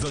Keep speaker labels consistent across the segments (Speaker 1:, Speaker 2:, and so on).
Speaker 1: The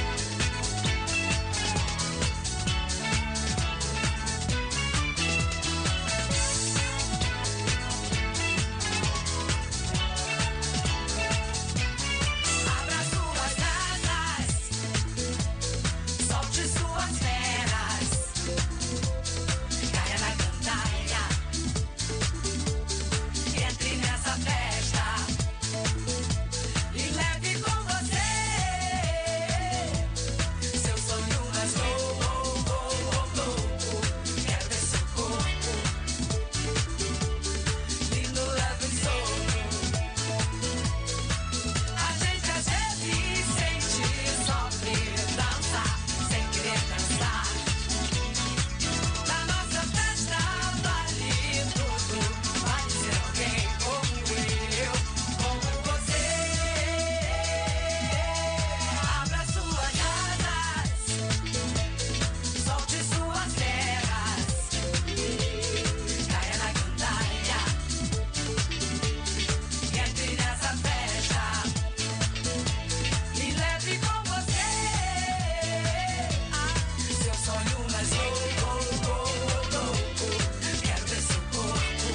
Speaker 2: Abra suas asas, solte suas velas, caia na cantaria, entre nessa festa e leve com você seu sonho mais louco, louco, quero ver seu corpo lindo, leve e solto. A gente às vezes sente, sofre, dança, sem querer dançar. Na nossa festa vale tudo, vai ser alguém como eu, como você. Abra suas asas, solte suas velas, caia na cantaria, e entre nessa festa. E leve com você Seu sonho mais louco, louco, louco Quero ver seu corpo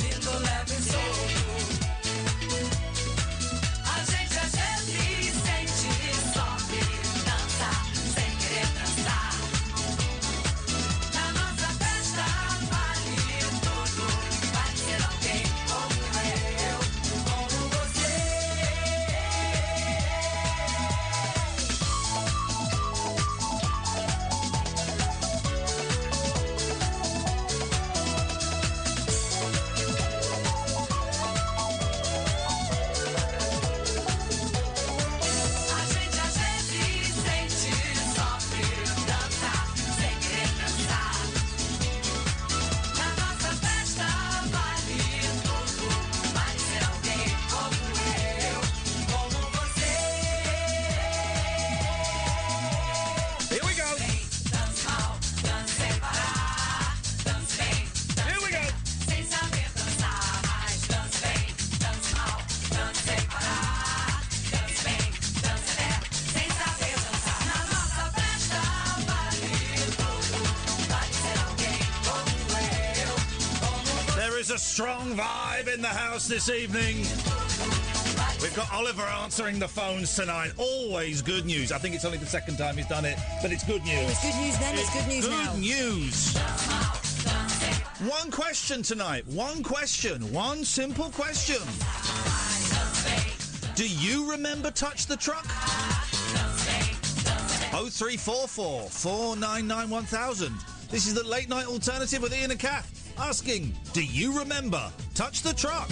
Speaker 2: Lindo, leve e solto A gente às vezes sente Sobe, dança, sem querer dançar Na nossa festa vale tudo Vai ser alguém como eu como você A gente às vezes sente, sofre, dança, sem querer dançar. Na nossa festa vale tudo, vai ser alguém como eu, como você.
Speaker 3: Here we go.
Speaker 2: Vem, dança mal, dança sem parar, dança bem,
Speaker 3: Here we go.
Speaker 2: sem saber dançar, mas dança bem, dança mal, dança sem parar, dança bem, dança até, sem saber dançar. Na nossa festa vale tudo, vai ser alguém como eu, como
Speaker 3: There is a strong vibe in the house this evening. We've got Oliver answering the phones tonight. Always good news. I think it's only the second time he's done it, but it's good news.
Speaker 4: It's good news then, it's good news now.
Speaker 3: Good news. One question tonight. One question. One simple question. Do you remember Touch the Truck? 0344 499 1000. This is the late night alternative with Ian and Kath asking, Do you remember Touch the Truck?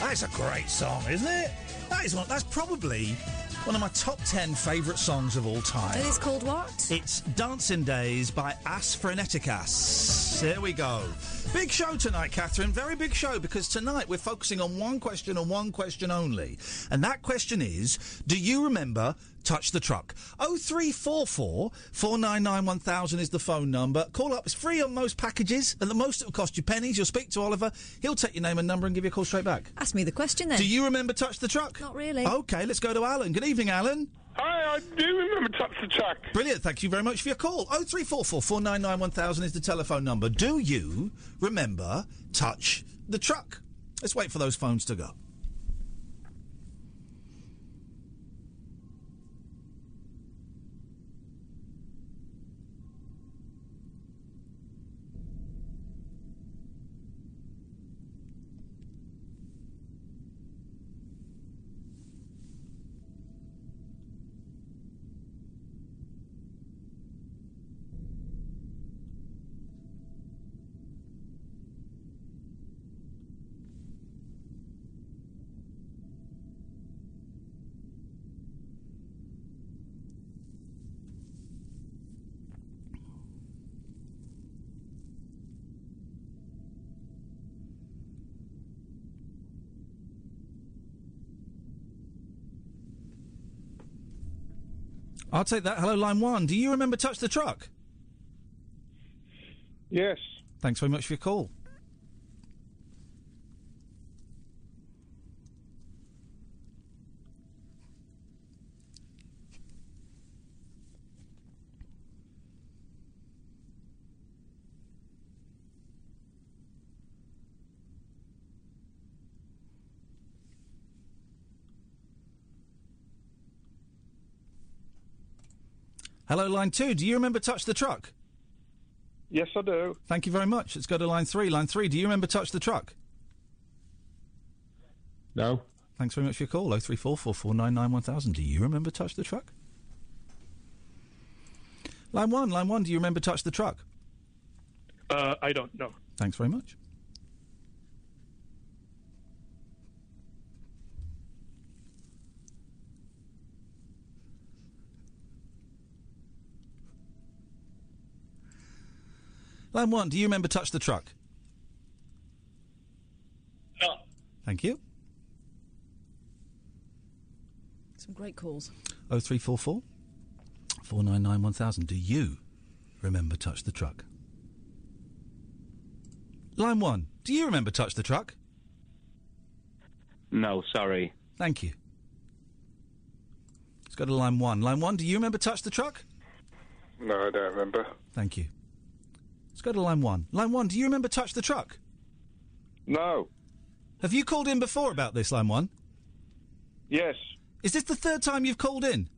Speaker 3: That's a great song, isn't it? That is one. That's probably one of my top ten favourite songs of all time.
Speaker 4: And it's called what?
Speaker 3: It's Dancing Days by As Freneticas. There we go. Big show tonight, Catherine. Very big show because tonight we're focusing on one question and one question only. And that question is Do you remember Touch the Truck? 0344 499 1000 is the phone number. Call up. It's free on most packages. And the most it will cost you pennies. You'll speak to Oliver. He'll take your name and number and give you a call straight back.
Speaker 4: Ask me the question then.
Speaker 3: Do you remember Touch the Truck?
Speaker 4: Not really.
Speaker 3: Okay, let's go to Alan. Good evening, Alan.
Speaker 5: Hi, I do remember Touch the Chuck.
Speaker 3: Brilliant. Thank you very much for your call. 0344 499 1000 is the telephone number. Do you remember touch the truck? Let's wait for those phones to go. I'll take that. Hello, line one. Do you remember Touch the Truck?
Speaker 5: Yes.
Speaker 3: Thanks very much for your call. Hello, line two. Do you remember Touch the Truck?
Speaker 5: Yes, I do.
Speaker 3: Thank you very much. Let's go to line three. Line three, do you remember Touch the Truck?
Speaker 5: No.
Speaker 3: Thanks very much for your call. 03444991000. Do you remember Touch the Truck? Line one, line one, do you remember Touch the Truck?
Speaker 5: Uh, I don't know.
Speaker 3: Thanks very much. Line one, do you remember Touch the Truck?
Speaker 5: No.
Speaker 3: Thank you.
Speaker 4: Some great calls.
Speaker 3: 0344 499 1000. Do you remember Touch the Truck? Line one, do you remember Touch the Truck?
Speaker 6: No, sorry.
Speaker 3: Thank you. Let's go to line one. Line one, do you remember Touch the Truck?
Speaker 5: No, I don't remember.
Speaker 3: Thank you. Let's go to line one. Line one, do you remember Touch the Truck?
Speaker 5: No.
Speaker 3: Have you called in before about this, line one?
Speaker 5: Yes.
Speaker 3: Is this the third time you've called in?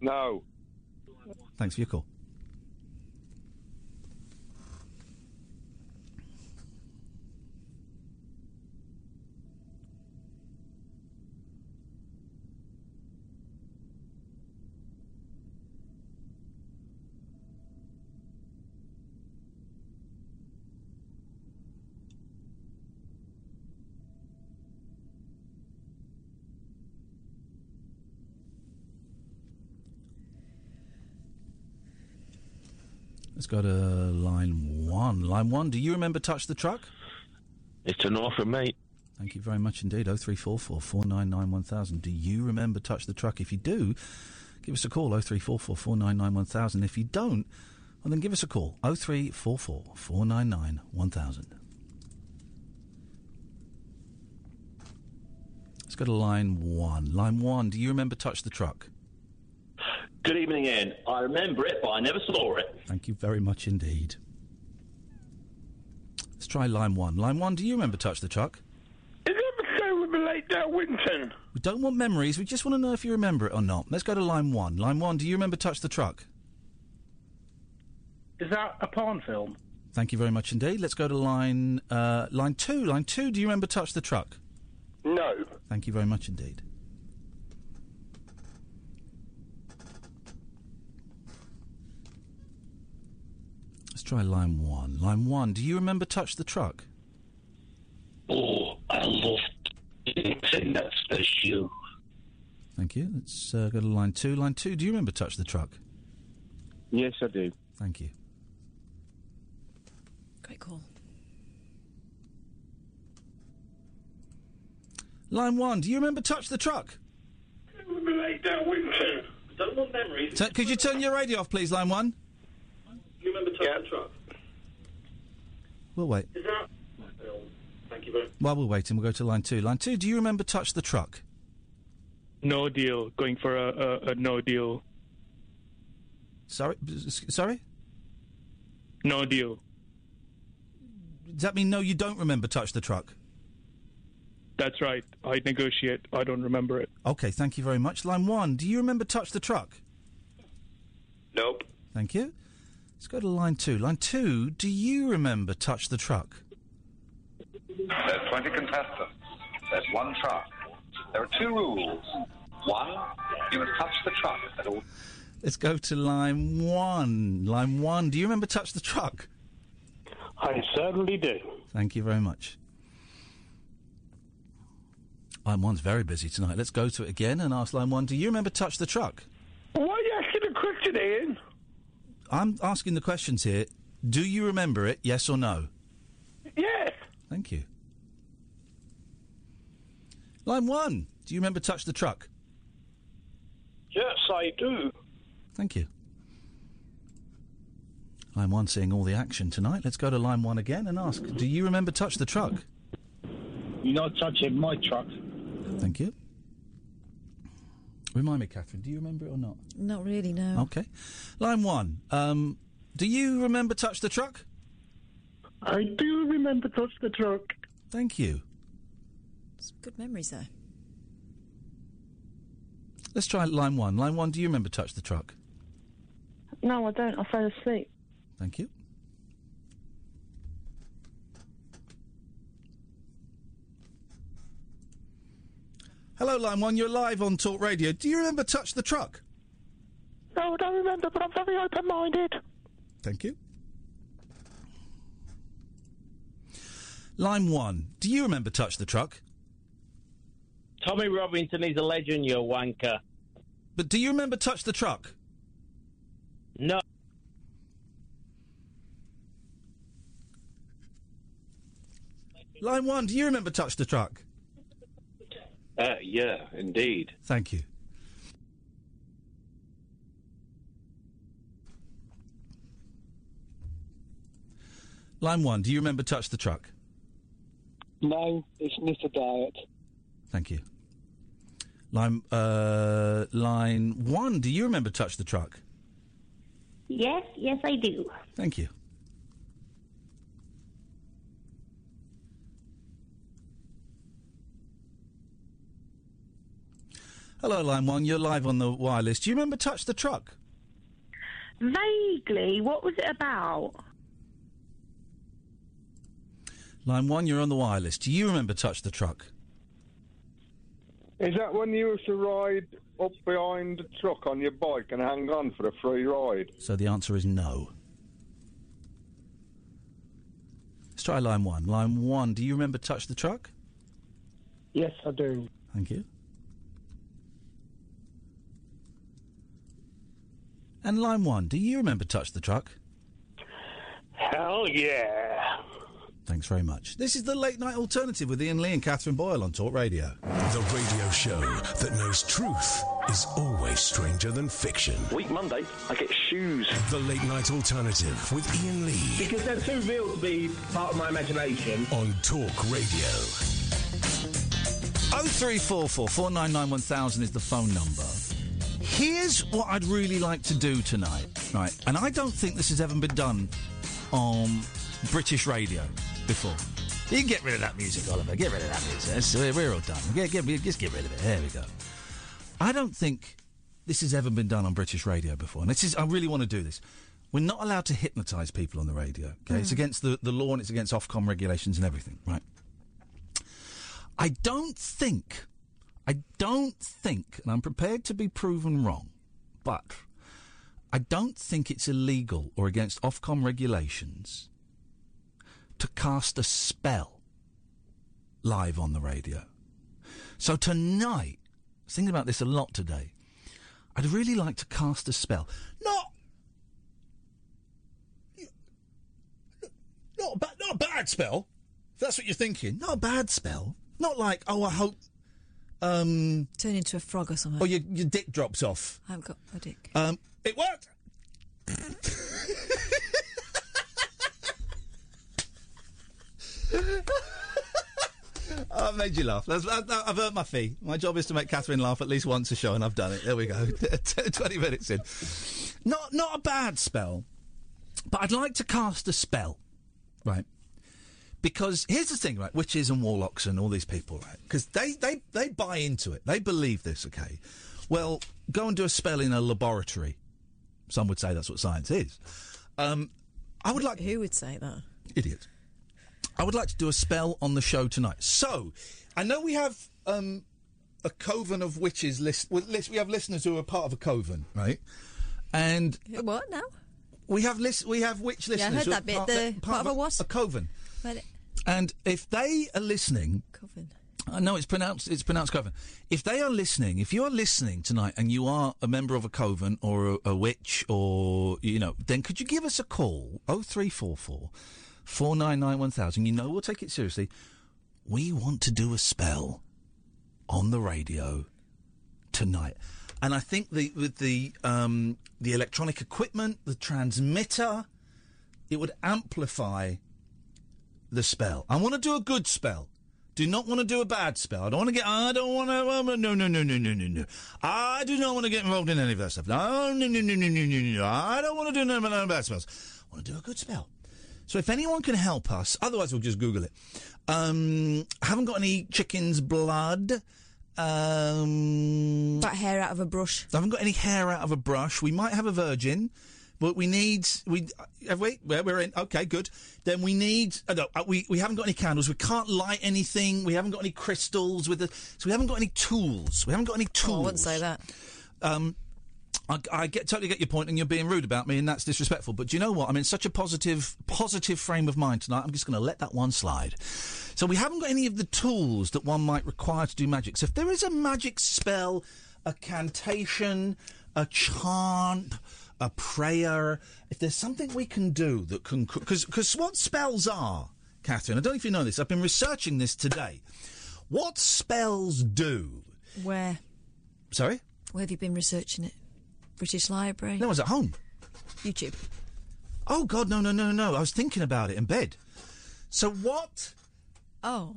Speaker 5: No.
Speaker 3: Thanks for your call. Let's go to line one. Line one, do you remember Touch the Truck?
Speaker 6: It's an offer, mate.
Speaker 3: Thank you very much indeed. 0344 499 1000. Do you remember Touch the Truck? If you do, give us a call. 0344 499 1000. If you don't, well, then give us a call. 0344 499 1000. Let's go to line one. Line one, do you remember Touch the Truck?
Speaker 7: Good evening, Ian. I remember it, but I never saw it.
Speaker 3: Thank you very much indeed. Let's try line one. Line one, do you remember Touch the Truck?
Speaker 5: Is that so with the late Dale Winton?
Speaker 3: We don't want memories. We just want to know if you remember it or not. Let's go to line one. Line one, do you remember Touch the Truck?
Speaker 8: Is that a porn film?
Speaker 3: Thank you very much indeed. Let's go to line uh, line two. Line two, do you remember Touch the Truck?
Speaker 5: No.
Speaker 3: Thank you very much indeed. Let's try line one. Line one, do you remember Touch the Truck?
Speaker 7: Oh, I love it. That's the shoe.
Speaker 3: Thank you. Let's uh, go to line two. Line two, do you remember Touch the Truck?
Speaker 6: Yes, I do.
Speaker 3: Thank you.
Speaker 4: Great call.
Speaker 3: Line one, do you remember Touch the Truck?
Speaker 5: With the late Dale Winton.
Speaker 7: Don't want memories.
Speaker 3: Tu- could you turn your radio off, please, line one?
Speaker 7: You remember Tom the Truck?
Speaker 3: We'll wait.
Speaker 7: Is that? Thank you very much.
Speaker 3: While we're waiting, we'll go to line two. Line two, do you remember Touch the Truck?
Speaker 5: No deal. Going for a, a, a no deal.
Speaker 3: Sorry, b- s- sorry.
Speaker 5: No deal.
Speaker 3: Does that mean no? You don't remember Touch the Truck?
Speaker 5: That's right. I negotiate. I don't remember it.
Speaker 3: Okay, thank you very much. Line one, do you remember Touch the Truck?
Speaker 7: Nope.
Speaker 3: Thank you. Let's go to line two. Line two, do you remember Touch the Truck?
Speaker 9: There's 20 contestants. There's one truck. There are two rules. One, you must touch the truck at all.
Speaker 3: Let's go to line one. Line one, do you remember Touch the Truck?
Speaker 8: I certainly do.
Speaker 3: Thank you very much. Line one's very busy tonight. Let's go to it again and ask line one, do you remember Touch the Truck?
Speaker 5: Why are you asking a question, Ian?
Speaker 3: I'm asking the questions here. Do you remember it? Yes or no?
Speaker 5: Yes.
Speaker 3: Thank you. Line one. Do you remember Touch the Truck?
Speaker 5: Yes.
Speaker 8: I do.
Speaker 3: Thank you. Line one seeing all the action tonight. Let's go to line one again and ask Do you remember Touch the Truck?
Speaker 10: You're not touching my truck.
Speaker 3: Thank you. Remind me, Catherine, do you remember it or not?
Speaker 4: Not really, no.
Speaker 3: Okay. Line one. Um, do you remember Touch the Truck?
Speaker 8: I do remember Touch the Truck.
Speaker 3: Thank you.
Speaker 4: Good memories there.
Speaker 3: Let's try line one. Line one, do you remember Touch the Truck?
Speaker 11: No, I don't. I fell asleep.
Speaker 3: Thank you. Hello, Line One. You're live on Talk Radio. Do you remember Touch the Truck?
Speaker 2: No, I don't remember, but I'm very open-minded.
Speaker 3: Thank you. Line One. Do you remember Touch the Truck?
Speaker 12: Tommy Robinson is a legend, you wanker.
Speaker 3: But do you remember Touch the Truck?
Speaker 12: No.
Speaker 3: Line One. Do you remember Touch the Truck?
Speaker 6: Uh, yeah, indeed.
Speaker 3: Thank you. Line one, do you remember Touch the Truck?
Speaker 13: No, it's not a diet.
Speaker 3: Thank you. Line uh, line one, do you remember Touch the Truck?
Speaker 14: Yes, yes, I do.
Speaker 3: Thank you. Hello, line one, you're live on the wireless. Do you remember Touch the Truck?
Speaker 14: Vaguely, what was it about?
Speaker 3: Line one, you're on the wireless. Do you remember Touch the Truck?
Speaker 15: Is that when you used to ride up behind the truck on your bike and hang on for a free ride?
Speaker 3: So the answer is no. Let's try line one. Line one, do you remember Touch the Truck?
Speaker 13: Yes, I do.
Speaker 3: Thank you. And line one, do you remember Touch the Truck?
Speaker 8: Hell yeah.
Speaker 3: Thanks very much. This is the late night alternative with Ian Lee and Catherine Boyle on Talk Radio.
Speaker 1: The radio show that knows truth is always stranger than fiction.
Speaker 7: Week Monday, I get shoes.
Speaker 1: The late night alternative with Ian Lee
Speaker 16: Because they're too real to be part of my imagination.
Speaker 1: on Talk Radio.
Speaker 3: 0344 499 1000 is the phone number. Here's what I'd really like to do tonight, right? And I don't think this has ever been done on British radio before. You can get rid of that music, Oliver. Get rid of that music. It's- we're- we're all done. Get, get, just get rid of it. There we go. I don't think this has ever been done on British radio before. And this is, I really want to do this. We're not allowed to hypnotise people on the radio. Okay, it's
Speaker 17: Mm.
Speaker 3: against the, the law and it's against Ofcom regulations and everything. Right. I don't think, I don't think, and I'm prepared to be proven wrong, but I don't think it's illegal or against Ofcom regulations to cast a spell live on the radio. So tonight, I was thinking about this a lot today. I'd really like to cast a spell. Not, not, a ba- not a bad spell. If that's what you're thinking. Not a bad spell. Not like, oh, I hope, um,
Speaker 4: Turn into a frog or something.
Speaker 3: or your, your dick drops off.
Speaker 4: I haven't got a dick.
Speaker 3: Um, it worked. Oh, I've made you laugh. That's, that, that- I've earned my fee. My job is to make Catherine laugh at least once a show, and I've done it. There we go. Twenty minutes in. Not not a bad spell, but I'd like to cast a spell, right? Because here's the thing, right? Witches and warlocks and all these people, right? Because they, they they buy into it. They believe this. Okay. Well, go and do a spell in a laboratory. Some would say that's what science is. Um, I would like.
Speaker 4: Who would say that?
Speaker 3: Idiot. I would like to do a spell on the show tonight. So, I know we have um, a coven of witches. List- well, list- we have listeners who are part of a coven, right? And
Speaker 4: What now?
Speaker 3: we have list- we have witch
Speaker 4: Yeah, I
Speaker 3: listeners.
Speaker 4: heard
Speaker 3: who are
Speaker 4: that bit,
Speaker 3: Part,
Speaker 4: the-
Speaker 3: they're
Speaker 4: part of a what?
Speaker 3: A coven.
Speaker 4: Well, it-
Speaker 3: And if they are listening,
Speaker 4: coven.
Speaker 3: I know it's pronounced it's pronounced coven. If they are listening, if you are listening tonight and you are a member of a coven or a, a witch or you know, then could you give us a call? 0344 499 1000. You know we'll take it seriously. We want to do a spell on the radio tonight. And I think the with the um, the electronic equipment, the transmitter, it would amplify the spell. I want to do a good spell. Do not want to do a bad spell. I don't want to get. I don't want to. No, no, no, no, no, no, no. I do not want to get involved in any of that stuff. No, no, no, no, no, no, no, no. I don't want to do none of that bad spells. I want to do a good spell. So if anyone can help us, otherwise we'll just Google it. Um, haven't got any chicken's blood. Um,
Speaker 4: But hair out of a brush.
Speaker 3: I haven't got any hair out of a brush. We might have a virgin, but we need we have we we're, we're in okay good. Then we need uh, no, uh, we we haven't got any candles. We can't light anything. We haven't got any crystals with the so we haven't got any tools. We haven't got any tools.
Speaker 4: Oh, I wouldn't say that.
Speaker 3: Um, I, I get totally get your point, and you're being rude about me, and that's disrespectful. But do you know what? I'm in such a positive, positive frame of mind tonight. I'm just going to let that one slide. So we haven't got any of the tools that one might require to do magic. So if there is a magic spell, a cantation, a chant, a prayer, if there's something we can do that can, because because what spells are, Catherine? I don't know if you know this. I've been researching this today. What spells do?
Speaker 4: Where?
Speaker 3: Sorry.
Speaker 4: Where have you been researching it? British Library?
Speaker 3: No, I was at home.
Speaker 4: YouTube.
Speaker 3: Oh God, no, no, no, no! I was thinking about it in bed. So what?
Speaker 4: Oh,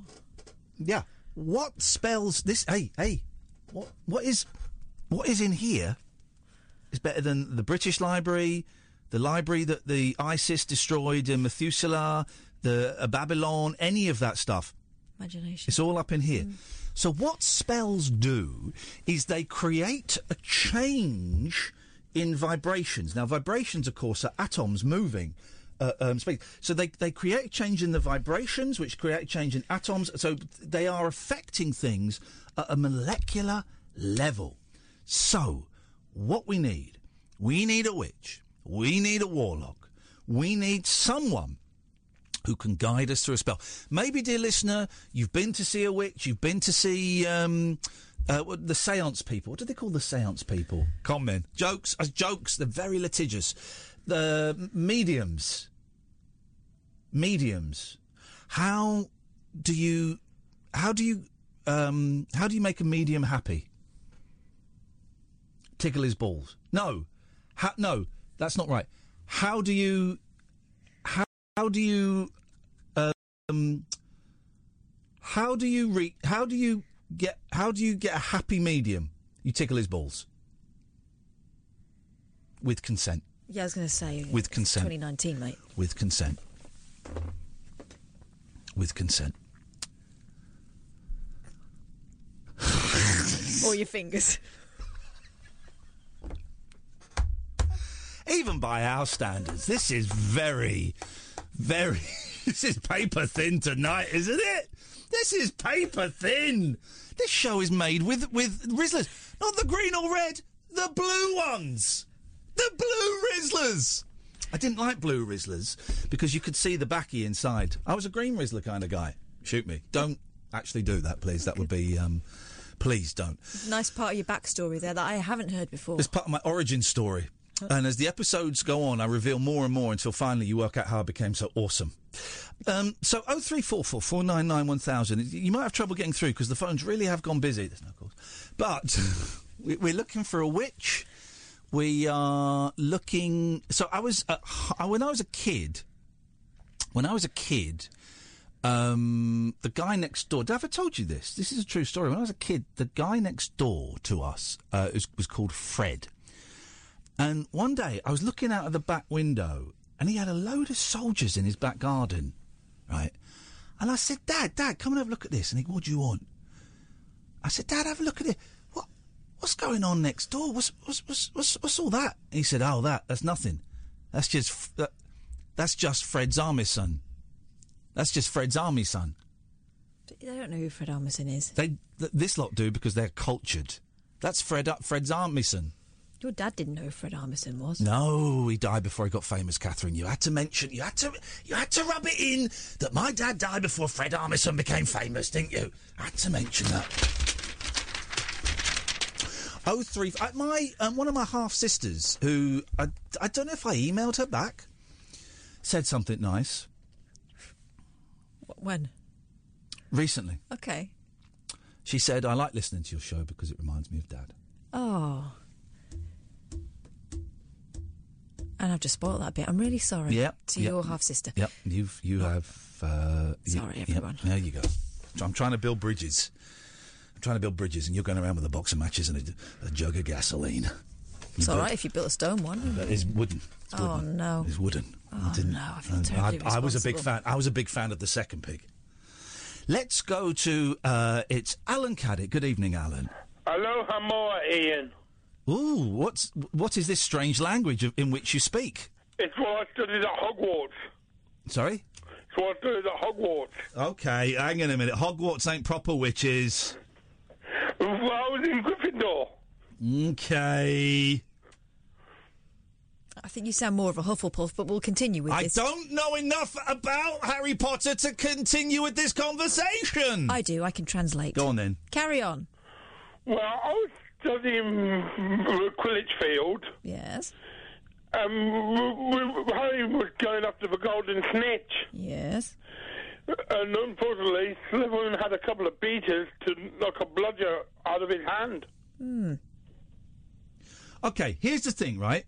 Speaker 3: Yeah. What spells this? Hey, hey. What? What is? What is in here? Is better than the British Library, the library that the ISIS destroyed in Methuselah, the uh, Babylon, any of that stuff.
Speaker 4: imagination.
Speaker 3: It's all up in here. So what spells do is they create a change in vibrations. Now vibrations, of course, are atoms moving. Uh, um, space. So they, they create a change in the vibrations, which create a change in atoms. So they are affecting things at a molecular level. So what we need, we need a witch, we need a warlock, we need someone who can guide us through a spell. Maybe, dear listener, you've been to see a witch, you've been to see um, uh, what- the seance people. What do they call the seance people? Con men. Jokes. As jokes, they're very litigious. The m- mediums. Mediums. How do you. How do you. Um, how do you make a medium happy? Tickle his balls. No. Ha- no, that's not right. How do you how, how do you um how do you re- how do you get how do you get a happy medium you tickle his balls with consent
Speaker 4: Yeah, I was going to say.
Speaker 3: With
Speaker 4: it's
Speaker 3: consent.
Speaker 4: 2019, mate.
Speaker 3: with consent with consent
Speaker 4: or your fingers.
Speaker 3: even by our standards this is very very this is paper thin tonight isn't it this is paper thin this show is made with with rizzlers not the green or red the blue ones the blue rizzlers I didn't like blue Rizzlers because you could see the backy inside. I was a green Rizzler kind of guy. Shoot me. Don't actually do that, please. That would be. Um, please don't.
Speaker 4: Nice part of your backstory there that I haven't heard before.
Speaker 3: It's part of my origin story. And as the episodes go on, I reveal more and more until finally you work out how I became so awesome. Um, so 0344 499 1000. You might have trouble getting through because the phones really have gone busy. There's no calls. But we- we're looking for a witch. We are looking. So I was at, h- I- when I was a kid. When I was a kid, um, the guy next door. Have I told you this? This is a true story. When I was a kid, the guy next door to us uh, was, was called Fred. And one day I was looking out of the back window and he had a load of soldiers in his back garden, right? And I said, Dad, Dad, come and have a look at this. And he, what do you want? I said, Dad, have a look at it. What, what's going on next door? What's, what's, what's, what's, what's all that? And he said, oh, that, that's nothing. That's just, f- that, that's just Fred's army son. That's just Fred's army son.
Speaker 4: I don't know who Fred Armisen is.
Speaker 3: They, th- this lot do because they're cultured. That's Fred, uh, Fred's army son.
Speaker 4: Your dad didn't know who Fred Armisen was.
Speaker 3: No, he died before he got famous, Catherine. You had to mention, you had to, you had to rub it in that my dad died before Fred Armisen became famous, didn't you? had to mention that. Oh three, uh, my um, one of my half sisters, who I, I don't know if I emailed her back, said something nice
Speaker 4: Wh- When?
Speaker 3: recently.
Speaker 4: Okay.
Speaker 3: She said, "I like listening to your show because it reminds me of Dad."
Speaker 4: Oh, And I've just spoiled that bit. I'm really sorry
Speaker 3: Yep,
Speaker 4: to
Speaker 3: yep.
Speaker 4: your half sister.
Speaker 3: Yep, you've you have. Uh, Sorry, everyone. there you go. So I'm trying to build bridges. I'm trying to build bridges, and you're going around with a box of matches and a, a jug of gasoline.
Speaker 4: It's all
Speaker 3: good.
Speaker 4: right if you built a stone one.
Speaker 3: That is wooden. It's
Speaker 4: Oh,
Speaker 3: wooden.
Speaker 4: no.
Speaker 3: It's wooden.
Speaker 4: Oh,
Speaker 3: didn't.
Speaker 4: no, I feel terribly
Speaker 3: I, I was a big fan.
Speaker 4: responsible.
Speaker 3: I was a big fan of the second pig. Let's go to uh, it's Alan Caddick. Good evening, Alan.
Speaker 17: Aloha moa, Ian.
Speaker 3: Ooh, what's what is this strange language of, in which you speak?
Speaker 17: It's what I studied at Hogwarts.
Speaker 3: Sorry.
Speaker 17: It's what I studied at Hogwarts.
Speaker 3: Okay, hang on a minute. Hogwarts ain't proper witches.
Speaker 17: Well, I was in Gryffindor.
Speaker 3: Okay.
Speaker 4: I think you sound more of a Hufflepuff, but we'll continue with
Speaker 3: I
Speaker 4: this.
Speaker 3: don't know enough about Harry Potter to continue with this conversation.
Speaker 4: I do. I can translate.
Speaker 3: Go on then.
Speaker 4: Carry on.
Speaker 17: Well, I was studying mm, Quidditch Field.
Speaker 4: Yes.
Speaker 17: Um, w- w- Harry was going after the Golden Snitch.
Speaker 4: Yes.
Speaker 17: And unfortunately, Slytherin had a couple of beaters to knock a bludger out of his hand.
Speaker 3: Hmm. Okay, here's the thing, right?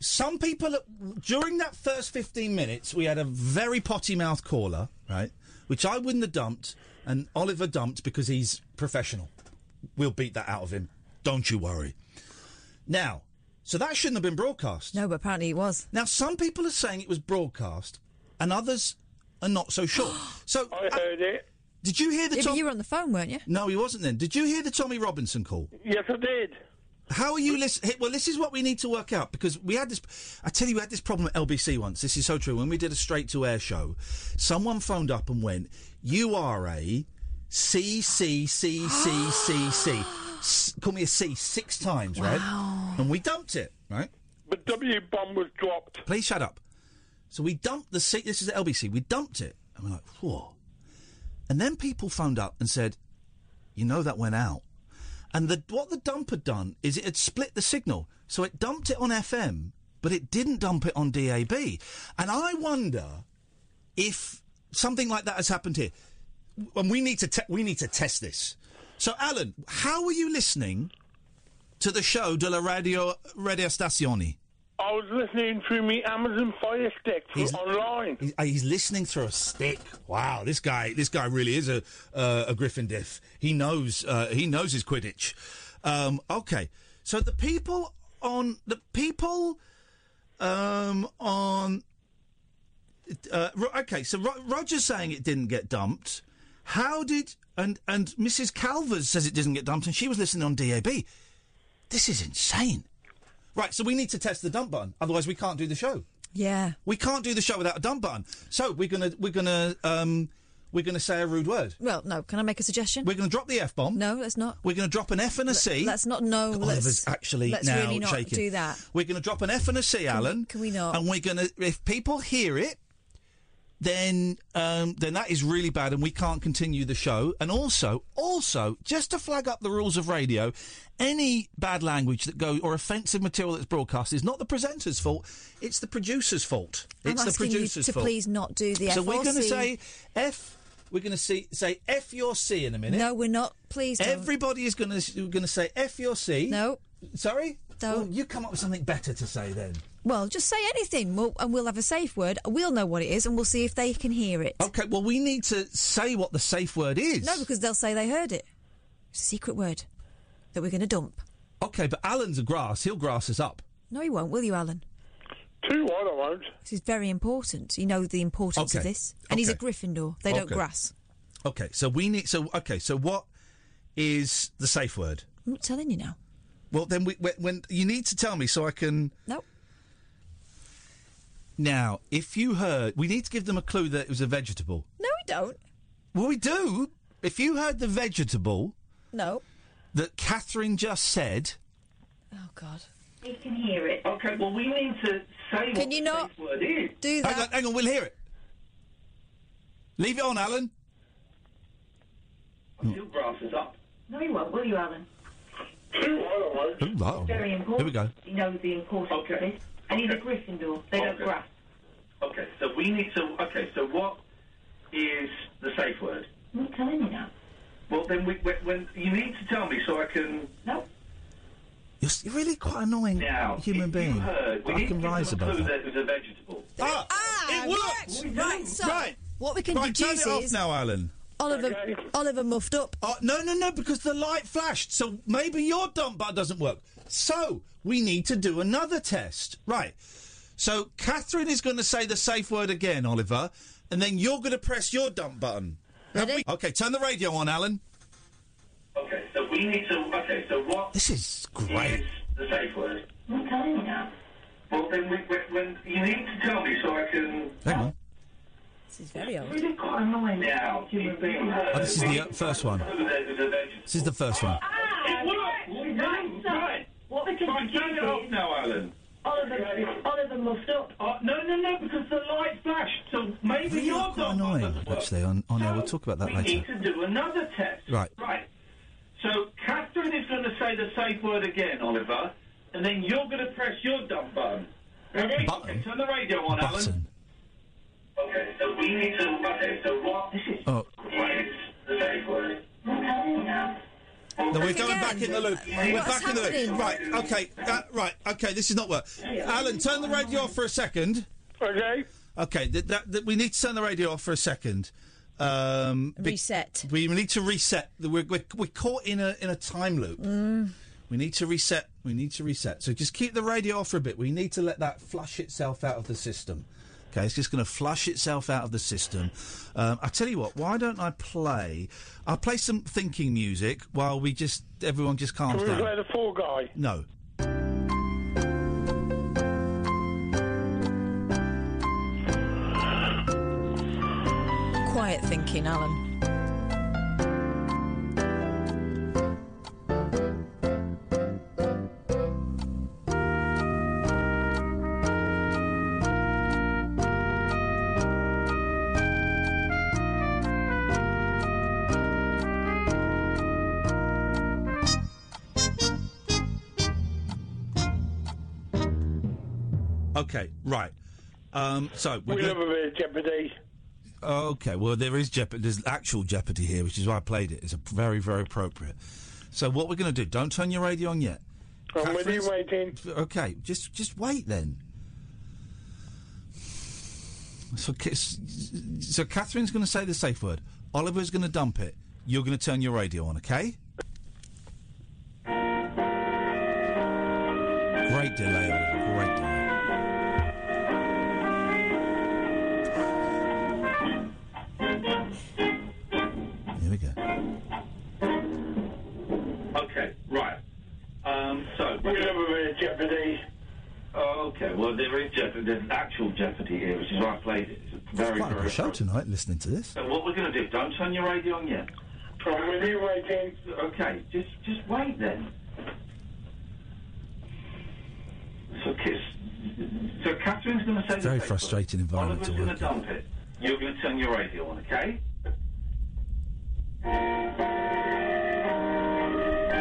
Speaker 3: Some people, during that first 15 minutes, we had a very potty mouth caller, right? Which I wouldn't have dumped, and Oliver dumped because he's professional. We'll beat that out of him. Don't you worry. Now, so that shouldn't have been broadcast.
Speaker 4: No, but apparently it was.
Speaker 3: Now, some people are saying it was broadcast, and others are not so sure. so I
Speaker 17: heard it.
Speaker 3: Did you hear the?
Speaker 4: Yeah, but
Speaker 3: Tom-
Speaker 4: you were on the phone, weren't you?
Speaker 3: No, he wasn't. Then did you hear the Tommy Robinson call?
Speaker 17: Yes, I did.
Speaker 3: How are you listening? Well, this is what we need to work out because we had this. I tell you, we had this problem at LBC once. This is so true. When we did a straight to air show, someone phoned up and went, "You are a C C C C C C." S- Call me a C six times, right? And we dumped it, right?
Speaker 17: But W bomb was dropped.
Speaker 3: Please shut up. So we dumped the C. This is at LBC. We dumped it, and we're like, "Whoa!" And then people phoned up and said, "You know that went out." And the, what the dump had done is it had split the signal, so it dumped it on FM, but it didn't dump it on DAB. And I wonder if something like that has happened here. And we need to te- we need to test this. So, Alan, how were you listening to the show de la radio radio stazioni?
Speaker 17: I was listening through me Amazon Fire Stick for online.
Speaker 3: He's, uh, he's listening through a stick. Wow, this guy, this guy really is a uh, a Griffin diff. He knows, uh, he knows his Quidditch. Um, okay, so the people on the people um, on. Uh, Ro- okay, so Ro- Roger's saying it didn't get dumped. How did and and Mrs. Calvers says it didn't get dumped, and she was listening on DAB. This is insane. Right, so we need to test the dump button, otherwise we can't do the show.
Speaker 4: Yeah.
Speaker 3: We can't do the show without a dumb button. So we're gonna we're gonna um we're gonna say a rude word.
Speaker 4: Well, no. Can I make a suggestion?
Speaker 3: We're gonna drop the f bomb.
Speaker 4: No, let's not.
Speaker 3: We're gonna drop an f and a C.
Speaker 4: Let's not. No.
Speaker 3: Oliver's
Speaker 4: let's,
Speaker 3: actually
Speaker 4: let's
Speaker 3: now
Speaker 4: really not
Speaker 3: shaking.
Speaker 4: do that.
Speaker 3: We're gonna drop an f and a C, Alan.
Speaker 4: can we not?
Speaker 3: And we're gonna if people hear it. Then, um, then that is really bad, and we can't continue the show. And also, also, just to flag up the rules of radio, any bad language that goes or offensive material that's broadcast is not the presenter's fault; it's the producer's fault.
Speaker 4: I'm
Speaker 3: it's the
Speaker 4: asking you
Speaker 3: producer's
Speaker 4: to
Speaker 3: fault.
Speaker 4: please not do the
Speaker 3: So
Speaker 4: F
Speaker 3: we're
Speaker 4: or
Speaker 3: going to
Speaker 4: C.
Speaker 3: say F. We're going to see, say F your C in a minute.
Speaker 4: No, we're not. Please don't.
Speaker 3: Everybody is going to going to say F your C.
Speaker 4: No.
Speaker 3: Sorry.
Speaker 4: Don't.
Speaker 3: Well, you come up with something better to say then.
Speaker 4: Well, just say anything, we'll, and we'll have a safe word. We'll know what it is, and we'll see if they can hear it.
Speaker 3: Okay. Well, we need to say what the safe word is.
Speaker 4: No, because they'll say they heard it. Secret word that we're going to dump.
Speaker 3: Okay, but Alan's a grass. He'll grass us up.
Speaker 4: No, you won't, will you, Alan?
Speaker 17: Two, I don't won't.
Speaker 4: This is very important. You know the importance of
Speaker 3: Okay.
Speaker 4: this. And he's a
Speaker 3: Okay.
Speaker 4: Gryffindor. They don't
Speaker 3: Okay.
Speaker 4: grass.
Speaker 3: Okay. So we need. So okay. So what is the safe word?
Speaker 4: I'm not telling you now.
Speaker 3: Well, then we, when, when you need to tell me so I can.
Speaker 4: No.
Speaker 3: Now, if you heard, we need to give them a clue that it was a vegetable.
Speaker 4: No, we don't.
Speaker 3: Well, we do. If you heard the vegetable
Speaker 4: No.
Speaker 3: that Catherine just said,
Speaker 4: Oh, God.
Speaker 14: They can hear it.
Speaker 18: Okay, well, we need to say
Speaker 4: Can you not do that?
Speaker 3: hang on, hang on, we'll hear it. Leave it on, Alan.
Speaker 18: two grasses up. No, you won't, will you, Alan? Two, I
Speaker 3: Ooh, wow.
Speaker 18: Very important.
Speaker 3: Here we go.
Speaker 18: He knows the importance of this. And he's a Gryffindor. They don't
Speaker 19: Okay.
Speaker 18: grasp.
Speaker 19: Okay, so we need to. Okay, so what is the safe word?
Speaker 18: I'm not telling you now.
Speaker 19: Well, then we, when, when you need to tell me so I can.
Speaker 18: No.
Speaker 3: You're, s- you're really quite annoying
Speaker 5: Now, if
Speaker 3: human
Speaker 5: you
Speaker 3: being.
Speaker 5: heard, we
Speaker 3: I
Speaker 5: didn't
Speaker 3: can
Speaker 5: give
Speaker 3: rise
Speaker 5: them a
Speaker 3: above
Speaker 5: clue
Speaker 3: that.
Speaker 5: that it was a vegetable.
Speaker 3: Ah,
Speaker 4: Ah,
Speaker 3: it worked.
Speaker 4: right, right, so
Speaker 3: Right.
Speaker 4: what we can
Speaker 3: right, turn
Speaker 4: deduce
Speaker 3: it off
Speaker 4: is
Speaker 3: now, Alan.
Speaker 4: Oliver Oliver muffed up.
Speaker 3: Oh, no, no, no, because the light flashed. So maybe your dump button doesn't work. So we need to do another test. Right. So Catherine is going to say the safe word again, Oliver, and then you're going to press your dump button. Have we- Okay, turn the radio on, Alan.
Speaker 5: Okay, so we need to. Okay, so what
Speaker 3: This is great.
Speaker 5: the safe word?
Speaker 18: I'm telling you now.
Speaker 5: Well, then we, we, when you need to tell me so I can.
Speaker 3: Hang on.
Speaker 4: This is very old.
Speaker 18: Really quite annoying.
Speaker 5: Now,
Speaker 18: Human being.
Speaker 3: Oh, this is the uh, first one. This is the first one.
Speaker 18: Right. What we can
Speaker 5: Right,
Speaker 18: deduce
Speaker 5: turn it off
Speaker 18: is
Speaker 5: now, Alan.
Speaker 18: Oliver, Oliver muffed up.
Speaker 5: Oh, no, no, no, because the light flashed, so maybe
Speaker 3: Really
Speaker 5: your
Speaker 3: quite
Speaker 5: dump
Speaker 3: annoying, actually. On, on air, we'll talk about that
Speaker 5: We
Speaker 3: later.
Speaker 5: need to do another test.
Speaker 3: Right.
Speaker 5: Right. So Catherine is going to say the safe word again, Oliver, and then you're going to press your dumb button. Ready?
Speaker 3: Button?
Speaker 5: Turn the radio on, Alan. Okay, so we need to. Okay, so what
Speaker 3: Oh,
Speaker 5: is the safe word?
Speaker 3: No, we're going back in the loop.
Speaker 5: What's
Speaker 3: we're back in the
Speaker 5: happening?
Speaker 3: loop. Right, okay, uh, right, okay, this is not work. Alan, turn the radio off for a second.
Speaker 20: Okay.
Speaker 3: Okay, th- that, that, we need to turn the radio off for a second. Um,
Speaker 4: Reset.
Speaker 3: We need to reset. We're, we're, we're caught in a, in a time loop.
Speaker 4: Mm.
Speaker 3: We need to reset. We need to reset. So just keep the radio off for a bit. We need to let that flush itself out of the system. Okay, it's just going to flush itself out of the system. Um, I tell you what. Why don't I play? I'll play some thinking music while we just everyone just calms
Speaker 20: Can we
Speaker 3: down.
Speaker 20: play the Fall Guy?
Speaker 3: No.
Speaker 4: Quiet thinking, Alan.
Speaker 3: Okay, right. Um, so we're
Speaker 20: We
Speaker 3: gonna-
Speaker 20: love a bit of Jeopardy.
Speaker 3: Okay, well, there is Jeopardy. There's actual Jeopardy here, which is why I played it. It's a very, very appropriate. So, what we're going to do? Don't turn your radio on yet.
Speaker 20: I'm with you,
Speaker 3: waiting. Okay, just just wait then. So, Ca- s- so Catherine's going to say the safe word. Oliver's going to dump it. You're going to turn your radio on. Okay. Great delay, Oliver. Great delay. Here we go.
Speaker 5: Okay, right. Um, so we have a bit of Jeopardy. Oh, okay. Well, there is Jeopardy. There's actual Jeopardy here, which is why I played it. It's a very,
Speaker 3: Quite a
Speaker 5: very.
Speaker 3: good show tonight. Listening to this.
Speaker 5: So what we're going to do? Don't turn your radio on yet. I'm with you waiting. Okay, just just wait then. So kiss. So Catherine's going to say. the
Speaker 3: Very
Speaker 5: safe
Speaker 3: frustrating
Speaker 5: word.
Speaker 3: environment to
Speaker 5: Oliver's
Speaker 3: work in.
Speaker 5: going to dump it. You're going to turn your radio on, okay?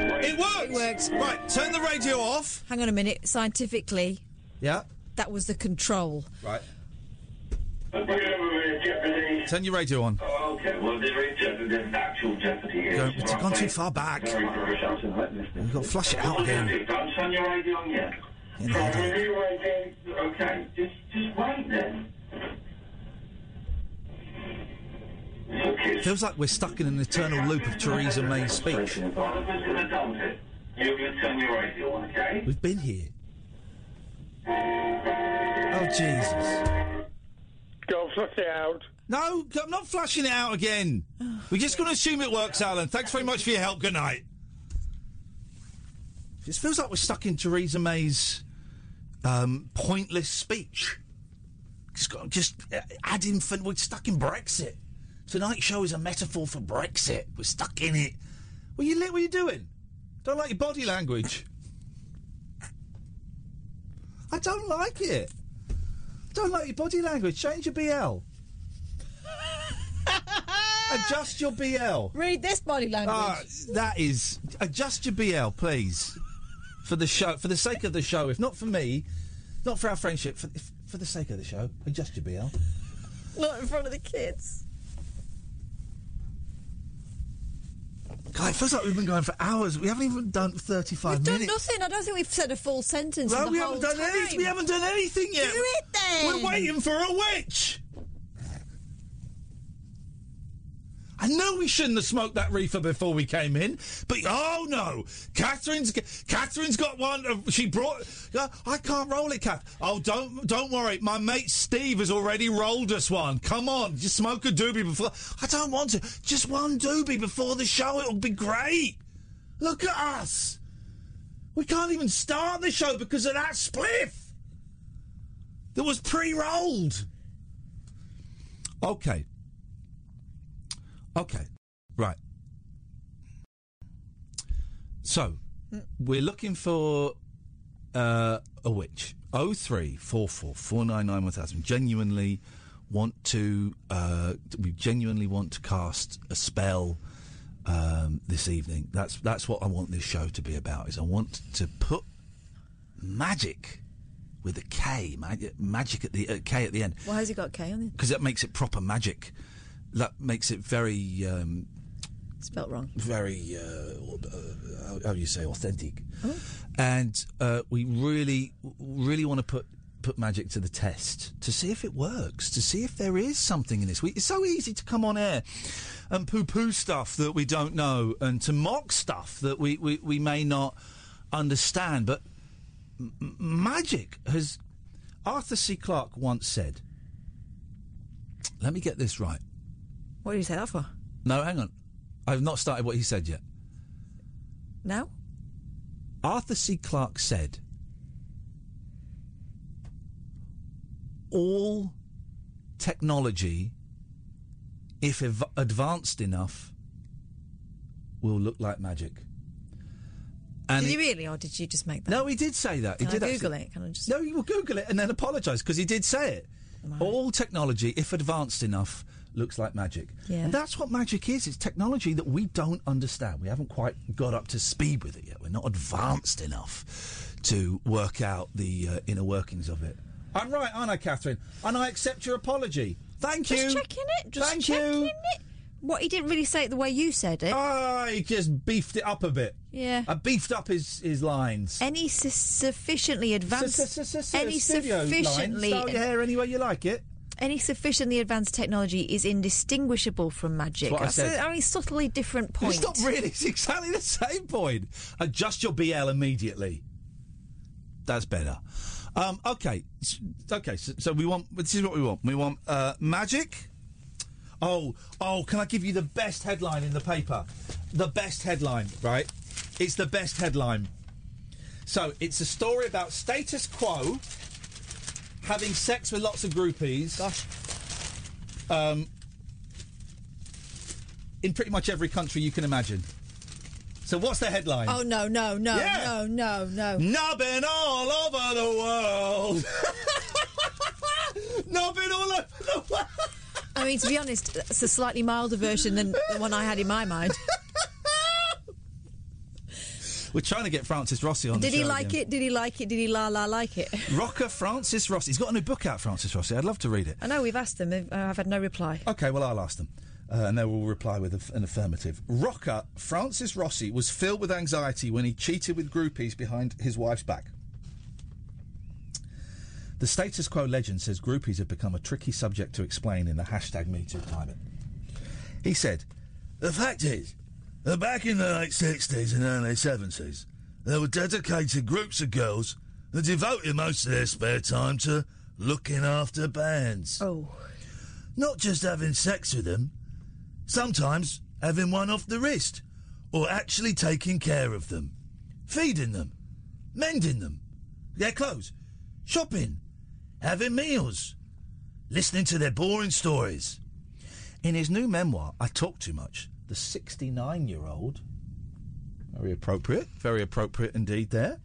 Speaker 3: It works. It
Speaker 4: works.
Speaker 3: Right, turn the radio off.
Speaker 4: Hang on a minute. Scientifically,
Speaker 3: Yeah.
Speaker 4: that was the control.
Speaker 3: Right. Turn your radio on.
Speaker 5: Oh, Okay. Well, there is Jeopardy. There's actual Jeopardy here.
Speaker 3: Go,
Speaker 5: which is
Speaker 3: it's
Speaker 5: why I
Speaker 3: gone too
Speaker 5: played
Speaker 3: far back.
Speaker 5: Very, very show tonight. Listening.
Speaker 3: We've got to flush it
Speaker 5: What
Speaker 3: out
Speaker 5: we're going to
Speaker 3: here.
Speaker 5: do? Don't turn your radio on yet.
Speaker 3: You know, I don't-
Speaker 5: Okay, just just wait then.
Speaker 3: Feels like we're stuck in an eternal loop of Theresa May's speech.
Speaker 5: Oliver's going to dump it. You're going to turn your radio on, okay?
Speaker 3: We've been here. Oh Jesus!
Speaker 20: Go flush it out.
Speaker 3: No, I'm not flushing it out again. We're just going to assume it works, Alan. Thanks very much for your help. Good night. Just feels like we're stuck in Theresa May's um, pointless speech. Just, got, just uh, add infant. We're stuck in Brexit. Tonight's show is a metaphor for Brexit. We're stuck in it. What you lit? What you doing? Don't like your body language. I don't like it. Don't like your body language. Change your BL. Adjust your BL.
Speaker 4: Read this body language.
Speaker 3: Ah, that is adjust your BL, please, for the show, for the sake of the show. If not for me, not for our friendship, for if, for the sake of the show, adjust your BL.
Speaker 4: Not in front of the kids.
Speaker 3: God, it feels like we've been going for hours. We haven't even done 35
Speaker 4: We've done
Speaker 3: minutes.
Speaker 4: nothing. I don't think we've said a full sentence.
Speaker 3: Well,
Speaker 4: the
Speaker 3: we haven't
Speaker 4: whole
Speaker 3: done
Speaker 4: time.
Speaker 3: anything. We haven't done anything yet.
Speaker 4: Do it then.
Speaker 3: We're waiting for a witch. I know we shouldn't have smoked that reefer before we came in, but oh no, Catherine's Catherine's got one. of- She brought. uh, I can't roll it, Kath. Oh, don't don't worry. My mate Steve has already rolled us one. Come on, just smoke a doobie before. I don't want to. Just one doobie before the show. It'll be great. Look at us. We can't even start the show because of that spliff that was pre-rolled. Okay. Okay. Right. So, we're looking for uh, a witch. Oh three four four four nine nine one thousand. Genuinely want to. Uh, we genuinely want to cast a spell um, this evening. That's that's what I want this show to be about. Is I want to put magic with a K, mag- magic at the uh, K at the end
Speaker 4: Why has he got K on it?
Speaker 3: because that makes it proper magic. That makes it very um,
Speaker 4: Spelt wrong.
Speaker 3: Very uh, how, how do you say authentic?
Speaker 4: Oh.
Speaker 3: And uh, we really, really want to put put magic to the test to see if it works, to see if there is something in this. We, it's so easy to come on air and poo poo stuff that we don't know, and to mock stuff that we we, we may not understand, but. m- m- Magic has Arthur C. Clarke once said, let me get this right.
Speaker 4: What did you say that for?
Speaker 3: No, hang on. I've not started what he said yet.
Speaker 4: No?
Speaker 3: Arthur C. Clarke said, All technology, if ev- advanced enough, will look like magic. And
Speaker 4: did
Speaker 3: it-
Speaker 4: you really, or did you just make that?
Speaker 3: No, he did say that. He
Speaker 4: Can
Speaker 3: did
Speaker 4: I Google
Speaker 3: actually-
Speaker 4: it? Can I just?
Speaker 3: No, you will Google it and then apologise because he did say it. All technology, if advanced enough, looks like magic.
Speaker 4: Yeah.
Speaker 3: And that's what magic is. It's technology that we don't understand. We haven't quite got up to speed with it yet. We're not advanced enough to work out the uh, inner workings of it. I'm right, aren't I, Catherine? And I accept your apology. Thank you.
Speaker 4: Just checking it. Just
Speaker 3: Thank
Speaker 4: checking
Speaker 3: you.
Speaker 4: it. What he didn't really say it the way you said it.
Speaker 3: I just beefed it up a bit.
Speaker 4: Yeah.
Speaker 3: I beefed up his, his lines.
Speaker 4: any su- sufficiently advanced, any
Speaker 3: Studio lines.
Speaker 4: sufficiently,
Speaker 3: Style your hair any way you like it.
Speaker 4: any sufficiently advanced technology is indistinguishable from magic.
Speaker 3: That's what I
Speaker 4: That's
Speaker 3: said.
Speaker 4: the only subtly different point.
Speaker 3: It's not really. It's exactly the same point. Adjust your BL immediately. That's better. Um, okay, s- okay. So, so we want. This is what we want. We want uh, magic. Oh, oh! Can I give you the best headline in the paper? The best headline, right? It's the best headline. So it's a story about status quo having sex with lots of groupies. Gosh. Um, in pretty much every country you can imagine. So what's the headline?
Speaker 4: Oh no no no
Speaker 3: Yeah.
Speaker 4: no no no.
Speaker 3: Nubbing all over the world. Nubbing all over the world.
Speaker 4: I mean, to be honest, it's a slightly milder version than the one I had in my mind.
Speaker 3: We're trying to get Francis Rossi on. the
Speaker 4: Did he
Speaker 3: show
Speaker 4: like
Speaker 3: again.
Speaker 4: it? Did he like it? Did he la la like it?
Speaker 3: Rocker Francis Rossi. He's got a new book out, Francis Rossi. I'd love to read it.
Speaker 4: I know we've asked them. I've- I've had no reply.
Speaker 3: Okay, well, I'll ask them. Uh, and they will reply with a- an affirmative. Rocker Francis Rossi was filled with anxiety when he cheated with groupies behind his wife's back. The status quo legend says groupies have become a tricky subject to explain in the hashtag MeToo climate. He said, The fact is, that back in the late 60s and early 70s, there were dedicated groups of girls that devoted most of their spare time to looking after bands.
Speaker 4: Oh.
Speaker 3: Not just having sex with them, sometimes having one off the wrist, or actually taking care of them, feeding them, mending them, their clothes, shopping, having meals, listening to their boring stories. In his new memoir, I Talk Too Much, the 69 year old, very appropriate, very appropriate indeed there,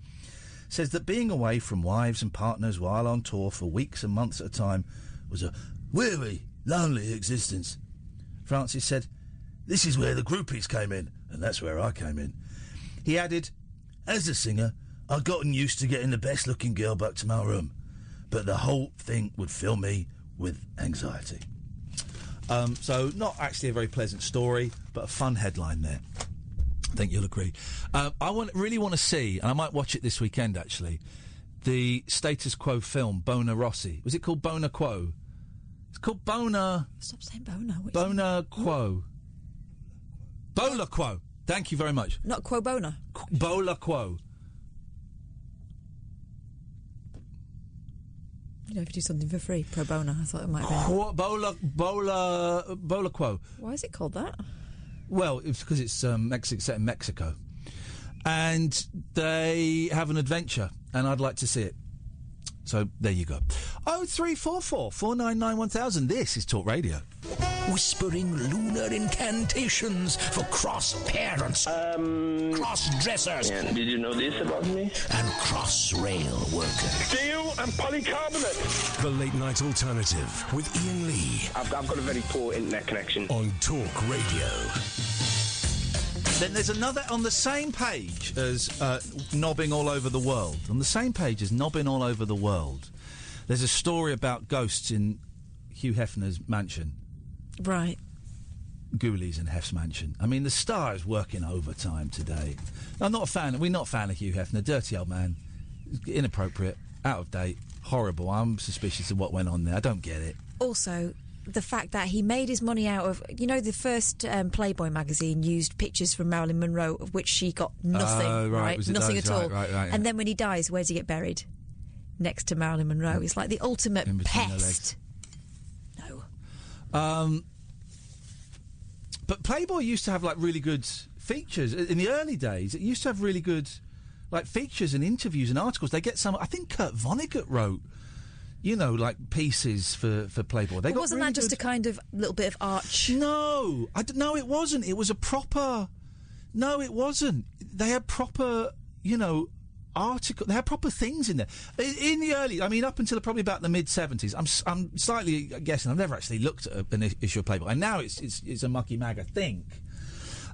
Speaker 3: says that being away from wives and partners while on tour for weeks and months at a time was a weary, lonely existence. Francis said, This is where the groupies came in, and that's where I came in. He added, As a singer, I'd gotten used to getting the best looking girl back to my room, but the whole thing would fill me with anxiety. Um, so, not actually a very pleasant story, but a fun headline there. I think you'll agree. Uh, I want, really want to see, and I might watch it this weekend actually, the status quo film Bona Rossi. Was it called Bona Quo? It's called Bona.
Speaker 4: Stop saying bono. What you-
Speaker 3: Bona Quo. Bola Quo. Thank you very much.
Speaker 4: Not quo bono.
Speaker 3: Bola Quo.
Speaker 4: You know, if you do something for free, pro bono. I thought it might be.
Speaker 3: Quo- Bola Bola Bola Quo.
Speaker 4: Why is it called that?
Speaker 3: Well, it's because it's um, Mex- set in Mexico, and they have an adventure, and I'd like to see it. So there you go. Oh three four four four nine nine one thousand. This is Talk Radio.
Speaker 21: Whispering lunar incantations for cross parents,
Speaker 16: Um,
Speaker 21: cross dressers,
Speaker 6: And did you know this about me?
Speaker 21: and cross rail workers.
Speaker 1: Steel and polycarbonate. The late night alternative with Ian Lee.
Speaker 6: I've, I've got a very poor internet connection.
Speaker 1: On Talk Radio.
Speaker 3: Then there's another on the same page as uh, knobbing all over the world. On the same page as knobbing all over the world, there's a story about ghosts in Hugh Hefner's mansion,
Speaker 4: Right.
Speaker 3: Ghoulies and Hef's mansion. I mean, the star is working overtime today. I'm not a fan. We're not a fan of Hugh Hefner. Dirty old man, inappropriate, out of date, horrible. I'm suspicious of what went on there. I don't get it.
Speaker 4: Also, the fact that he made his money out of you know the first um, Playboy magazine used pictures from Marilyn Monroe, of which she got nothing,
Speaker 3: Oh, right, was it
Speaker 4: Nothing
Speaker 3: those?
Speaker 4: at all.
Speaker 3: Right, right, right, yeah.
Speaker 4: And then when he dies, where does he get buried? Next to Marilyn Monroe. It's like the ultimate
Speaker 3: In between her
Speaker 4: pest.
Speaker 3: Um, but Playboy used to have like really good features I- in the early days. It used to have really good like features and interviews and articles. They get some. I think Kurt Vonnegut wrote, you know, like pieces for for Playboy. They
Speaker 4: But
Speaker 3: got
Speaker 4: wasn't
Speaker 3: really
Speaker 4: that just
Speaker 3: good-
Speaker 4: a kind of little bit of arch?
Speaker 3: No, I d- no, it wasn't. It was a proper. No, it wasn't. They had proper, you know, article. They had proper things in there. In, in the early, I mean, up until probably about the mid seventies. I'm, s- I'm slightly guessing. I've never actually looked at a, an i- issue of Playboy, and now it's it's it's a mucky mag, I think.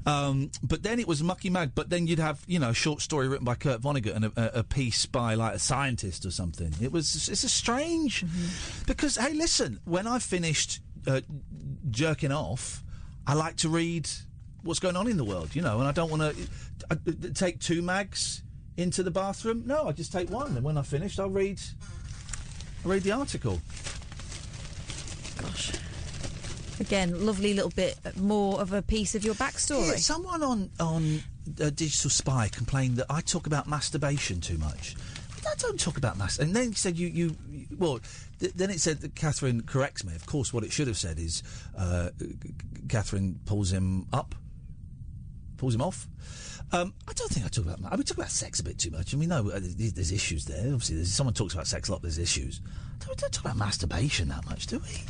Speaker 3: Um, but then it was mucky mag. But then you'd have you know a short story written by Kurt Vonnegut and a, a, a piece by like a scientist or something. It was it's a strange because hey, listen, when I finished uh, jerking off, I like to read what's going on in the world, you know, and I don't want to take two mags into the bathroom. No, I just take one, and when I finished, I'll read I'll read the article.
Speaker 4: Gosh. Again, lovely little bit more of a piece of your backstory.
Speaker 3: Yeah, someone on on uh, Digital Spy complained that I talk about masturbation too much. I don't talk about mast. And then he said you you you- well. Th- then it said that Catherine corrects me. Of course, what it should have said is uh, c- c- Catherine pulls him up, pulls him off. Um, I don't think I talk about. ma- I mean, talk about sex a bit too much, and we know uh, there's, there's issues there. Obviously, there's, someone talks about sex a lot. There's issues. Don't, don't talk about masturbation that much, do we?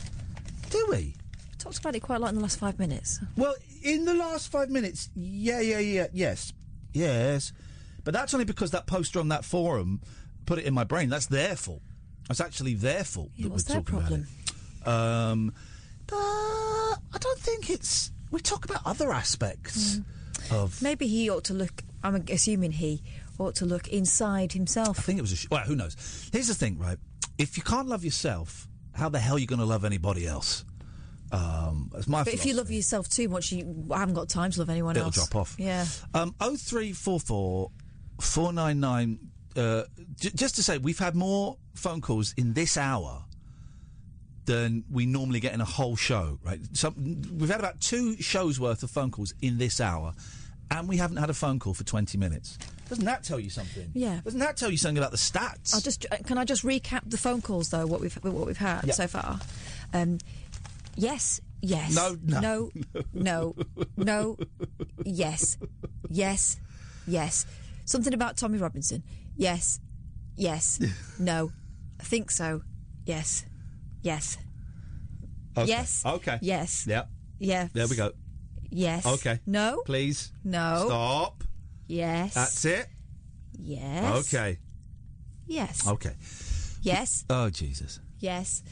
Speaker 3: Do we?
Speaker 4: Talked about it quite a lot in the last five minutes.
Speaker 3: Well, in the last five minutes, yeah, yeah, yeah, yes, yes. But that's only because that poster on that forum put it in my brain. That's their fault. That's actually their fault.
Speaker 4: Yeah,
Speaker 3: that
Speaker 4: what's
Speaker 3: we're
Speaker 4: their
Speaker 3: talking About it. Um, but I don't think it's. We talk about other aspects of.
Speaker 4: Maybe he ought to look. I'm assuming he ought to look inside himself. I
Speaker 3: think it was a. Sh- well, who knows? Here's the thing, right? If you can't love yourself, how the hell are you going to love anybody else? Um, that's my.
Speaker 4: but if you love yourself too much, you haven't got time to love anyone
Speaker 3: It'll
Speaker 4: else.
Speaker 3: drop off.
Speaker 4: Yeah.
Speaker 3: Um, 0344 499. Uh, j- just to say, we've had more phone calls in this hour than we normally get in a whole show, right? Some, we've had about two shows worth of phone calls in this hour, and we haven't had a phone call for 20 minutes. Doesn't that tell you something?
Speaker 4: Yeah.
Speaker 3: Doesn't that tell you something about the stats?
Speaker 4: I'll just uh, can I just recap the phone calls though what we've what we've had
Speaker 3: Yeah.
Speaker 4: so far. Um, yes, yes.
Speaker 3: No, no.
Speaker 4: no, no, no, yes, yes, yes. Something about Tommy Robinson. Yes, yes, no. I think so. Yes, yes,
Speaker 3: Okay.
Speaker 4: yes.
Speaker 3: Okay.
Speaker 4: Yes.
Speaker 3: Yeah.
Speaker 4: yeah.
Speaker 3: There we go.
Speaker 4: Yes.
Speaker 3: Okay.
Speaker 4: No.
Speaker 3: Please.
Speaker 4: No.
Speaker 3: Stop.
Speaker 4: Yes.
Speaker 3: That's it.
Speaker 4: Yes.
Speaker 3: Uh, Okay.
Speaker 4: Yes.
Speaker 3: Okay.
Speaker 4: Yes.
Speaker 3: Oh, Jesus.
Speaker 4: Yes.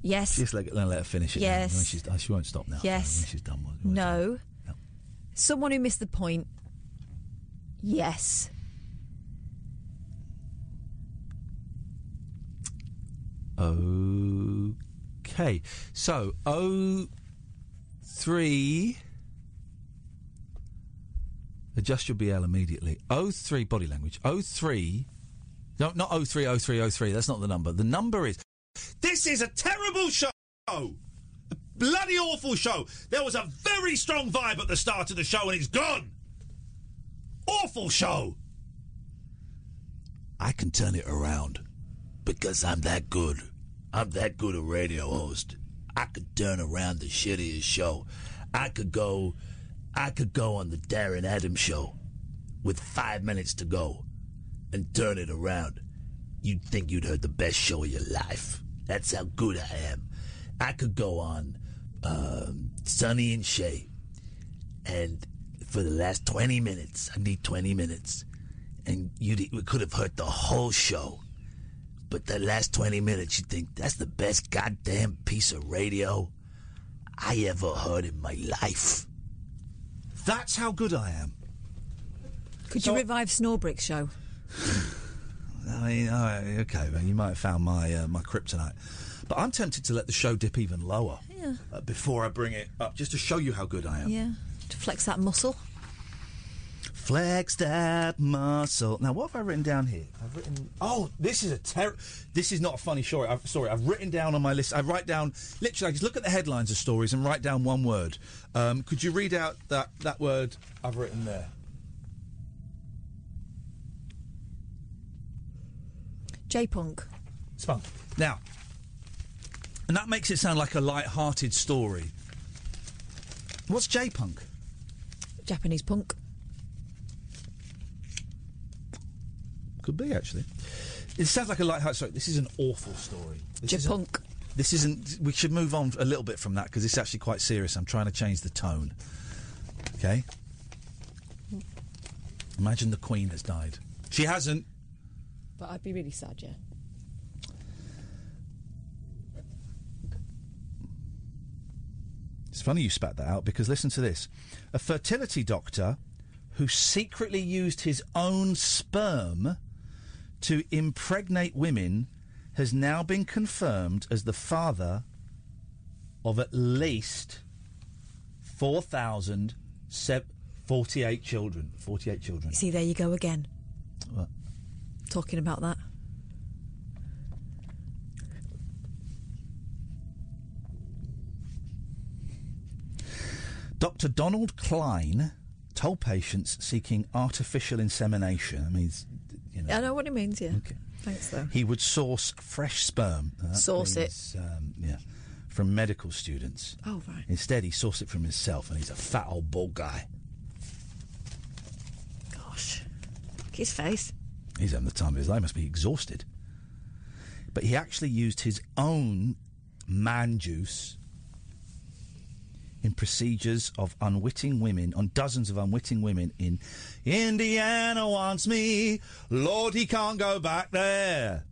Speaker 4: Yes.
Speaker 3: Just let, let her finish it. now.
Speaker 4: Yes.
Speaker 3: When she's- oh, she won't stop now.
Speaker 4: Yes.
Speaker 3: When she's done. we'll-
Speaker 4: No. Someone who missed the point. Yes.
Speaker 3: Okay. So, oh, three, Adjust your BL immediately. 03, body language. 03. No, not 03, 03, 03. That's not the number. The number is. This is a terrible show! A bloody awful show! There was a very strong vibe at the start of the show and it's gone! Awful show! I can turn it around
Speaker 21: because I'm that good. I'm that good a radio host. I could turn around the shittiest show. I could go, I could go on the Darren Adams show with five minutes to go and turn it around. You'd think you'd heard the best show of your life. That's how good I am. I could go on um, Sonny and Shay, and for the last 20 minutes, I need 20 minutes, and you we could have heard the whole show. But the last 20 minutes, you think that's the best goddamn piece of radio I ever heard in my life.
Speaker 3: That's how good I am.
Speaker 4: Could you revive Snorbrick show?
Speaker 3: I mean, all right, okay, well, you might have found my uh, my kryptonite, but I'm tempted to let the show dip even lower
Speaker 4: Yeah.
Speaker 3: uh, before I bring it up, just to show you how good I am.
Speaker 4: Yeah. To flex that muscle.
Speaker 3: Flex that muscle. Now, what have I written down here? I've written. Oh, this is a ter- This is not a funny story. I've, sorry, I've written down on my list. I write down literally. I just look at the headlines of stories and write down one word. Um, could you read out that that word I've written there?
Speaker 4: J Punk.
Speaker 3: Spunk. Now, and that makes it sound like a light-hearted story. What's J punk?
Speaker 4: Japanese punk.
Speaker 3: Could be actually. It sounds like a light-hearted story. This is an awful story. This isn't-
Speaker 4: Japunk.
Speaker 3: This isn't. We should move on a little bit from that because it's actually quite serious. I'm trying to change the tone. Okay. Imagine the Queen has died. She hasn't.
Speaker 4: But I'd be really sad, yeah.
Speaker 3: It's funny you spat that out because listen to this. A fertility doctor who secretly used his own sperm to impregnate women has now been confirmed as the father of at least 4,048 children. 48 children.
Speaker 4: See, there you go again.
Speaker 3: What?
Speaker 4: Talking about that.
Speaker 3: Dr. Donald Klein told patients seeking artificial insemination, I mean, it's-
Speaker 4: I know what it means, yeah. Okay. Thanks, though.
Speaker 3: He would source fresh sperm. Now, that
Speaker 4: Source it.
Speaker 3: means, Um, yeah, from medical students.
Speaker 4: Oh, right.
Speaker 3: Instead, he sourced it from himself, and he's a fat old bald guy.
Speaker 4: Gosh. Look at His face.
Speaker 3: He's having the time of his life. Must be exhausted. But he actually used his own man juice in procedures of unwitting women, on dozens of unwitting women in Indiana wants me. Lord, he can't go back there.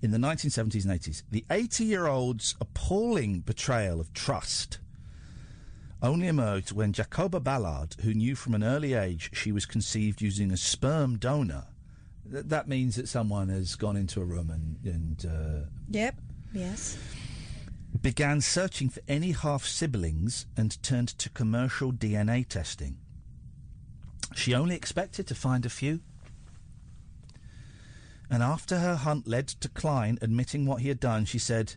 Speaker 3: In the 1970s and 80s, the 80 year old's appalling betrayal of trust only emerged when Jacoba Ballard, who knew from an early age she was conceived using a sperm donor, Th- that means that someone has gone into a room and, and uh,
Speaker 4: Yep. Yes.
Speaker 3: began searching for any half siblings and turned to commercial DNA testing. She only expected to find a few. And after her hunt led to Klein admitting what he had done, she said,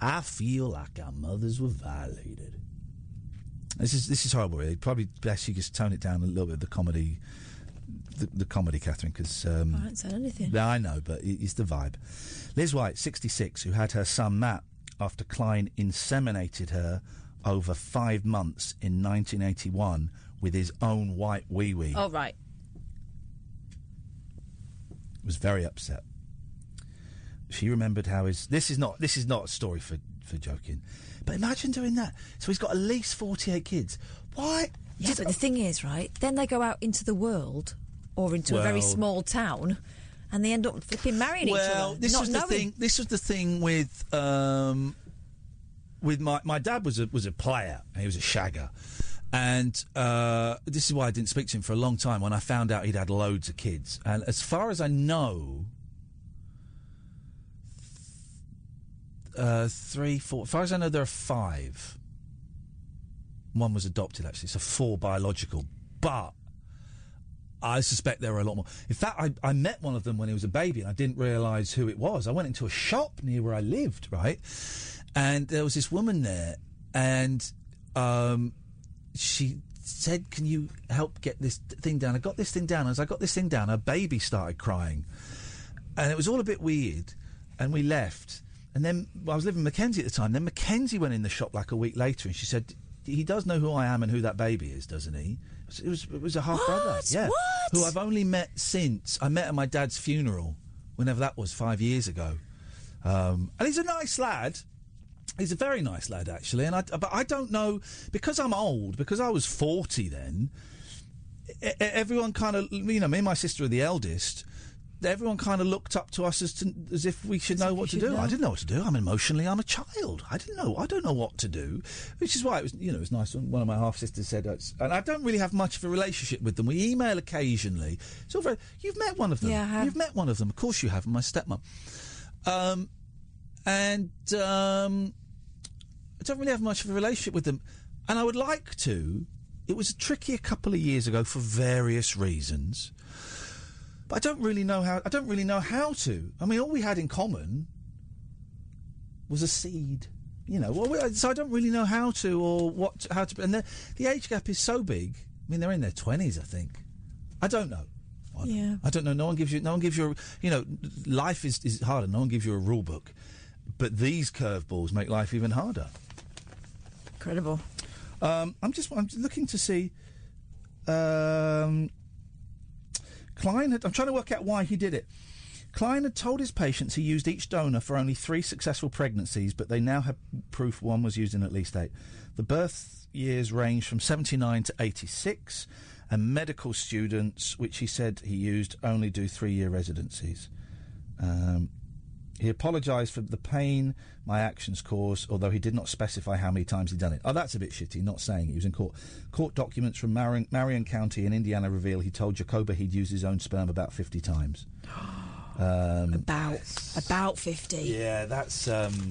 Speaker 3: I feel like our mothers were violated. This is this is horrible. Really. Probably best you just tone it down a little bit. The comedy, the, the comedy, Catherine, because um,
Speaker 4: I haven't said anything.
Speaker 3: no, I know, but it- it's the vibe. Liz White, 66, who had her son Matt after Klein inseminated her over five months in 1981 with his own white wee wee,
Speaker 4: Oh, right.
Speaker 3: was very upset. She remembered how his. This is not. This is not a story for for joking. But imagine doing that. So he's got at least 48 kids. Why?
Speaker 4: Yeah, but the thing is, right? Then they go out into the world or into a very
Speaker 3: Well-
Speaker 4: small town and they end up flipping marrying each other.
Speaker 3: well, this
Speaker 4: not
Speaker 3: was
Speaker 4: knowing.
Speaker 3: the thing. This was the thing with um, with my my dad was a was a player. and He was a shagger, and uh, this is why I didn't speak to him for a long time. When I found out he'd had loads of kids, and as far as I know. Uh, three, four. As far as I know, there are five. One was adopted, actually, so four biological. But I suspect there are a lot more. In fact, I, I met one of them when he was a baby, and I didn't realise who it was. I went into a shop near where I lived, right, and there was this woman there, and um, she said, "Can you help get this thing down?" I got this thing down. As I got this thing down, her baby started crying, and it was all a bit weird. And we left. And then well, I was living in Mackenzie at the time. Then Mackenzie went in the shop like a week later, and she said, "He does know who I am and who that baby is, doesn't he?" It was- It was, it was a half brother, yeah, who I've only met since I met at my dad's funeral, whenever that was, five years ago. Um, and he's a nice lad. He's a very nice lad, actually. And I, but I don't know because I'm old. Because I was forty then. e- e- Everyone kind of, you know, me and my sister are the eldest. Everyone kind of looked up to us as to, as if we should know what to
Speaker 21: should
Speaker 3: do.
Speaker 21: know.
Speaker 3: I didn't know what to do. I'm emotionally, I'm a child. I didn't know. I don't know what to do, which is why it was, you know, it was nice. when One of my half sisters said, uh, it's- and I don't really have much of a relationship with them. We email occasionally. It's all very. You've met one of them.
Speaker 4: Yeah, I have.
Speaker 3: You've met one of them. Of course you have. My stepmom. Um, and um, I don't really have much of a relationship with them, and I would like to. It was tricky a couple of years ago for various reasons, but I don't really know how. I don't really know how to. I mean, all we had in common was a seed, you know. Well, we- so I don't really know how to or what how to. And the, the age gap is so big. I mean, they're in their twenties, I think. I don't know.
Speaker 4: Yeah.
Speaker 3: I don't know. No one gives you. No one gives you. You know, life is is harder. No one gives you a rule book, but these curveballs make life even harder.
Speaker 4: Incredible.
Speaker 3: Um, I'm just. I'm looking to see. Um, Klein had. I'm trying to work out why he did it. Klein had told his patients he used each donor for only three successful pregnancies, but they now have proof one was used in at least eight. The birth years range from 79 to 86, and medical students, which he said he used, only do three year residencies. Um, he apologised for the pain my actions caused, although he did not specify how many times he'd done it. Oh, that's a bit shitty, not saying he was in court. Court documents from Marion, Marion County in Indiana reveal he told Jacoba he'd used his own sperm about 50 times. Um,
Speaker 4: About about fifty.
Speaker 3: yeah, that's um,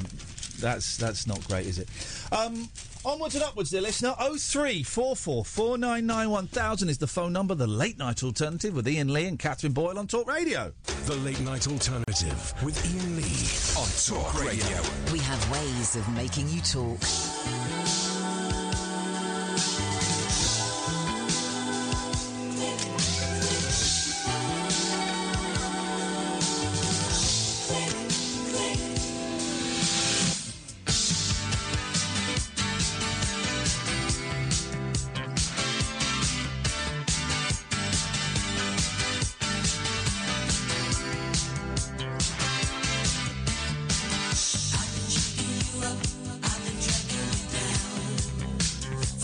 Speaker 3: that's that's not great, is it? Um, onwards and upwards, dear listener. Oh three four four four nine nine one thousand is the phone number. The late night alternative with Ian Lee and Catherine Boyle on Talk Radio.
Speaker 1: The late night alternative with Ian Lee on Talk Radio.
Speaker 22: We have ways of making you talk.
Speaker 2: I've been checking you up, I've been tracking you down.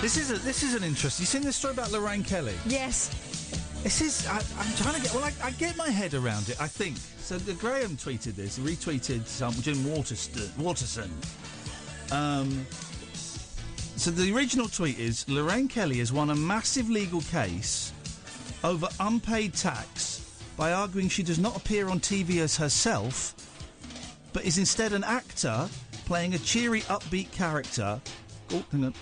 Speaker 3: This is a, this is an interest. You seen this story about Lorraine Kelly?
Speaker 4: Yes.
Speaker 3: This is. I, I'm trying to get. Well, I, I get my head around it. I think. So uh, Graham tweeted this. Retweeted some Jim Waterston. Waterson. Um. So the original tweet is Lorraine Kelly has won a massive legal case over unpaid tax by arguing she does not appear on TV as herself, but is instead an actor playing a cheery, upbeat character. Oh, hang on.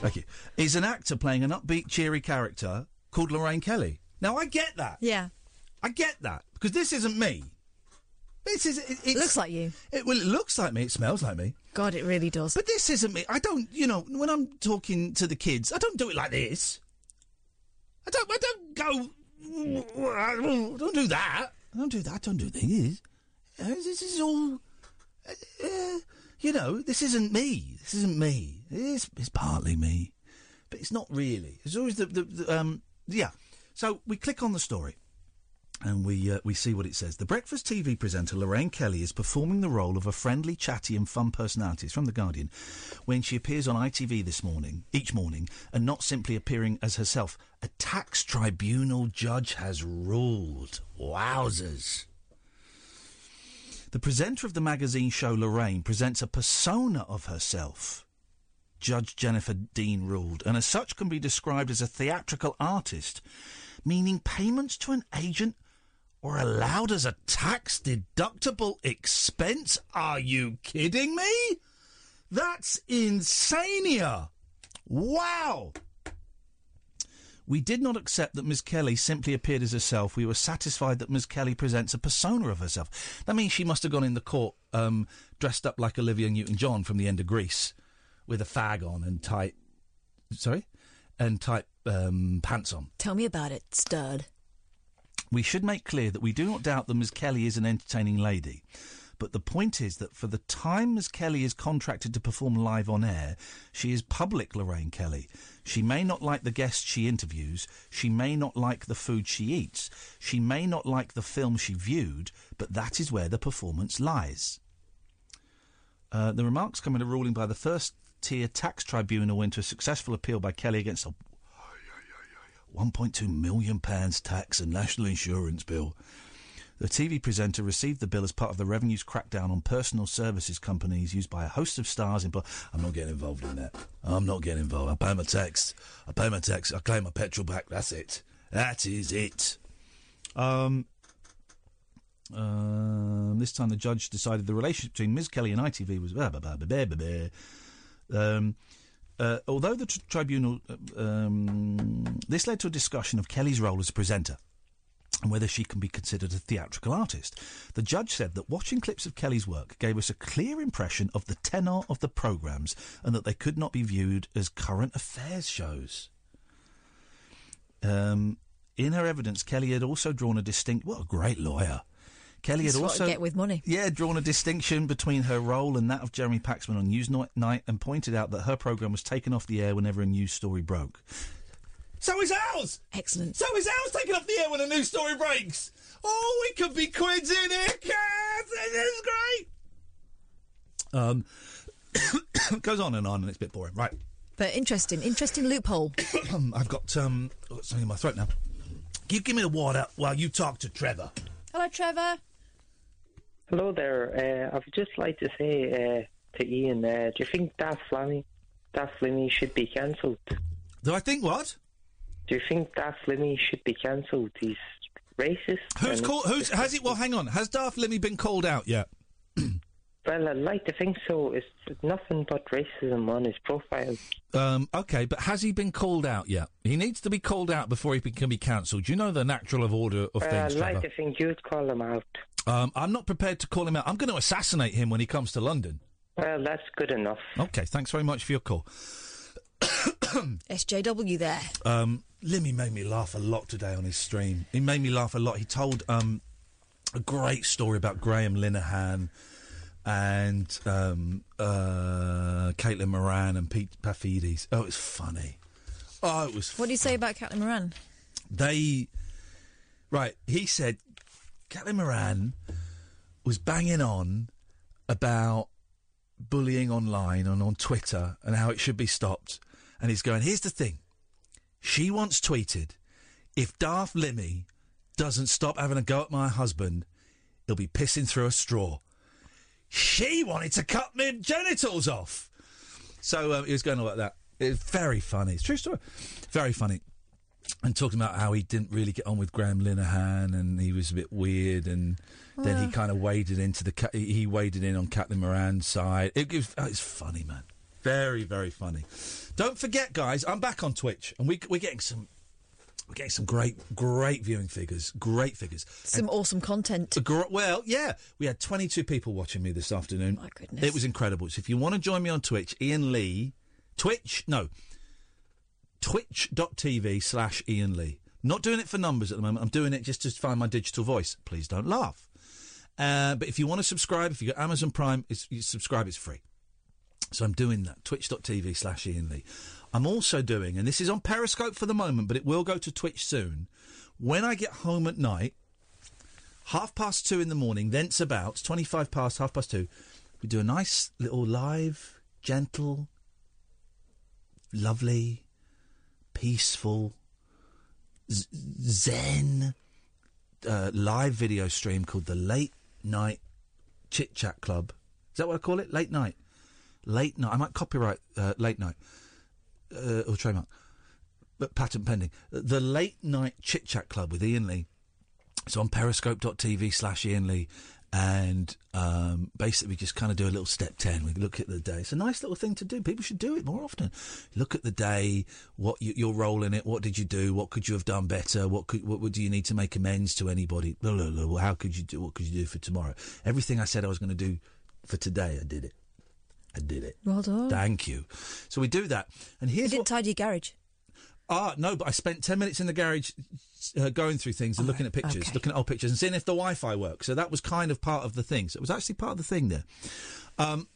Speaker 3: Thank you. Is an actor playing an upbeat, cheery character called Lorraine Kelly. Now I get that.
Speaker 4: Yeah.
Speaker 3: I get that because this isn't me. This is. It, it
Speaker 4: looks like you.
Speaker 3: It, well, it looks like me. It smells like me.
Speaker 4: God, it really does.
Speaker 3: But this isn't me. I don't. You know, when I'm talking to the kids, I don't do it like this. I don't. I don't go. mm, I don't do that. I don't do that. I don't do this. Uh, This is all. uh, you know, this isn't me. This isn't me. It's, it's partly me, but it's not really. There's always the, the, the um yeah. So we click on the story and we uh, we see what it says. The breakfast TV presenter Lorraine Kelly is performing the role of a friendly, chatty, and fun personality. It's from the Guardian. When she appears on ITV this morning, each morning, and not simply appearing as herself, a tax tribunal judge has ruled. Wowzers. The presenter of the magazine show Lorraine presents a persona of herself. Judge Jennifer Dean ruled, and as such can be described as a theatrical artist, meaning payments to an agent were allowed as a tax deductible expense. Are you kidding me? That's insania. Wow. We did not accept that Ms. Kelly simply appeared as herself. We were satisfied that Ms. Kelly presents a persona of herself. That means she must have gone in the court um, dressed up like Olivia Newton John from the end of Greece with a fag on and tight. Sorry? And tight um, pants on.
Speaker 4: Tell me about it, stud.
Speaker 3: We should make clear that we do not doubt that Ms. Kelly is an entertaining lady. But the point is that for the time Ms. Kelly is contracted to perform live on air, she is public Lorraine Kelly. She may not like the guests she interviews. She may not like the food she eats. She may not like the film she viewed, but that is where the performance lies. Uh, the remarks come in a ruling by the first tier tax tribunal into a successful appeal by Kelly against a 1.2 million pounds tax and national insurance bill. The TV presenter received the bill as part of the revenues crackdown on personal services companies used by a host of stars. In bl- I'm not getting involved in that. I'm not getting involved. I pay my tax. I pay my tax. I claim my petrol back. That's it. That is it. Um, um, this time the judge decided the relationship between Ms. Kelly and ITV was. Blah, blah, blah, blah, blah, blah, blah. Um, uh, although the tr- tribunal. uh, Um, this led to a discussion of Kelly's role as a presenter and whether she can be considered a theatrical artist. The judge said that watching clips of Kelly's work gave us a clear impression of the tenor of the programmes and that they could not be viewed as current affairs shows. Um, in her evidence, Kelly had also drawn a distinct. What a great lawyer! Kelly
Speaker 4: That's
Speaker 3: had
Speaker 4: what I
Speaker 3: also
Speaker 4: get with money.
Speaker 3: Yeah, drawn a distinction between her role and that of Jeremy Paxman on Newsnight and pointed out that her programme was taken off the air whenever a news story broke. So is ours.
Speaker 4: Excellent.
Speaker 3: So is ours taken off the air when a new story breaks. Oh, we could be quids in here, cats. This is great. Um, goes on and on, and it's a bit boring. Right,
Speaker 4: But Uh, interesting, interesting loophole.
Speaker 3: I've got um I've got something in my throat now. You give me the water while you talk to Trevor.
Speaker 4: Hello, Trevor.
Speaker 9: Hello there. Uh, I would just like to say uh, to Ian, uh, do you think Daft Limmy, Daft Limmy should be cancelled?
Speaker 3: Do I think what?
Speaker 9: Do you think Daft Limmy should be cancelled? He's racist.
Speaker 3: Who's
Speaker 9: and-
Speaker 3: call, Who's has it? Well, hang on. Has Darth Limmy been called out yet?
Speaker 9: Well, I'd like to think so. It's nothing but racism on his profile.
Speaker 3: Um, okay, but has he been called out yet? He needs to be called out before he be- can be cancelled. You know the natural of order of
Speaker 9: Uh, I'd
Speaker 3: things,
Speaker 9: like
Speaker 3: Trevor.
Speaker 9: to think you'd call him out.
Speaker 3: Um, I'm not prepared to call him out. I'm going to assassinate him when he comes to London.
Speaker 9: Well, that's good enough.
Speaker 3: Okay, thanks very much for your call.
Speaker 4: SJW there.
Speaker 3: Um, Limmy made me laugh a lot today on his stream. He made me laugh a lot. He told um, a great story about Graham Linehan and um, uh, Caitlin Moran and Pete Pafidis. Oh, it's funny. Oh, it was
Speaker 4: What do you say about Catelyn Moran?
Speaker 3: they right he said Catelyn Moran was banging on about bullying online and on Twitter and how it should be stopped. And he's going, here's the thing. She once tweeted, if Darth Limmy doesn't stop having a go at my husband, he'll be pissing through a straw. She wanted to cut me genitals off. So um, he was going on like that. It's very funny. It's a true story. Very funny. And talking about how he didn't really get on with Graham Linehan and he was a bit weird and then he
Speaker 21: Ah.
Speaker 3: kind of waded into the Ca- he he waded in on Catelyn Moran's side. It, it was, oh, it's funny, man. Very very funny. Don't forget, guys, I'm back on Twitch and we we're getting some we're getting some great great viewing figures, great figures.
Speaker 4: Some awesome content.
Speaker 3: Gr- well, yeah, we had 22 people watching me this afternoon. My
Speaker 4: goodness,
Speaker 3: it was incredible. So if you want to join me on Twitch, Ian Lee, Twitch, no, twitch.tv slash Ian Lee. Not doing it for numbers at the moment. I'm doing it just to find my digital voice. Please don't laugh. Uh, but if you want to subscribe, if you got Amazon Prime, it's, you subscribe, it's free. So I'm doing that. Twitch.tv slash Ian Lee. I'm also doing, and this is on Periscope for the moment, but it will go to Twitch soon. When I get home at night, half past two in the morning, thence about 25 past half past two, we do a nice little live, gentle, lovely, peaceful, z- zen uh, live video stream called the Late Night Chit Chat Club. Is that what I call it? Late night. Late night. I might copyright uh, late night uh, or trademark, but patent pending. The Late Night Chit Chat Club with Ian Lee. It's on periscope.tv slash Ian Lee. And um, basically, we just kind of do a little step 10. We look at the day. It's a nice little thing to do. People should do it more often. Look at the day, what you, your role in it, what did you do, what could you have done better, what, could, what, what do you need to make amends to anybody, blah, blah, blah, how could you do, what could you do for tomorrow? Everything I said I was going to do for today, I did it. I did it.
Speaker 4: Well done.
Speaker 3: Thank you. So we do that. And here's
Speaker 4: didn't tidy your garage.
Speaker 3: Ah, no, but I spent 10 minutes in the garage uh, going through things and looking at pictures, looking at old pictures and seeing if the Wi Fi works. So that was kind of part of the thing. So it was actually part of the thing there. Um,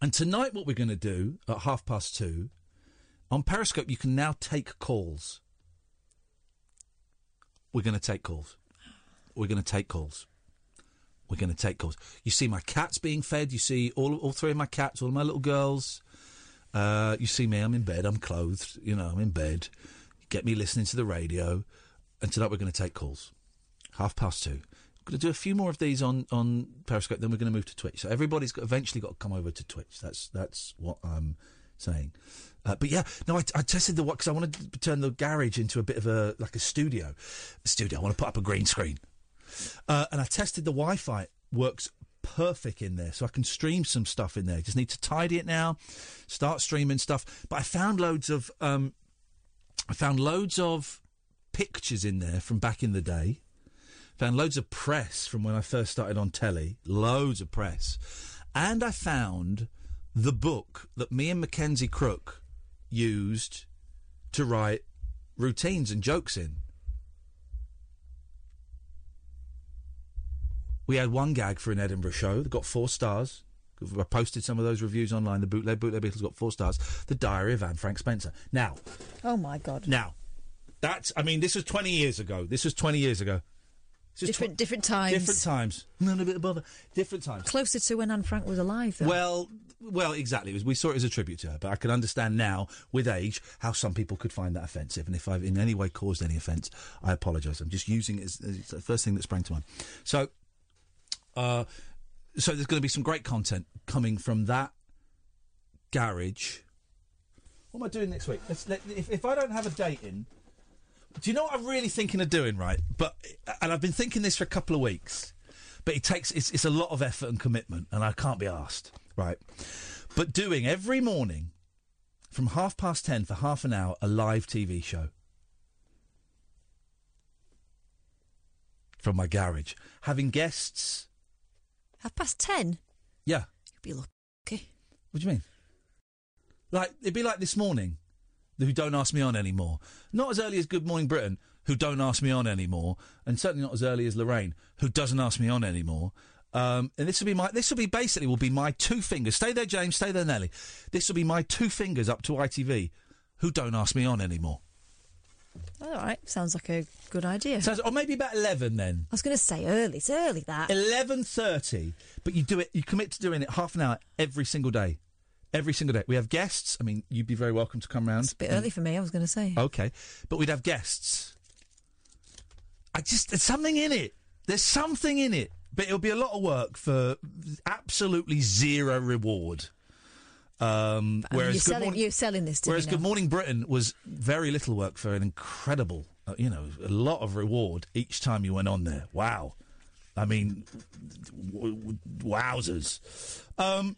Speaker 3: and tonight, what we're going to do at half past two on Periscope, you can now take calls. We're going to take calls. We're going to take calls. We're going to take calls. You see my cats being fed. You see all all three of my cats, all my little girls. Uh, you see me. I'm in bed. I'm clothed. You know, I'm in bed. Get me listening to the radio. And tonight we're going to take calls. Half past two. We're going to do a few more of these on on Periscope. Then we're going to move to Twitch. So everybody's got, eventually got to come over to Twitch. That's that's what I'm saying. Uh, but yeah, no, I, I tested the because I want to turn the garage into a bit of a like a studio. studio. I want to put up a green screen. Uh, and I tested the Wi Fi. Works perfect in there. So I can stream some stuff in there. Just need to tidy it now, start streaming stuff. But I found loads of. Um, I found loads of pictures in there from back in the day. Found loads of press from when I first started on telly. Loads of press. And I found the book that me and Mackenzie Crook used to write routines and jokes in. We had one gag for an Edinburgh show that got four stars. I posted some of those reviews online. The Bootleg Bootleg Beatles got four stars. The Diary of Anne Frank Spencer. Now,
Speaker 4: Oh my god.
Speaker 3: now, that's, I mean, this was 20 years ago. This was 20 years ago. This was
Speaker 4: Different
Speaker 3: tw-
Speaker 4: different times.
Speaker 3: Different times. None of it above. Different times.
Speaker 4: Closer to when Anne Frank was alive though.
Speaker 3: Well, well, exactly. It was- We saw it as a tribute to her, but I can understand now, with age, how some people could find that offensive. And if I've in any way caused any offence, I apologise. I'm just using it as, as it's the first thing that sprang to mind. So, uh, so there's going to be some great content coming from that garage. What am I doing next week? Let's, let, if, if I don't have a date in, do you know what I'm really thinking of doing? Right, but and I've been thinking this for a couple of weeks, but it takes it's, it's a lot of effort and commitment, and I can't be asked. Right, but doing every morning from half past ten for half an hour a live TV show from my garage, having guests.
Speaker 4: Half past ten.
Speaker 3: Yeah,
Speaker 4: You'd be lucky.
Speaker 3: What do you mean? Like it'd be like this morning, who don't ask me on anymore. Not as early as Good Morning Britain, who don't ask me on anymore, and certainly not as early as Lorraine, who doesn't ask me on anymore. Um, and this will be my this will be basically will be my two fingers. Stay there, James. Stay there, Nelly. This will be my two fingers up to ITV, who don't ask me on anymore.
Speaker 4: All right, sounds like a good idea.
Speaker 3: So, or maybe about eleven then.
Speaker 4: I was going to say early. It's early that.
Speaker 3: Eleven thirty, but you do it. You commit to doing it half an hour every single day, every single day. We have guests. I mean, you'd be very welcome to come round. It's a
Speaker 4: bit early for me. I was going to say.
Speaker 3: Okay, but we'd have guests. I just there's something in it. There's something in it, but it'll be a lot of work for absolutely zero reward. Um,
Speaker 4: I mean, you're
Speaker 3: whereas Good
Speaker 4: selling.
Speaker 3: Morning,
Speaker 4: you're selling this to
Speaker 3: whereas
Speaker 4: me
Speaker 3: Good
Speaker 4: now.
Speaker 3: Morning Britain was very little work for an incredible, uh, you know, a lot of reward each time you went on there. Wow, I mean, w- w- wowzers. Um,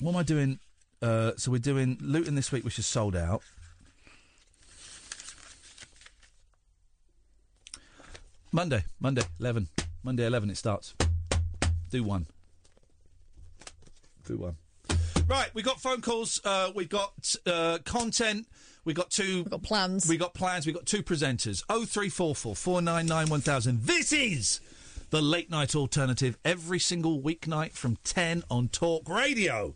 Speaker 3: what am I doing? Uh, so we're doing Luton this week, which is sold out. Monday, Monday, eleven, Monday, eleven. It starts. Do one. Do one. Right, we got phone calls. Uh, we've got uh, content. We got two. We got
Speaker 4: plans.
Speaker 3: We got plans. We got two presenters. Oh three four four four nine nine one thousand. This is the late night alternative every single weeknight from ten on Talk Radio.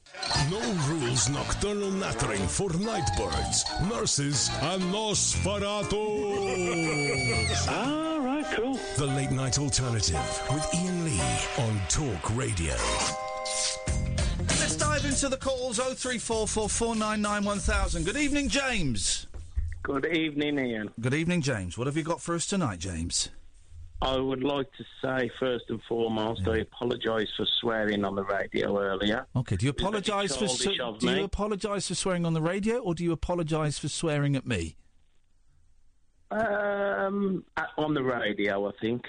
Speaker 1: No rules nocturnal nattering for nightbirds, nurses, and Nosferatu. All right, cool. The late night alternative with Ian Lee on Talk Radio.
Speaker 3: Let's dive into the calls. Oh three four four four nine nine one thousand. Good evening, James.
Speaker 5: Good evening, Ian.
Speaker 3: Good evening, James. What have you got for us tonight, James?
Speaker 5: I would like to say, first and foremost, I apologise for swearing on the radio earlier.
Speaker 3: Okay. Do you
Speaker 5: It's a bit
Speaker 3: apologise for
Speaker 5: childish
Speaker 3: so-
Speaker 5: of
Speaker 3: do
Speaker 5: me.
Speaker 3: you apologise for swearing on the radio, or do you apologise for swearing at me?
Speaker 5: Um, a- on the radio, I think.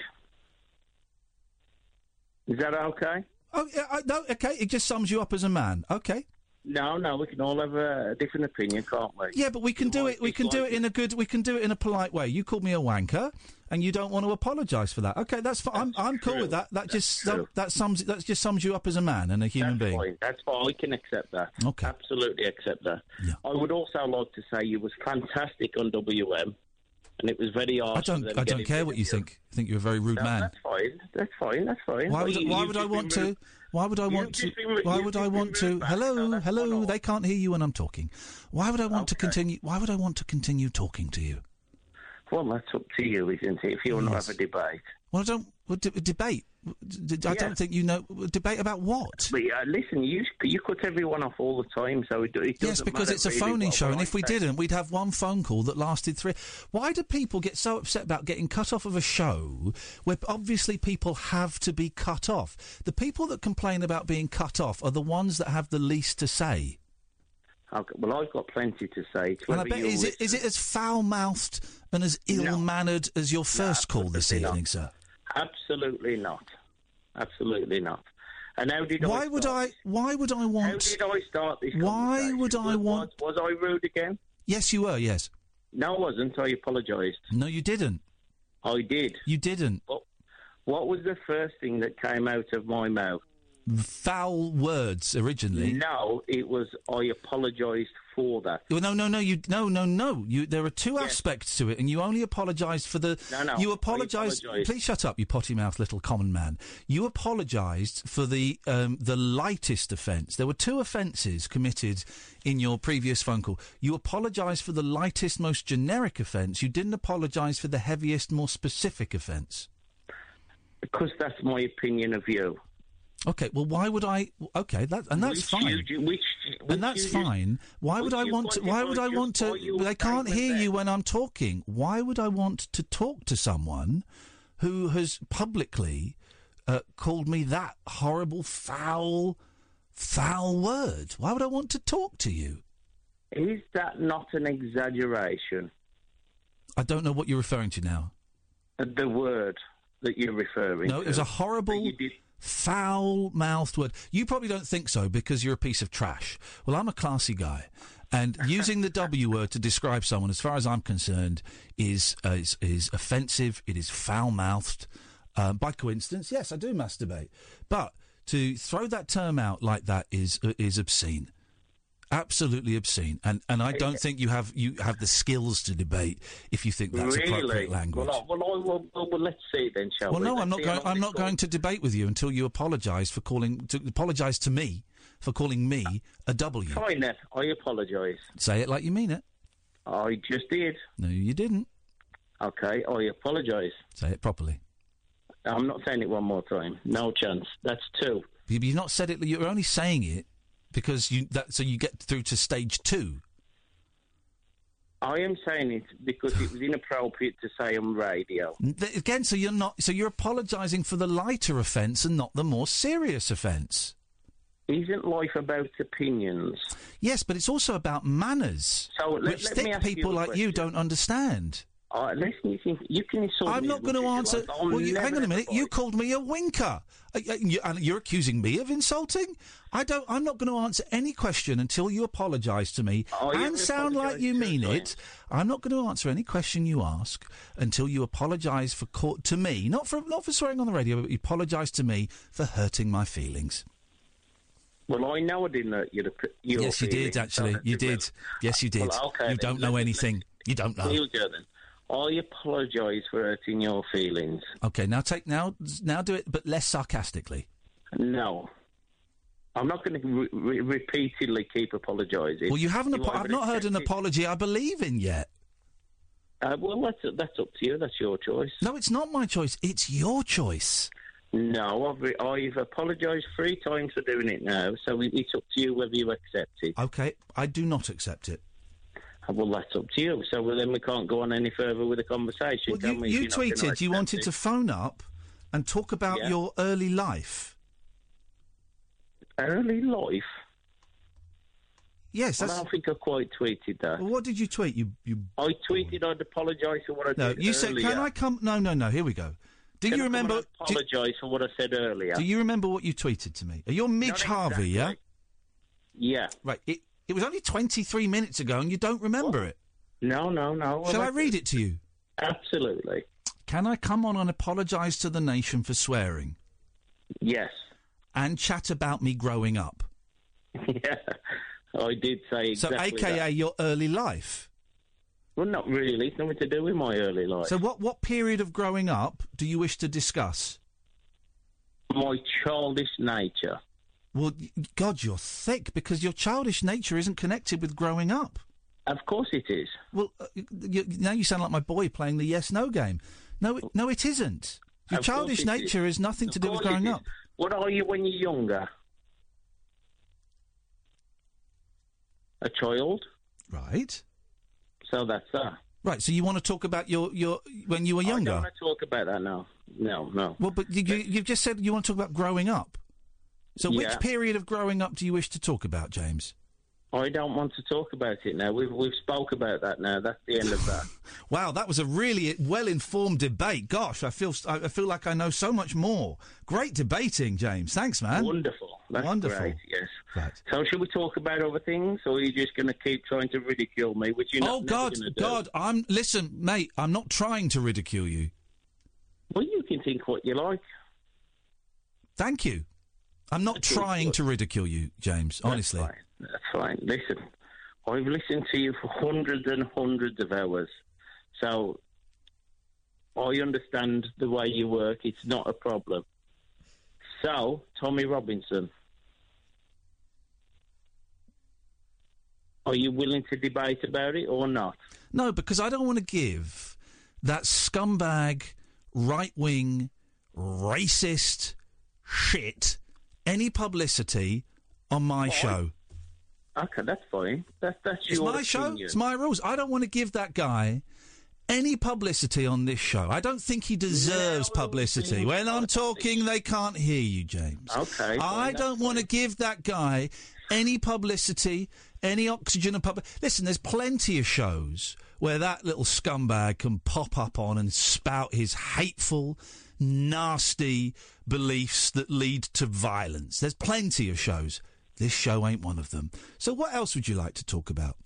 Speaker 5: Is that okay?
Speaker 3: Oh, yeah, I, no, okay. It just sums you up as a man. Okay.
Speaker 5: No, no, we can all have a, a different opinion, can't we?
Speaker 3: Yeah, but we can do it. We can do it in a good. We can do it in a polite way. You called me a wanker, and you don't want to apologise for that. Okay, that's fine. I'm, I'm cool with that. That just that, that sums that just sums you up as a man and a human being.
Speaker 5: Fine, That's fine. I can accept that.
Speaker 3: Okay.
Speaker 5: Absolutely accept that. I would also like to say you was fantastic on WM, and it was very hard.
Speaker 3: I don't. I don't care what you think. I think you're a very rude man.
Speaker 5: Fine. That's fine. That's fine.
Speaker 3: Why would,
Speaker 5: Well, you-
Speaker 3: why
Speaker 5: you've
Speaker 3: would I
Speaker 5: just
Speaker 3: want
Speaker 5: been
Speaker 3: to?
Speaker 5: rude.
Speaker 3: Why would I
Speaker 5: You've
Speaker 3: want to?
Speaker 5: just been rude-
Speaker 3: Why
Speaker 5: you've
Speaker 3: would I
Speaker 5: just been
Speaker 3: want to?
Speaker 5: rude back,
Speaker 3: Hello, hello. They can't hear you when I'm talking. Why would I want to continue? Why would I want to continue talking to you?
Speaker 5: Well, that's up to you, isn't it? If you want to
Speaker 3: Yes.
Speaker 5: have a debate.
Speaker 3: Well, I don't. Well, d- debate. D- d- I
Speaker 5: Yeah.
Speaker 3: don't think you know. Debate about what?
Speaker 5: But uh, listen, you you cut everyone off all the time, so it, it doesn't
Speaker 3: Yes, because
Speaker 5: matter
Speaker 3: it's a
Speaker 5: really
Speaker 3: phoning
Speaker 5: what
Speaker 3: show, and
Speaker 5: I
Speaker 3: if we
Speaker 5: say.
Speaker 3: didn't, we'd have one phone call that lasted three. Why do people get so upset about getting cut off of a show where obviously people have to be cut off? The people that complain about being cut off are the ones that have the least to say.
Speaker 5: Okay, well, I've got plenty to say. It's
Speaker 3: And I
Speaker 5: whether
Speaker 3: bet
Speaker 5: you
Speaker 3: is it is it as foul mouthed and as ill mannered as your first call this evening, sir?
Speaker 5: Absolutely not. Absolutely not. And how did
Speaker 3: Why
Speaker 5: I
Speaker 3: would
Speaker 5: start?
Speaker 3: I? Why would I want?
Speaker 5: How did I start this?
Speaker 3: Why would I want?
Speaker 5: Was I rude again?
Speaker 3: Yes, you were. Yes.
Speaker 5: No, I wasn't. I apologised.
Speaker 3: No, you didn't.
Speaker 5: I did.
Speaker 3: You didn't.
Speaker 5: What, what was the first thing that came out of my mouth?
Speaker 3: Foul words originally.
Speaker 5: No, it was I apologised for that.
Speaker 3: Well, no, no, no, you, no, no, no. You, there are two aspects to it, and you only apologised for the.
Speaker 5: No, no,
Speaker 3: You
Speaker 5: I
Speaker 3: apologised.
Speaker 5: apologise.
Speaker 3: Please shut up, you potty mouthed little common man. You apologised for the um, the lightest offence. There were two offences committed in your previous phone call. You apologised for the lightest, most generic offence. You didn't apologise for the heaviest, more specific offence.
Speaker 5: Because that's my opinion of you.
Speaker 3: Okay, well, why would I? Okay, that and that's
Speaker 5: Which
Speaker 3: fine.
Speaker 5: you do- which- which
Speaker 3: and that's
Speaker 5: you do-
Speaker 3: fine. Why would
Speaker 5: which
Speaker 3: I
Speaker 5: you
Speaker 3: want to? Why would I
Speaker 5: quantified
Speaker 3: want to?
Speaker 5: just by your
Speaker 3: They can't
Speaker 5: statement
Speaker 3: hear
Speaker 5: there.
Speaker 3: you when I'm talking. Why would I want to talk to someone who has publicly uh, called me that horrible, foul, foul word? Why would I want to talk to you?
Speaker 5: Is that not an exaggeration?
Speaker 3: I don't know what you're referring to now.
Speaker 5: of The word that you're referring
Speaker 3: No,
Speaker 5: to.
Speaker 3: it was a horrible, foul mouthed word. You probably don't think so because you're a piece of trash. Well, I'm a classy guy. And using the W word to describe someone, as far as I'm concerned, is uh, is, is offensive. It is foul mouthed. Um, by coincidence, yes, I do masturbate. But to throw that term out like that is uh, is obscene, absolutely obscene. And and I don't think you have you have the skills to debate if you think that's
Speaker 5: really?
Speaker 3: appropriate language.
Speaker 5: Well, I- well, I- well, well, well, let's see then, shall
Speaker 3: Well,
Speaker 5: we?
Speaker 3: no, I'm not
Speaker 5: Let's see
Speaker 3: going.
Speaker 5: how long
Speaker 3: I'm
Speaker 5: this
Speaker 3: not going to debate with you until you apologise for calling. To apologise to me for calling me a W.
Speaker 5: Fine then. I apologise.
Speaker 3: Say it like you mean it.
Speaker 5: I just did.
Speaker 3: No, you didn't.
Speaker 5: Okay, I apologise.
Speaker 3: Say it properly.
Speaker 5: I'm not saying it one more time. No chance. That's two.
Speaker 3: You- You've not said it. You're only saying it because you that so you get through to stage two.
Speaker 5: I am saying it because it was inappropriate to say on radio.
Speaker 3: N- th- Again, so you're not. So you're apologising for the lighter offence and not the more serious offence.
Speaker 5: Isn't life about opinions?
Speaker 3: Yes, but it's also about manners,
Speaker 5: So let-
Speaker 3: which
Speaker 5: let
Speaker 3: thick
Speaker 5: me ask you a
Speaker 3: people like you don't understand.
Speaker 5: Uh, listen, you can, you can insult
Speaker 3: I'm
Speaker 5: me
Speaker 3: not
Speaker 5: as much
Speaker 3: going to
Speaker 5: as you
Speaker 3: answer.
Speaker 5: like. I'll
Speaker 3: well, you,
Speaker 5: never
Speaker 3: hang on a
Speaker 5: ever
Speaker 3: minute. You called me a winker, Uh, uh, you- and you're accusing me of insulting. I don't. I'm not going to answer any question until you apologise to me
Speaker 21: Oh, you
Speaker 3: and sound like you mean it. I'm not going to answer any question you ask until you apologise for cau- to me, not for not for swearing on the radio, but you apologise to me for hurting my feelings.
Speaker 5: Well, I know I didn't hurt your, op- your
Speaker 3: yes, you
Speaker 5: feelings,
Speaker 3: did.
Speaker 5: so
Speaker 3: Actually,
Speaker 5: that's
Speaker 3: you
Speaker 5: a win.
Speaker 3: did. Yes, you did.
Speaker 5: Well, okay
Speaker 3: you
Speaker 5: then,
Speaker 3: don't know anything. You don't know.
Speaker 5: Here we go then. I apologise for hurting your feelings.
Speaker 3: Okay, now take now now do it, but less sarcastically.
Speaker 5: No. I'm not going to re- re- repeatedly keep apologising.
Speaker 3: Well, you haven't.
Speaker 5: You
Speaker 3: Apo- I've
Speaker 5: either
Speaker 3: not heard
Speaker 5: accept
Speaker 3: an
Speaker 5: it-
Speaker 3: apology I believe in yet.
Speaker 5: Uh, well, that's, that's up to you. That's your choice.
Speaker 3: No, it's not my choice. It's your choice.
Speaker 5: No, I've, re- I've apologised three times for doing it now, so it- it's up to you whether you accept it.
Speaker 3: Okay, I do not accept it.
Speaker 5: Uh, Well, that's up to you. So well, then we can't go on any further with the conversation, can
Speaker 3: you
Speaker 5: we?
Speaker 3: you tweeted you wanted to phone up and talk about
Speaker 5: Yeah.
Speaker 3: your early life.
Speaker 5: Early life?
Speaker 3: Yes,
Speaker 5: I
Speaker 3: that's.
Speaker 5: don't think I quite tweeted that.
Speaker 3: What did you tweet? You you.
Speaker 5: I tweeted I'd apologise for what I
Speaker 3: No,
Speaker 5: did
Speaker 3: you said, "Can I come?" No, no, no. Here we go. Do you remember?
Speaker 5: Apologise for what I said earlier.
Speaker 3: Do you remember what you tweeted to me? You're Midge Harvey, yeah.
Speaker 5: Yeah.
Speaker 3: Right. It it was only 23 minutes ago, and you don't remember it.
Speaker 5: No, no, no.
Speaker 3: Shall
Speaker 5: Well,
Speaker 3: I
Speaker 5: that's-
Speaker 3: read it to you?
Speaker 5: Absolutely.
Speaker 3: Can I come on and apologise to the nation for swearing?
Speaker 5: Yes.
Speaker 3: And chat about me growing up.
Speaker 5: yeah, I did say
Speaker 3: So,
Speaker 5: exactly
Speaker 3: AKA
Speaker 5: that.
Speaker 3: your early life.
Speaker 5: Well, not really. It's nothing to do with my early life.
Speaker 3: So, what, what period of growing up do you wish to discuss?
Speaker 5: my childish nature.
Speaker 3: Well, y- God, you're thick because your childish nature isn't connected with growing up.
Speaker 5: Of course it is.
Speaker 3: Well, uh, y- you, now you sound like my boy playing the yes no game. No, it, no, it isn't. Your
Speaker 5: Of course
Speaker 3: childish
Speaker 5: it
Speaker 3: nature
Speaker 5: is.
Speaker 3: has nothing
Speaker 5: Of
Speaker 3: to do with
Speaker 5: course it
Speaker 3: growing
Speaker 5: is.
Speaker 3: up.
Speaker 5: What are you when you're younger? A child.
Speaker 3: Right.
Speaker 5: So that's that.
Speaker 3: Right. So, you want to talk about your, your when you were younger?
Speaker 5: I don't want to talk about that now. No, no.
Speaker 3: Well, but you, you, you've just said you want to talk about growing up. So,
Speaker 5: Yeah.
Speaker 3: which period of growing up do you wish to talk about, James?
Speaker 5: I don't want to talk about it now. We've we've spoke about that now. That's the end of that.
Speaker 3: Wow, that was a really well-informed debate. Gosh, I feel I I feel like I know so much more. Great debating, James. Thanks, man.
Speaker 5: Wonderful. That's
Speaker 3: Wonderful.
Speaker 5: great, yes.
Speaker 3: Right.
Speaker 5: So should we talk about other things, or are you just going to keep trying to ridicule me, which you're not
Speaker 3: oh
Speaker 5: never
Speaker 3: God,
Speaker 5: gonna do?
Speaker 3: God, I'm listen, mate. I'm not trying to ridicule you.
Speaker 5: Well, you can think what you like.
Speaker 3: Thank you. I'm not trying to ridicule you, James. Honestly.
Speaker 5: That's fine. Listen, I've listened to you for hundreds and hundreds of hours. So I understand the way you work. It's not a problem. So, Tommy Robinson, are you willing to debate about it or not?
Speaker 3: No, because I don't want to give that scumbag, right wing, racist shit any publicity on my show.
Speaker 5: Okay, that's fine. That, that's
Speaker 3: It's
Speaker 5: your
Speaker 3: my show.
Speaker 5: opinion.
Speaker 3: It's my rules. I don't want to give that guy any publicity on this show. I don't think he deserves publicity. When I'm talking, they can't hear you, James.
Speaker 5: Okay,
Speaker 3: I
Speaker 5: fine,
Speaker 3: don't want to give that guy any publicity, any oxygen of public. Listen, there's plenty of shows where that little scumbag can pop up on and spout his hateful, nasty beliefs that lead to violence. There's plenty of shows. This show ain't one of them. So, what else would you like to talk about?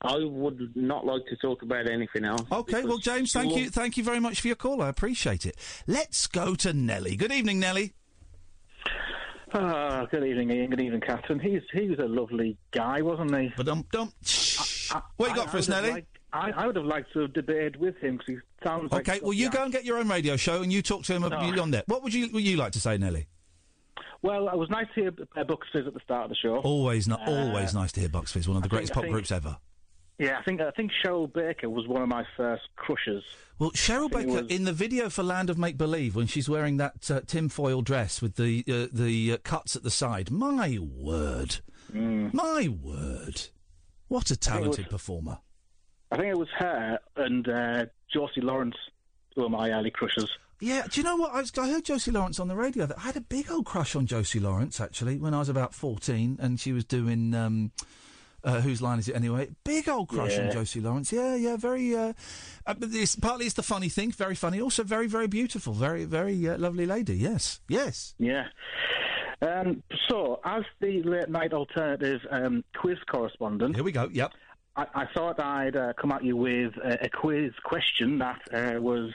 Speaker 5: I would not like to talk about anything else.
Speaker 3: Okay, well, James, thank you, thank you very much for your call. I appreciate it. Let's go to Nellie. Good evening, Nellie.
Speaker 13: Ah, good evening, Ian. Good evening, Catherine. He's he was a lovely guy, wasn't he?
Speaker 3: But um, don't. What you got for us, Nelly?
Speaker 13: I, I would have liked to have debated with him because he sounds like.
Speaker 3: Okay, well, you go and get your own radio show, and you talk to him ab-
Speaker 13: No.
Speaker 3: on there. What would you would you like to say, Nelly?
Speaker 13: Well, it was nice to hear uh, Bucks Fizz at the start of the show.
Speaker 3: Always, not
Speaker 13: Uh,
Speaker 3: always nice to hear Bucks Fizz, one of the
Speaker 13: I
Speaker 3: greatest
Speaker 13: think-
Speaker 3: pop
Speaker 13: I think-
Speaker 3: groups ever.
Speaker 13: Yeah, I think I think Cheryl Baker was one of my first crushes.
Speaker 3: Well, Cheryl
Speaker 13: think it
Speaker 3: Baker
Speaker 13: was-
Speaker 3: in the video for Land of Make Believe when she's wearing that uh, tinfoil dress with the uh, the uh, cuts at the side. My word,
Speaker 13: Mm.
Speaker 3: my word, what a talented performer!
Speaker 13: I think it was her and uh, Josie Lawrence who were my early crushes.
Speaker 3: Yeah, do you know what? I, was, I heard Josie Lawrence on the radio. That I had a big old crush on Josie Lawrence actually when I was about fourteen, and she was doing um, uh, whose line is it anyway? Big old crush on
Speaker 10: Yeah.
Speaker 3: Josie Lawrence. Yeah, yeah, very. Uh, uh, but this partly it's the funny thing, very funny. Also, very, very beautiful, very, very uh, lovely lady. Yes, yes.
Speaker 13: Yeah. Um, so, as the late night alternative um, quiz correspondent,
Speaker 3: here we go. Yep.
Speaker 13: I, I thought I'd uh, come at you with a, a quiz question that uh, was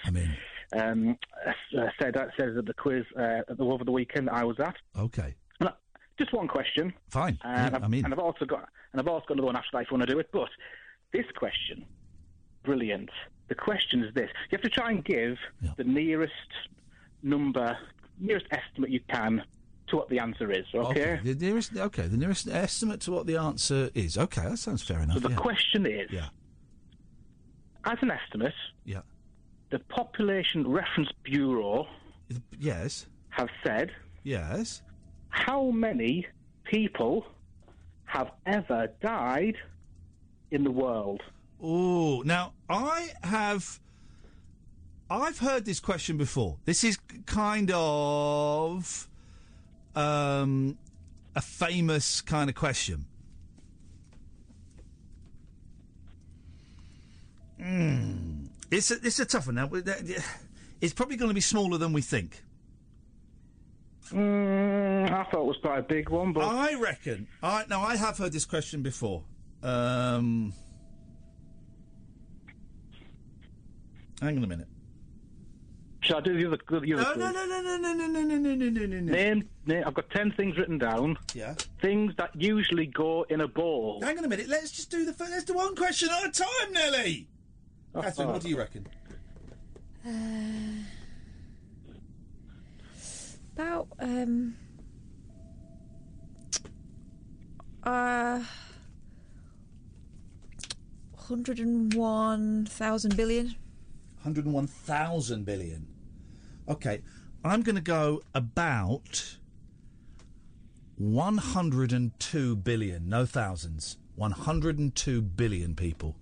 Speaker 13: um, uh, said that says at the quiz uh, at the, over the weekend I was at.
Speaker 3: Okay.
Speaker 13: And I- Just one question.
Speaker 3: Fine.
Speaker 13: Uh,
Speaker 3: Yeah,
Speaker 13: and, I've,
Speaker 3: I'm in.
Speaker 13: and I've also got and I've also got another one after that if you want to do it. But this question, brilliant. The question is this: you have to try and give the nearest number, nearest estimate you can to what the answer is. Okay.
Speaker 3: The nearest, okay, the nearest estimate to what the answer is. Okay, that sounds fair enough.
Speaker 13: So the
Speaker 3: yeah.
Speaker 13: question is,
Speaker 3: Yeah.
Speaker 13: as an estimate,
Speaker 3: Yeah.
Speaker 13: the Population Reference Bureau,
Speaker 3: yes,
Speaker 13: have said,
Speaker 3: yes,
Speaker 13: how many people have ever died in the world?
Speaker 3: Oh, now I have. I've heard this question before. This is k- kind of um, a famous kind of question. Mm. It's a, it's a tough one. Now We- that- yeah. it's probably going to be smaller than we think.
Speaker 13: Mm, I thought it was quite a big one, but
Speaker 3: I reckon. I now I have heard this question before. Um, hang on a minute.
Speaker 13: shall I do the other? The other
Speaker 3: No,
Speaker 13: clue?
Speaker 3: no, no, no, no, no, no, no, no, no, no, no, no.
Speaker 13: Name, name. I've got ten things written down.
Speaker 3: Yeah.
Speaker 13: Things that usually go in a bowl.
Speaker 3: Hang on a minute. Let's just do the first. Let's do one question at a time, Nelly.
Speaker 13: Oh,
Speaker 3: Catherine, what do you reckon?
Speaker 4: Uh, about um uh 101,000 billion.
Speaker 3: 101,000 billion. Okay, I'm going to go about 102 billion, no thousands. 102 billion people.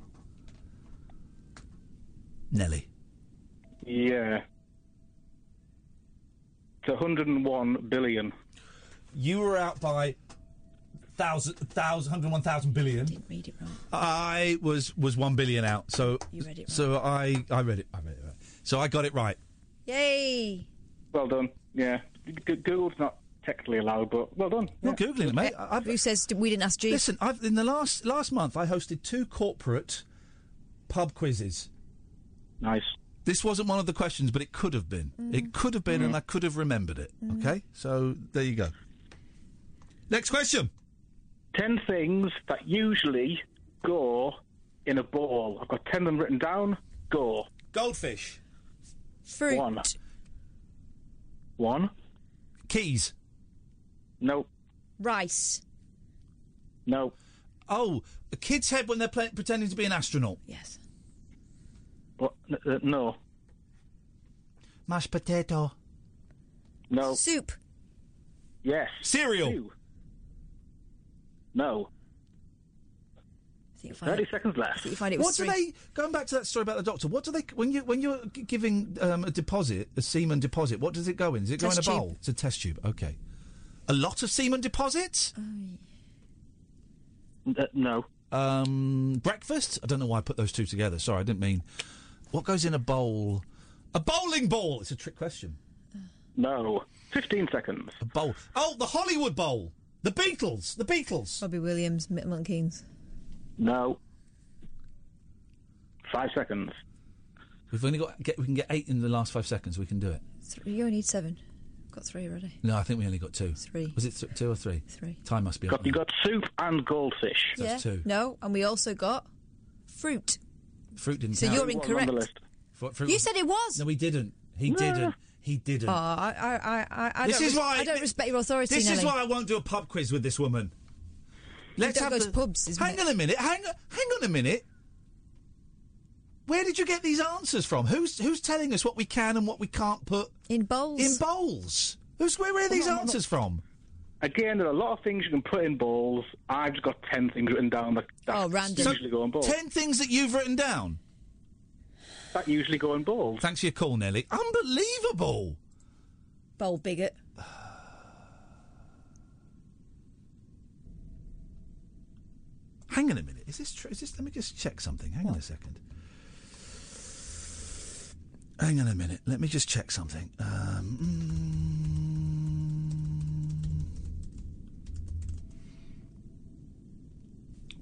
Speaker 3: Nelly.
Speaker 13: Yeah. It's 101 billion.
Speaker 3: You were out by thousand, thousand, hundred one thousand billion.
Speaker 4: Read it wrong.
Speaker 3: I was was 1 billion out, so
Speaker 4: You read it right.
Speaker 3: so I I read it I read it right. So I got it right.
Speaker 4: Yay!
Speaker 13: Well done. Yeah. G- G- Google's not technically allowed, but well done.
Speaker 3: Not googling it, mate. I- I've,
Speaker 4: Uh, Who says d- we didn't ask G?
Speaker 3: Listen, I've, in the last last month, I hosted two corporate pub quizzes.
Speaker 13: Nice.
Speaker 3: This wasn't one of the questions, but it could have been.
Speaker 4: Mm.
Speaker 3: It could have been, and I could have remembered it. Okay, so there you go. Next question.
Speaker 13: Ten things that usually go in a bowl. I've got ten of them written down. Go.
Speaker 3: Goldfish.
Speaker 4: Fruit.
Speaker 13: One. One.
Speaker 3: Keys.
Speaker 13: No.
Speaker 4: Rice.
Speaker 13: No.
Speaker 3: Oh, a kid's head when they're play- pretending to be an astronaut.
Speaker 4: Yes.
Speaker 13: What? N- uh, no.
Speaker 3: Mashed potato.
Speaker 13: No.
Speaker 4: Soup.
Speaker 13: Yes.
Speaker 3: Cereal.
Speaker 13: Two. No.
Speaker 4: think
Speaker 3: find
Speaker 13: Thirty
Speaker 3: it-
Speaker 13: seconds left.
Speaker 3: what do they? Going back to that story about the doctor, what do they? When you when you're g- giving um, a deposit, a semen deposit, what does it go in? Does it go in a
Speaker 4: Test tube.
Speaker 3: bowl? It's a test tube. Okay. A lot of semen deposits.
Speaker 13: uh, no.
Speaker 3: Um, breakfast. I don't know why I put those two together. Sorry, I didn't mean. What goes in a bowl? A bowling ball. It's a trick question.
Speaker 13: No. Fifteen seconds.
Speaker 3: A bowl. Oh, the Hollywood Bowl. The Beatles. The Beatles.
Speaker 4: Robbie Williams, Mick Keynes.
Speaker 13: No. Five seconds.
Speaker 3: We've only got. Get, we can get eight in the last five seconds. We can do it.
Speaker 4: Three, you only need seven. Got three already.
Speaker 3: No, I think we only got two.
Speaker 4: Three.
Speaker 3: Was it th- two or three?
Speaker 4: Three.
Speaker 3: Time must be up.
Speaker 13: Got, you got soup and goldfish.
Speaker 4: yeah. No, and we also got fruit.
Speaker 3: Fruit didn't.
Speaker 4: So
Speaker 3: count.
Speaker 4: you're incorrect.
Speaker 3: Fru- fruit
Speaker 4: You
Speaker 3: was-
Speaker 4: said it was.
Speaker 3: No, he didn't. He
Speaker 4: No.
Speaker 3: didn't. He
Speaker 4: Oh,
Speaker 3: didn't.
Speaker 4: I, I, I, I, I
Speaker 3: This
Speaker 4: don't
Speaker 3: is
Speaker 4: res-
Speaker 3: why-
Speaker 4: I don't respect your authority.
Speaker 3: this is
Speaker 4: Nelly.
Speaker 3: why I won't do a pub quiz with this woman.
Speaker 4: don't go to
Speaker 3: pubs. Hang on a minute. Hang on. Hang on a minute. Where did you get these answers from? Who's who's telling us what we can and what we can't put
Speaker 4: in bowls?
Speaker 3: In bowls. Who's where, where are these
Speaker 13: Well, not-
Speaker 3: answers from?
Speaker 13: Again, there are a lot of things you can put in bowls. I've just got ten things written down that, that
Speaker 3: Oh, random.
Speaker 13: usually go in bowls.
Speaker 3: Ten things that you've written down.
Speaker 13: That usually go in bowls.
Speaker 3: Thanks for your call, Nelly. Unbelievable.
Speaker 4: Bowl bigot.
Speaker 3: Hang on a minute. Is this true? Is this? Let me just check something. Hang on a second. Hang on a minute. Let me just check something. Um,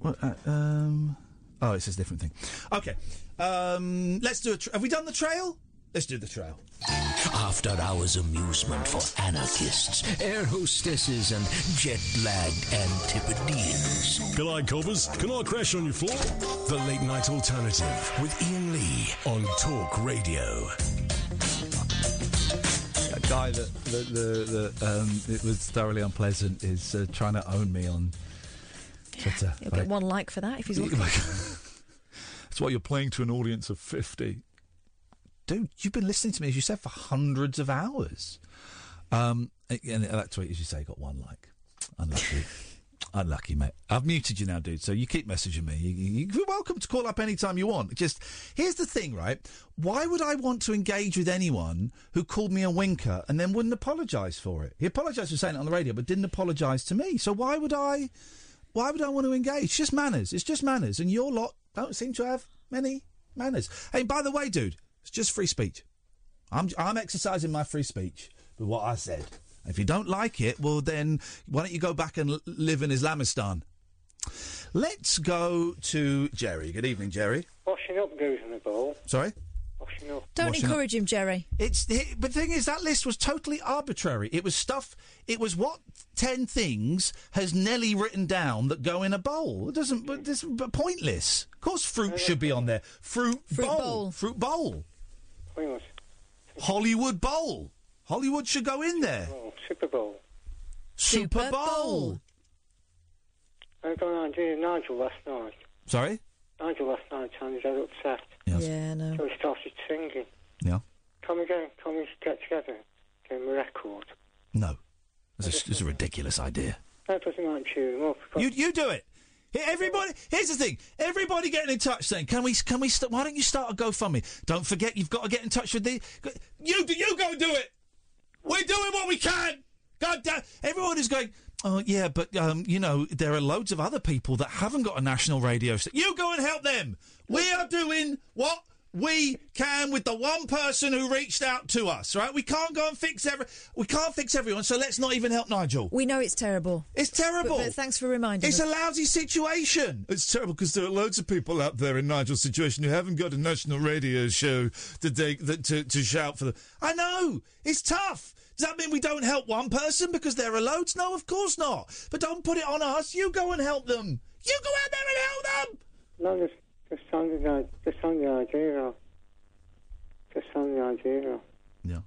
Speaker 3: mm. what? Uh, um. Oh, it says different thing. Okay. Um. Let's do a. Tra- Have we done the trail? Let's do the trail.
Speaker 10: After hours amusement for anarchists, air hostesses, and jet lagged antipodeans.
Speaker 1: Good night, Cobbers. Can I crash on your floor? The Late Night Alternative with Ian Lee on Talk Radio.
Speaker 3: That guy that the the, the um it was thoroughly unpleasant is uh, trying to own me on Twitter.
Speaker 4: He'll get one like for that if he's
Speaker 3: Oh
Speaker 4: lucky.
Speaker 3: That's why you're playing to an audience of 50. Dude, you've been listening to me, as you said, for hundreds of hours. Um, and that tweet, as you say, got one like. Unlucky. Unlucky, mate. I've muted you now, dude, so you keep messaging me. You, you, you're welcome to call up anytime you want. Just, here's the thing, right? Why would I want to engage with anyone who called me a winker and then wouldn't apologise for it? He apologised for saying it on the radio, but didn't apologise to me. So why would I why would I want to engage? It's just manners. It's just manners. And your lot don't seem to have many manners. Hey, by the way, dude, it's just free speech. I'm, I'm exercising my free speech with what I said. If you don't like it, well, then why don't you go back and l- live in Islamistan? Let's go to Jerry. Good evening, Jerry.
Speaker 23: Washing up goes in the bowl.
Speaker 3: Sorry?
Speaker 23: Washing up.
Speaker 4: Don't
Speaker 3: Washing up.
Speaker 4: encourage him, Jerry.
Speaker 3: It's the- but the thing is that list was totally arbitrary. It was stuff. It was what ten things has Nelly written down that go in a bowl? It doesn't. But this but pointless. Of course, fruit should be on there. Fruit, bowl. Fruit bowl.
Speaker 23: Pointless.
Speaker 3: Hollywood bowl. Hollywood should go in there.
Speaker 23: Oh, Super Bowl.
Speaker 3: Super, bowl.
Speaker 23: I got an idea. Nigel last night.
Speaker 3: Sorry.
Speaker 23: Nigel last night sounded dead upset.
Speaker 4: Yeah, no.
Speaker 23: So he started singing.
Speaker 3: Yeah.
Speaker 23: Can we go? Can we get together? Give him a record.
Speaker 3: No. It's a, it's a ridiculous idea.
Speaker 23: That doesn't like cheer him up.
Speaker 3: You you do it. Here, Everybody, here's the thing. Everybody getting in touch saying, "Can we? Can we? St- why don't you start a GoFundMe? Don't forget, you've got to get in touch with the. go- You do. You go do it. We're doing what we can. God damn. Everyone is going. Oh yeah, but um, you know there are loads of other people that haven't got a national radio. St- you go and help them. We are doing what we can with the one person who reached out to us. Right? We can't go and fix every. We can't fix everyone. So let's not even help Nigel.
Speaker 4: We know it's terrible.
Speaker 3: It's terrible.
Speaker 4: But, but thanks for reminding
Speaker 3: It's
Speaker 4: us.
Speaker 3: a lousy situation. It's terrible because there are loads of people out there in Nigel's situation who haven't got a national radio show to take, that, to, to shout for them. I know it's tough. Does that mean we don't help one person because there are loads? No, of course not. But don't put it on us. You go and help them. You go out there and help them.
Speaker 23: No, just just on the i- just on the idea. of- Just on the idea. of-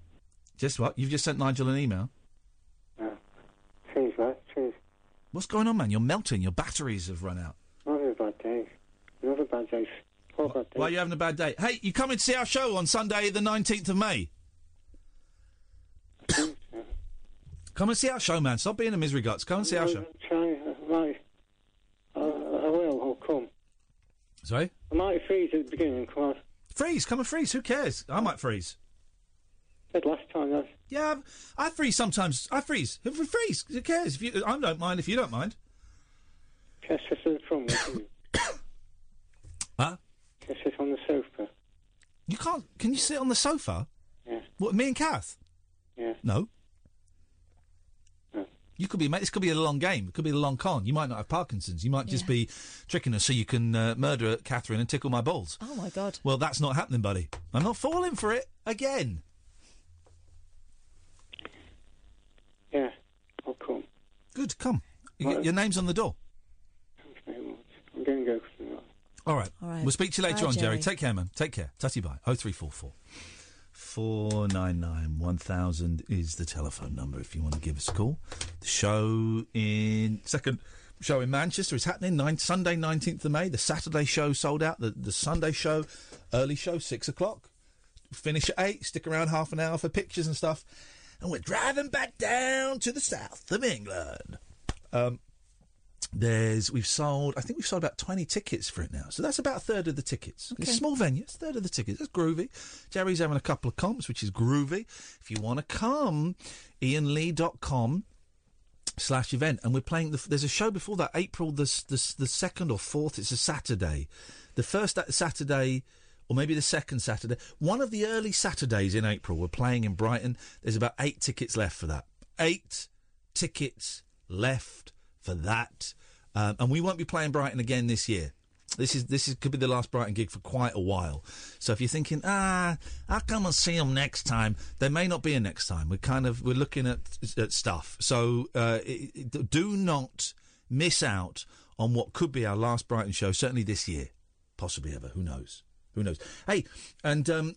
Speaker 3: Just what? You've just sent Nigel an email.
Speaker 23: Seems like seems
Speaker 3: What's going on, man? You're melting. Your batteries have run out.
Speaker 23: another bad day. Another bad day. Poor bad day.
Speaker 3: Why are you having a bad day? Hey, you come and see our show on Sunday, the 19th of May. come and see our show, man. Stop being a misery guts. Come and see our show.
Speaker 23: Try, I might. I, I will. I'll come.
Speaker 3: Sorry?
Speaker 23: I might freeze at the beginning. Come on.
Speaker 3: Freeze. Come and freeze. Who cares? I might freeze.
Speaker 23: Said last time. That's
Speaker 3: Yeah, um, I freeze sometimes. I freeze. If we freeze, who cares? If you, I don't mind if you don't mind.
Speaker 23: just sit on the front. isn't it?
Speaker 3: Huh?
Speaker 23: Just sit on the sofa.
Speaker 3: You can't. Can you sit on the sofa?
Speaker 23: Yeah.
Speaker 3: What, me and Kath?
Speaker 23: Yeah.
Speaker 3: No. You could be, mate. This could be a long game. It could be a long con. You might not have Parkinson's. You might just be tricking us so you can uh, murder Catherine and tickle my balls.
Speaker 4: Oh my god.
Speaker 3: Well, that's not happening, buddy. I'm not falling for it again.
Speaker 23: Yeah. I'll come.
Speaker 3: Good, come. You get- your name's on the door.
Speaker 23: I'm going to go. 'cause I'm not-
Speaker 3: All right.
Speaker 23: All right.
Speaker 3: We'll speak to you later
Speaker 23: Bye,
Speaker 3: on, Jerry.
Speaker 23: Jerry.
Speaker 3: Take care, man. Take care. Tutty bye. 0344 499 1000 is the telephone number if you want to give us a call. The show in second. show in Manchester is happening nine, Sunday, 19th of May. The Saturday show sold out. The, the Sunday show, early show, 6 o'clock. Finish at 8. Stick around half an hour for pictures and stuff. And we're driving back down to the south of England. Um, there's we've sold I think we've sold about twenty tickets for it now. So that's about a third of the tickets. It's a small venue, it's a third of the tickets. That's groovy. Jerry's having a couple of comps, which is groovy. If you want to come, ianlee.com slash event and we're playing the, there's a show before that april the, s- the, s- the second or fourth it's a saturday the first a- saturday or maybe the second saturday one of the early saturdays in april we're playing in brighton there's about eight tickets left for that eight tickets left for that um, and we won't be playing brighton again this year this is this is, could be the last Brighton gig for quite a while. So if you're thinking, ah, I'll come and see them next time, there may not be a next time. We're kind of we're looking at, at stuff. So uh, it, it- do not miss out on what could be our last Brighton show. Certainly this year, possibly ever. Who knows? Who knows? Hey, and um,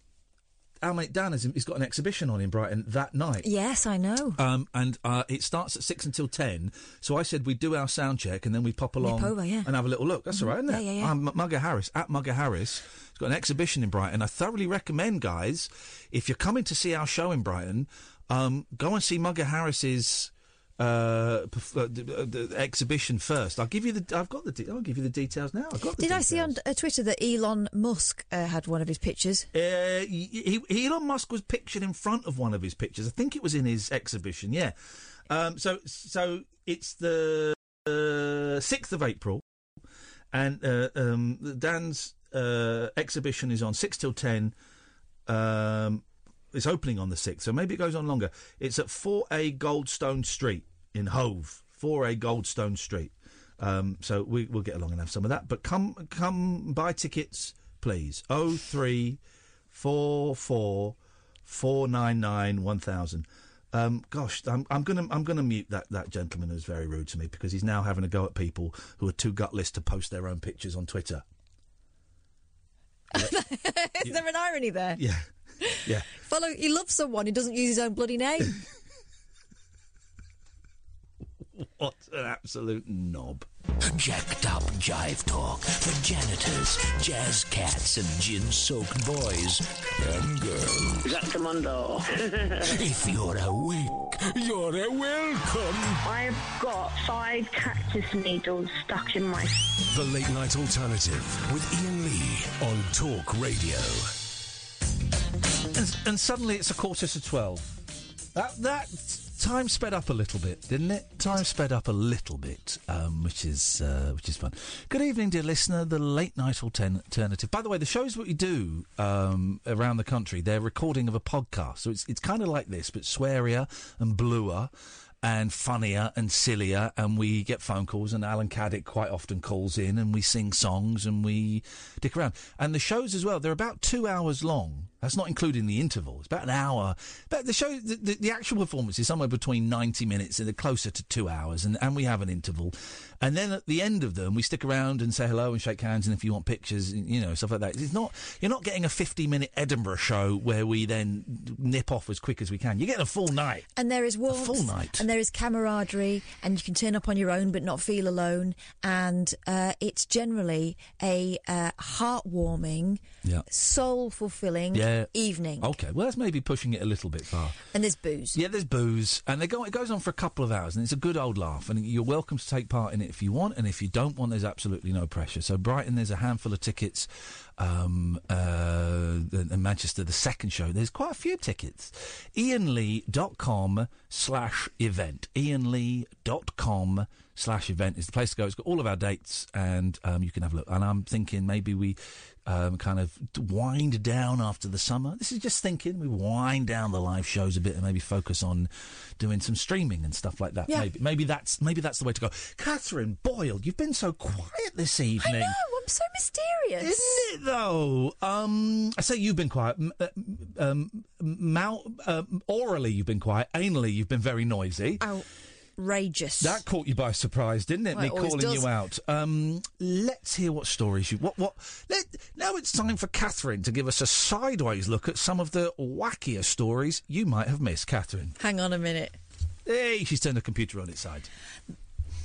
Speaker 3: our mate Dan has he's got an exhibition on in Brighton that night.
Speaker 4: Yes, I know.
Speaker 3: Um, and uh, it starts at six until ten. So I said we do our sound check and then we pop along
Speaker 4: over, yeah.
Speaker 3: and have a little look. That's all right, isn't
Speaker 4: Yeah,
Speaker 3: it?
Speaker 4: yeah, yeah.
Speaker 3: I'm M- Mugger Harris at Mugger Harris. He's got an exhibition in Brighton. I thoroughly recommend, guys, if you're coming to see our show in Brighton, um, go and see Mugger Harris's uh, perf- uh, d- uh, d- exhibition first. I'll give you the. I've got the. De- I'll give you the details now. I've got the
Speaker 4: Did I see on uh, Twitter that Elon Musk uh, had one of his pictures?
Speaker 3: Uh, he, he- Elon Musk was pictured in front of one of his pictures. I think it was in his exhibition. Yeah. Um, so so it's the uh, sixth of April, and uh, um, Dan's uh, exhibition is on six till ten. Um, it's opening on the sixth, so maybe it goes on longer. It's at four A Goldstone Street in Hove. Four A Goldstone Street. Um, so we, we'll get along and have some of that. But come, come buy tickets, please. Oh three, four four, four nine nine one thousand. Um, gosh, I'm, I'm gonna I'm gonna mute that, that gentleman who's very rude to me because he's now having a go at people who are too gutless to post their own pictures on Twitter.
Speaker 4: Is there an irony there?
Speaker 3: Uh, Yeah, yeah.
Speaker 4: Follow. He loves someone who doesn't use his own bloody name.
Speaker 3: What an absolute knob.
Speaker 10: Jacked up jive talk for janitors, jazz cats, and gin soaked boys and girls.
Speaker 6: Commando.
Speaker 10: if you're awake, you're welcome.
Speaker 14: I've got five cactus needles stuck in my.
Speaker 1: The Late Night Alternative with Ian Lee on Talk Radio.
Speaker 3: And, and suddenly it's a quarter to twelve. That that time sped up a little bit, didn't it? Time sped up a little bit, um, which is uh, which is fun. Good evening, dear listener. The late night altern- alternative. By the way, the shows what we do um, around the country, they're recording of a podcast, so it's it's kind of like this, but swearier and bluer. And funnier and sillier, and we get phone calls, and Alan Caddick quite often calls in, and we sing songs, and we dick around. And the shows as well, they're about two hours long. That's not including the interval. It's about an hour. But the show, the, the, the actual performance is somewhere between 90 minutes and they're closer to two hours. And, and we have an interval. And then at the end of them, we stick around and say hello and shake hands. And if you want pictures, and, you know, stuff like that. It's not, you're not getting a 50 minute Edinburgh show where we then nip off as quick as we can. You're getting a full night.
Speaker 4: And there is warmth.
Speaker 3: full night.
Speaker 4: And there is camaraderie, and you can turn up on your own but not feel alone. And uh, it's generally a uh, heartwarming,
Speaker 3: Yeah.
Speaker 4: soul fulfilling
Speaker 3: Yeah. Oh,
Speaker 4: evening.
Speaker 3: Okay. Well, that's maybe pushing it a little bit far.
Speaker 4: And there's booze.
Speaker 3: Yeah, there's booze, and they go. It goes on for a couple of hours, and it's a good old laugh. And you're welcome to take part in it if you want, and if you don't want, there's absolutely no pressure. So Brighton, there's a handful of tickets. Um, uh, and and Manchester, the second show, there's quite a few tickets. IanLee.com slash event. IanLee.com slash event is the place to go. It's got all of our dates, and um, you can have a look. And I'm thinking maybe we um, kind of wind down after the summer. This is just thinking. We wind down the live shows a bit and maybe focus on doing some streaming and stuff like that.
Speaker 4: Yeah.
Speaker 3: Maybe maybe that's maybe that's the way to go. Catherine Boyle, you've been so quiet this evening.
Speaker 4: Oh, I'm so mysterious.
Speaker 3: Isn't it though? Um, I say you've been quiet. M- uh, um, mou- um, orally, you've been quiet. Anally, you've been very noisy.
Speaker 4: Outrageous.
Speaker 3: That caught you by surprise, didn't it?
Speaker 4: Well, it
Speaker 3: Me
Speaker 4: always
Speaker 3: calling
Speaker 4: does.
Speaker 3: you out. Um, let's hear what stories you. What? What? Let, now it's time for Catherine to give us a sideways look at some of the wackier stories you might have missed. Catherine,
Speaker 4: Hang on a minute.
Speaker 3: hey, she's turned the computer on its side.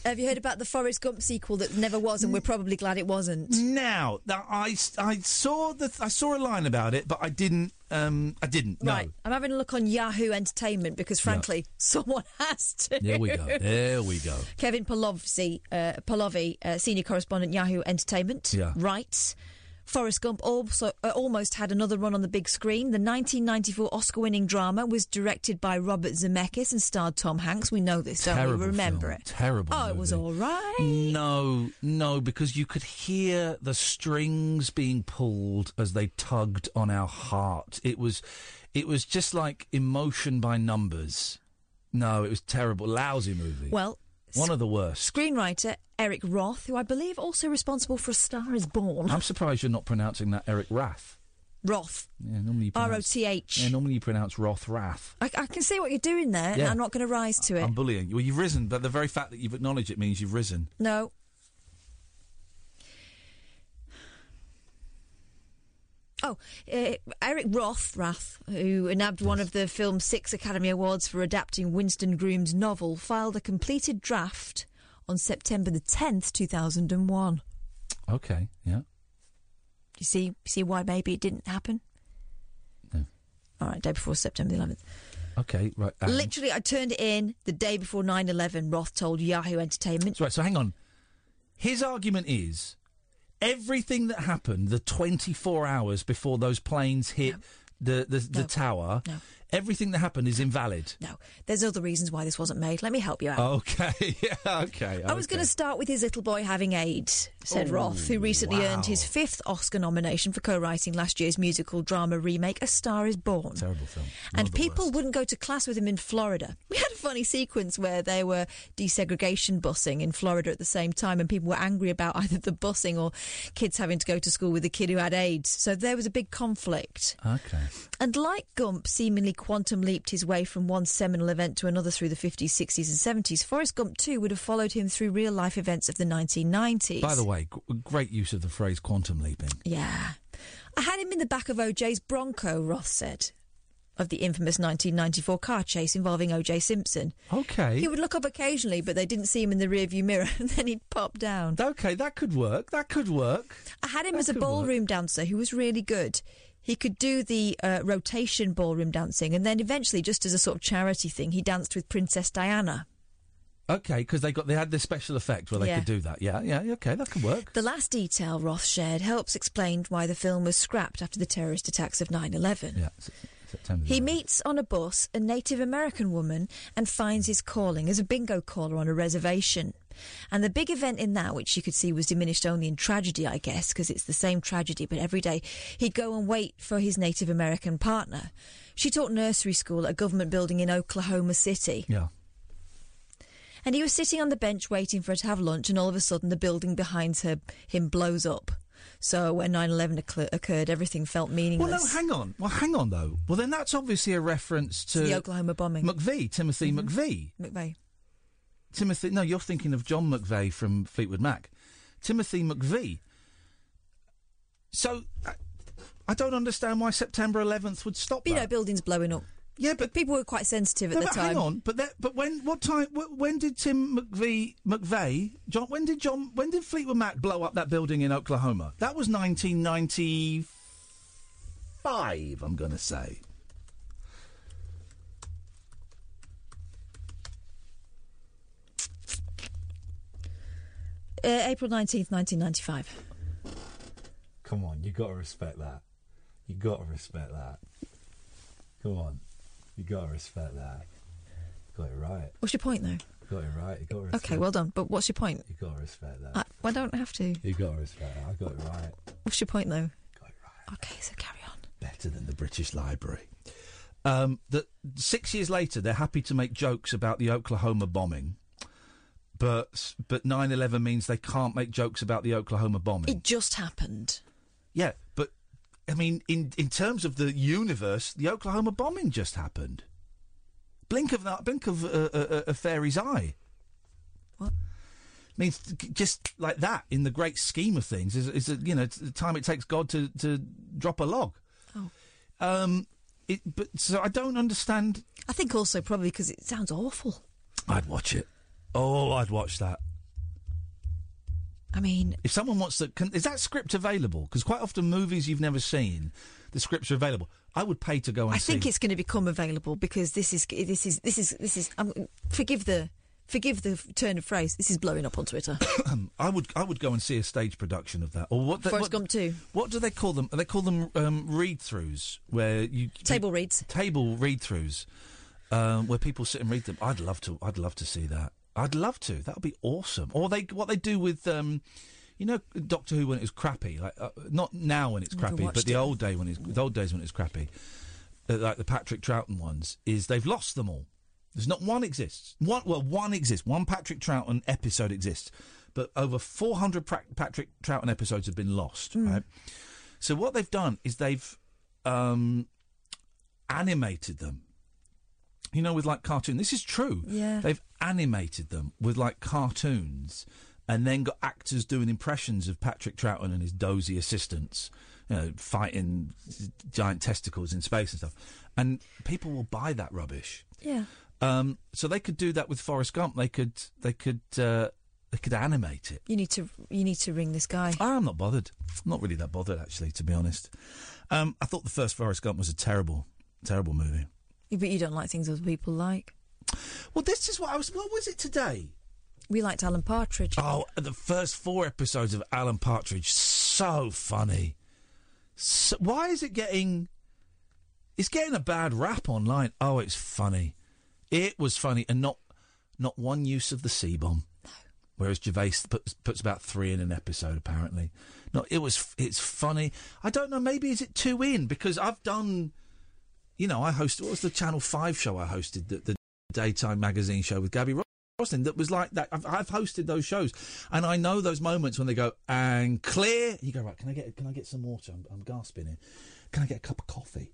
Speaker 4: Have you heard about the Forrest Gump sequel that never was, and we're probably glad it wasn't?
Speaker 3: Now, that I, I saw the I saw a line about it, but I didn't. Um, I didn't. No.
Speaker 4: Right, I'm having a look on Yahoo Entertainment because, frankly, someone has to.
Speaker 3: There we go. There we go.
Speaker 4: Kevin Polovsky, uh, Polovi, uh, senior correspondent, Yahoo Entertainment,
Speaker 3: Yeah.
Speaker 4: writes. Forrest Gump also uh, almost had another run on the big screen. The 1994 Oscar-winning drama was directed by Robert Zemeckis and starred Tom Hanks. We know this, don't we?
Speaker 3: Terrible
Speaker 4: Remember
Speaker 3: film.
Speaker 4: it?
Speaker 3: Terrible
Speaker 4: Oh, it was
Speaker 3: movie.
Speaker 4: all right.
Speaker 3: No, no, because you could hear the strings being pulled as they tugged on our heart. It was, it was just like emotion by numbers. No, it was terrible, lousy movie.
Speaker 4: Well,
Speaker 3: one of the worst.
Speaker 4: Screenwriter Eric Roth, who I believe also responsible for A Star Is Born.
Speaker 3: I'm surprised you're not pronouncing that Eric Rath.
Speaker 4: Roth.
Speaker 3: Yeah, normally you
Speaker 4: R O
Speaker 3: pronounce,
Speaker 4: T H.
Speaker 3: yeah, normally you pronounce Roth Rath.
Speaker 4: I, I can see what you're doing there, and
Speaker 3: Yeah.
Speaker 4: I'm not going to rise to it.
Speaker 3: I'm bullying. you. Well, you've risen, but the very fact that you've acknowledged it means you've risen.
Speaker 4: no. Oh, uh, Eric Roth, Rath, who nabbed one of the film's six Academy Awards for adapting Winston Groom's novel, filed a completed draft on September the 10th, 2001.
Speaker 3: Okay, yeah.
Speaker 4: You see, see why maybe it didn't happen?
Speaker 3: No.
Speaker 4: All right, day before September the 11th.
Speaker 3: Okay, right. um,
Speaker 4: Literally, I turned it in the day before 9 11, Roth told Yahoo Entertainment.
Speaker 3: That's right. So hang on. His argument is everything that happened the 24 hours before those planes hit the the, the tower, everything that happened is invalid.
Speaker 4: No. There's other reasons why this wasn't made. Let me help you out.
Speaker 3: Okay. yeah, Oh, okay.
Speaker 4: I was going to start with his little boy having AIDS, said
Speaker 3: Oh,
Speaker 4: Roth, who recently
Speaker 3: wow.
Speaker 4: earned his fifth Oscar nomination for co writing last year's musical drama remake, A Star is Born.
Speaker 3: Terrible film.
Speaker 4: and people wouldn't go to class with him in Florida. We had a funny sequence where they were desegregation busing in Florida at the same time, and people were angry about either the busing or kids having to go to school with a kid who had AIDS. So there was a big conflict.
Speaker 3: Okay.
Speaker 4: And like Gump seemingly quantum leaped his way from one seminal event to another through the 50s, 60s, and 70s, Forrest Gump too would have followed him through real life events of the 1990s.
Speaker 3: By the way, g- great use of the phrase quantum leaping.
Speaker 4: Yeah. I had him in the back of OJ's Bronco, Roth said, of the infamous 1994 car chase involving OJ Simpson.
Speaker 3: Okay.
Speaker 4: He would look up occasionally, but they didn't see him in the rearview mirror, and then he'd pop down.
Speaker 3: Okay, that could work. That could work.
Speaker 4: I had him as a ballroom dancer who was really good. He could do the uh, rotation ballroom dancing, and then eventually, just as a sort of charity thing, he danced with Princess Diana.
Speaker 3: Okay, because they got they had this special effect where they
Speaker 4: Yeah.
Speaker 3: could do that. Yeah, yeah. Okay, that could work.
Speaker 4: The last detail Roth shared helps explain why the film was scrapped after the terrorist attacks of 9 11.
Speaker 3: Yeah, S- September.
Speaker 4: He meets on a bus a Native American woman and finds his calling as a bingo caller on a reservation. And the big event in that, which you could see was diminished only in tragedy, I guess, because it's the same tragedy, but every day he'd go and wait for his Native American partner. She taught nursery school at a government building in Oklahoma City.
Speaker 3: Yeah.
Speaker 4: And he was sitting on the bench waiting for her to have lunch, and all of a sudden the building behind her, him blows up. So when 9 11 occurred, everything felt meaningless.
Speaker 3: Well, no, hang on. Well, hang on though. Well, then that's obviously a reference to
Speaker 4: the Oklahoma bombing. Mm-hmm.
Speaker 3: McVie, Timothy McVie.
Speaker 4: McVeigh.
Speaker 3: Timothy. No, you're thinking of John McVeigh from Fleetwood Mac. Timothy McVeigh. So, I, I don't understand why September 11th would stop.
Speaker 4: You
Speaker 3: that.
Speaker 4: know, buildings blowing up.
Speaker 3: Yeah, but
Speaker 4: people were quite sensitive at
Speaker 3: No,
Speaker 4: the
Speaker 3: but
Speaker 4: time.
Speaker 3: hang on. But that, but when what time? wh- When did Tim McVie McVeigh? John? When did John? When did Fleetwood Mac blow up that building in Oklahoma? That was 1995. I'm going to say.
Speaker 4: Uh, April 19th, 1995.
Speaker 11: Come on, you got to respect that. You got to respect that. Come on, you got to respect that. Got it right.
Speaker 4: What's your point, though?
Speaker 11: Got it right. You got to respect.
Speaker 4: Okay, well done. But what's your point?
Speaker 11: You got to respect that.
Speaker 4: I, I don't have to.
Speaker 11: You got to respect that. I got it right.
Speaker 4: What's your point, though? Okay, so carry on.
Speaker 3: better than the British Library. Um, that six years later, they're happy to make jokes about the Oklahoma bombing, but but nine eleven means they can't make jokes about the Oklahoma bombing.
Speaker 4: It just happened.
Speaker 3: yeah, but I mean, in in terms of the universe, the Oklahoma bombing just happened. Blink of that, blink of a, a, a- a fairy's eye.
Speaker 4: What?
Speaker 3: Means t- just like that in the great scheme of things is, is you know it's the time it takes God to, to drop a log.
Speaker 4: Oh.
Speaker 3: Um, it, but so I don't understand.
Speaker 4: I think also probably because it sounds awful.
Speaker 3: I'd watch it. Oh, I'd watch that.
Speaker 4: I mean,
Speaker 3: If someone wants to, can, is that script available? Because quite often movies you've never seen, the scripts are available. I would pay to go and
Speaker 4: I
Speaker 3: see.
Speaker 4: think it's going to become available because this is this is this is this is. Um, forgive the forgive the turn of phrase. This is blowing up on Twitter.
Speaker 3: I would I would go and see a stage production of that. Or what? The,
Speaker 4: Forrest
Speaker 3: what,
Speaker 4: Gump two.
Speaker 3: what do they call them? They call them um, read-throughs, where you
Speaker 4: table reads.
Speaker 3: Table read-throughs, um, where people sit and read them. I'd love to. I'd love to see that. I'd love to. That would be awesome. Or they what they do with. Um, you know Doctor Who when it was crappy, like uh, not now when it's
Speaker 21: Never
Speaker 3: crappy, but
Speaker 21: watched
Speaker 3: the
Speaker 21: it.
Speaker 3: old day when it's the old days when it's crappy, uh, like the Patrick Troughton ones, is they've lost them all. There's not one exists. One well, one exists. One Patrick Troughton episode exists, but over 400 pra- Patrick Troughton episodes have been lost.
Speaker 21: Hmm.
Speaker 3: Right. So what they've done is they've um, animated them. You know, with like cartoon. This is true.
Speaker 21: Yeah.
Speaker 3: They've animated them with like cartoons, and then got actors doing impressions of Patrick Troughton and his dozy assistants, you know, fighting giant testicles in space and stuff. And people will buy that rubbish.
Speaker 4: Yeah.
Speaker 3: Um, so they could do that with Forrest Gump. They could. They could. Uh, they could animate it.
Speaker 4: You need to you need to ring this guy.
Speaker 3: I'm not bothered. I'm not really that bothered, actually, to be honest. Um, I thought the first Forrest Gump was a terrible, terrible movie.
Speaker 4: But you don't like things other people like.
Speaker 3: Well, this is what I was. What was it today?
Speaker 4: We liked Alan Partridge.
Speaker 3: Oh, the first four episodes of Alan Partridge, so funny. So, why is it getting? It's getting a bad rap online. Oh, it's funny. It was funny, and not not one use of the c bomb. Whereas Gervais puts, puts about three in an episode, apparently. No, it was it's funny. I don't know. Maybe is it two in because I've done. You know, I hosted what was the Channel Five show I hosted the, the daytime magazine show with Gabby Roslin that was like that. I've, I've hosted those shows, and I know those moments when they go and clear. You go right. Can I get can I get some water? I'm, I'm gasping here. Can I get a cup of coffee?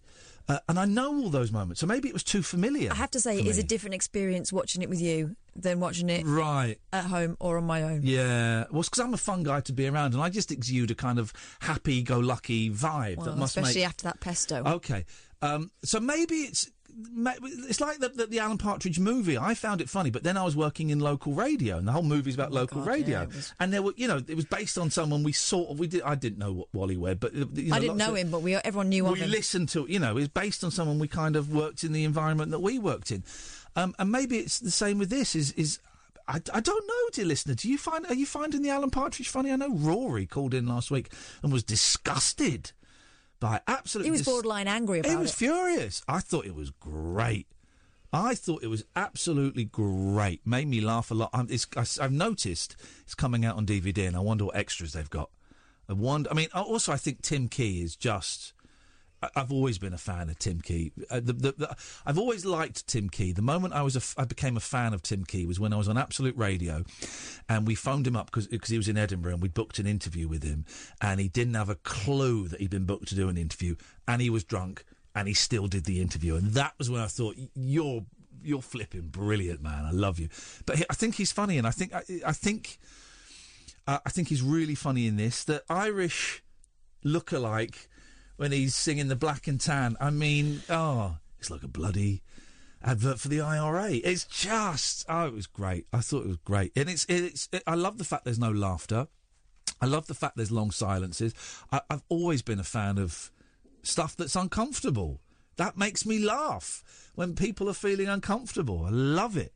Speaker 3: Uh, and I know all those moments, so maybe it was too familiar.
Speaker 4: I have to say,
Speaker 3: for
Speaker 4: it is a
Speaker 3: me.
Speaker 4: different experience watching it with you than watching it
Speaker 3: right.
Speaker 4: at home or on my own.
Speaker 3: Yeah, well, because I'm a fun guy to be around, and I just exude a kind of happy-go-lucky vibe
Speaker 4: Well,
Speaker 3: that must
Speaker 4: especially
Speaker 3: make.
Speaker 4: after that pesto.
Speaker 3: Okay, um, so maybe it's ma- it's like the, the, the Alan Partridge movie. I found it funny, but then I was working in local radio, and the whole movie's about local
Speaker 4: Oh God,
Speaker 3: radio.
Speaker 4: yeah, it was-
Speaker 3: And there were, you know, it was based on someone we sort of we did. I didn't know what Wally Webb, but you know,
Speaker 4: I didn't
Speaker 3: lots
Speaker 4: know
Speaker 3: of-
Speaker 4: him, but we everyone knew of
Speaker 3: we
Speaker 4: him.
Speaker 3: listened to, you know, is based on someone we kind of worked in the environment that we worked in, um, and maybe it's the same with this. Is is I, I don't know, dear listener. Do you find are you finding the Alan Partridge funny? I know Rory called in last week and was disgusted by absolutely.
Speaker 4: he was borderline angry about
Speaker 3: He was furious. I thought it was great. I thought it was absolutely great. Made me laugh a lot. I'm, it's, I, have noticed it's coming out on DVD, and I wonder what extras they've got. I wonder. I mean, I- also I think Tim Key is just. I- I've always been a fan of Tim Key. Uh, the, the, the, I've always liked Tim Key. The moment I was a f- I became a fan of Tim Key was when I was on Absolute Radio, and we phoned him up because he was in Edinburgh and we booked an interview with him, and he didn't have a clue that he'd been booked to do an interview, and he was drunk, and he still did the interview, and that was when I thought you're you're flipping brilliant, man. I love you, but he, I think he's funny, and I think I, I think uh, I think he's really funny in this. The Irish look-alike when he's singing the black and tan. I mean, oh, it's like a bloody advert for the IRA. It's just, oh, it was great. I thought it was great, and it's, it's. It, I love the fact there's no laughter. I love the fact there's long silences. I, I've always been a fan of stuff that's uncomfortable. That makes me laugh when people are feeling uncomfortable. I love it.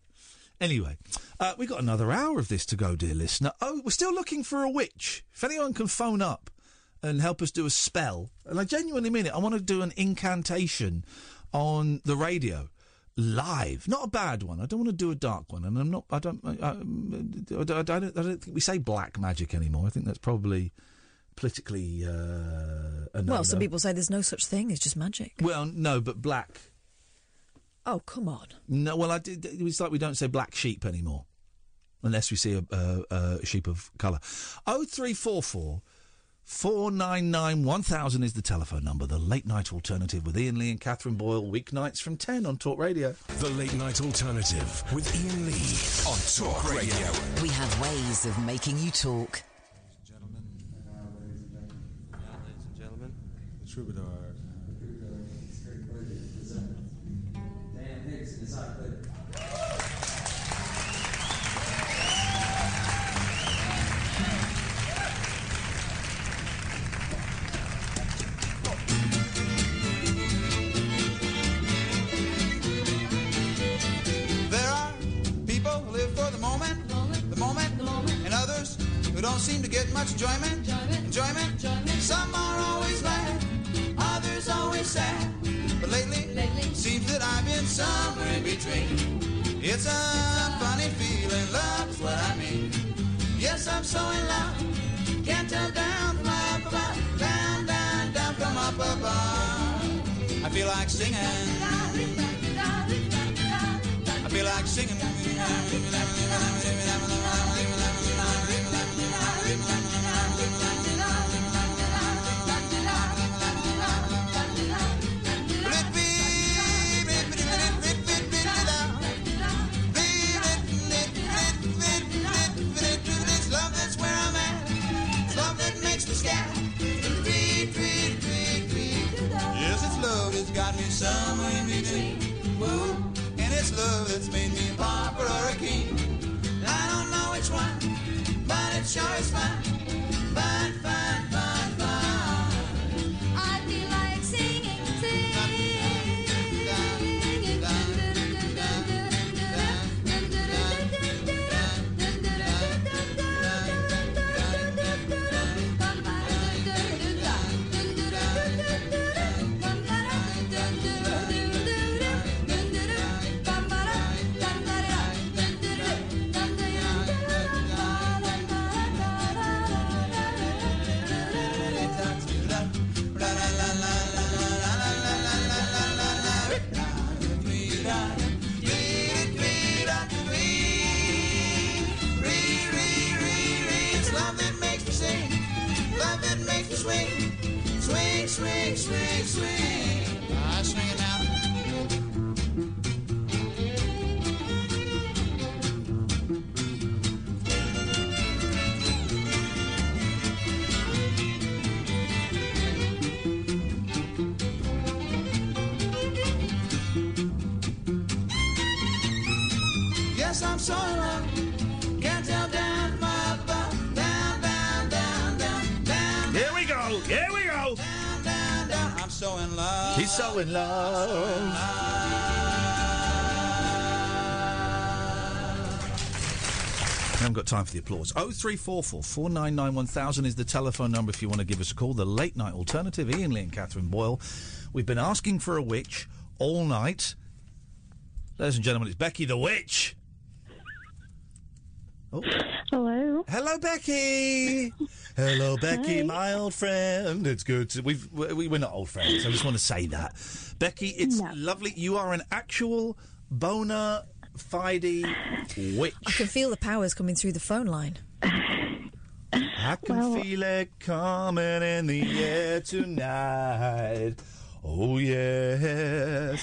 Speaker 3: Anyway, uh, we've got another hour of this to go, dear listener. Oh, we're still looking for a witch. If anyone can phone up and help us do a spell, and I genuinely mean it, I want to do an incantation on the radio live. Not a bad one. I don't want to do a dark one, and I'm not. I don't. I, I, I don't, I don't. I don't think we say black magic anymore. I think that's probably politically. Uh, a
Speaker 4: well, some
Speaker 3: no-no.
Speaker 4: people say there's no such thing. It's just magic.
Speaker 3: Well, no, but black.
Speaker 4: Oh, come on.
Speaker 3: No, well, I did. It's like we don't say black sheep anymore, unless we see a, a, a sheep of colour. Oh three four four four nine nine one thousand is the telephone number. The late night alternative with Ian Lee and Catherine Boyle, weeknights from ten on Talk Radio.
Speaker 1: The late night alternative with Ian Lee on Talk Radio.
Speaker 22: We have ways of making you talk.
Speaker 12: Ladies and gentlemen,
Speaker 11: The troubadour.
Speaker 8: much enjoyment, enjoyment. Some are always glad, others always sad. But lately, seems that I've been somewhere in between. It's a funny feeling, love's what I mean. Yes, I'm so in love, can't tell down from up above, down, down, down from up above. I feel like singing. I feel like singing. It's love that's where I'm at. It's love that makes me scatter. Tweet, tweet, tweet, tweet. Yes, it's love that's got me somewhere in between. Woo. And it's love that's made me a pauper or a king. I don't know which one, but it sure is fine. Fine, fine, fine, fine. I feel like singing, It's love that makes me sing, love that makes me swing, swing, swing, swing, swing. I swing it now. Yes, I'm so in love. Can't tell down, from above, down, down, down, down, down.
Speaker 3: Here we go. Here we go.
Speaker 8: Down, down, down. I'm so in love.
Speaker 3: He's so in love. I haven't got time for the applause. 0344 499 1000 is the telephone number if you want to give us a call. The late night alternative, Ian Lee and Catherine Boyle. We've been asking for a witch all night. Ladies and gentlemen, it's Becky the Witch. Oh.
Speaker 15: Hello.
Speaker 3: Hello, Becky. Hello, Becky, my old friend. It's good. To, we've, we, we're not old friends. I just want to say that. Becky, it's lovely. You are an actual bona fide witch.
Speaker 4: I can feel the powers coming through the phone line.
Speaker 3: I can feel it coming in the air tonight. Oh, yes.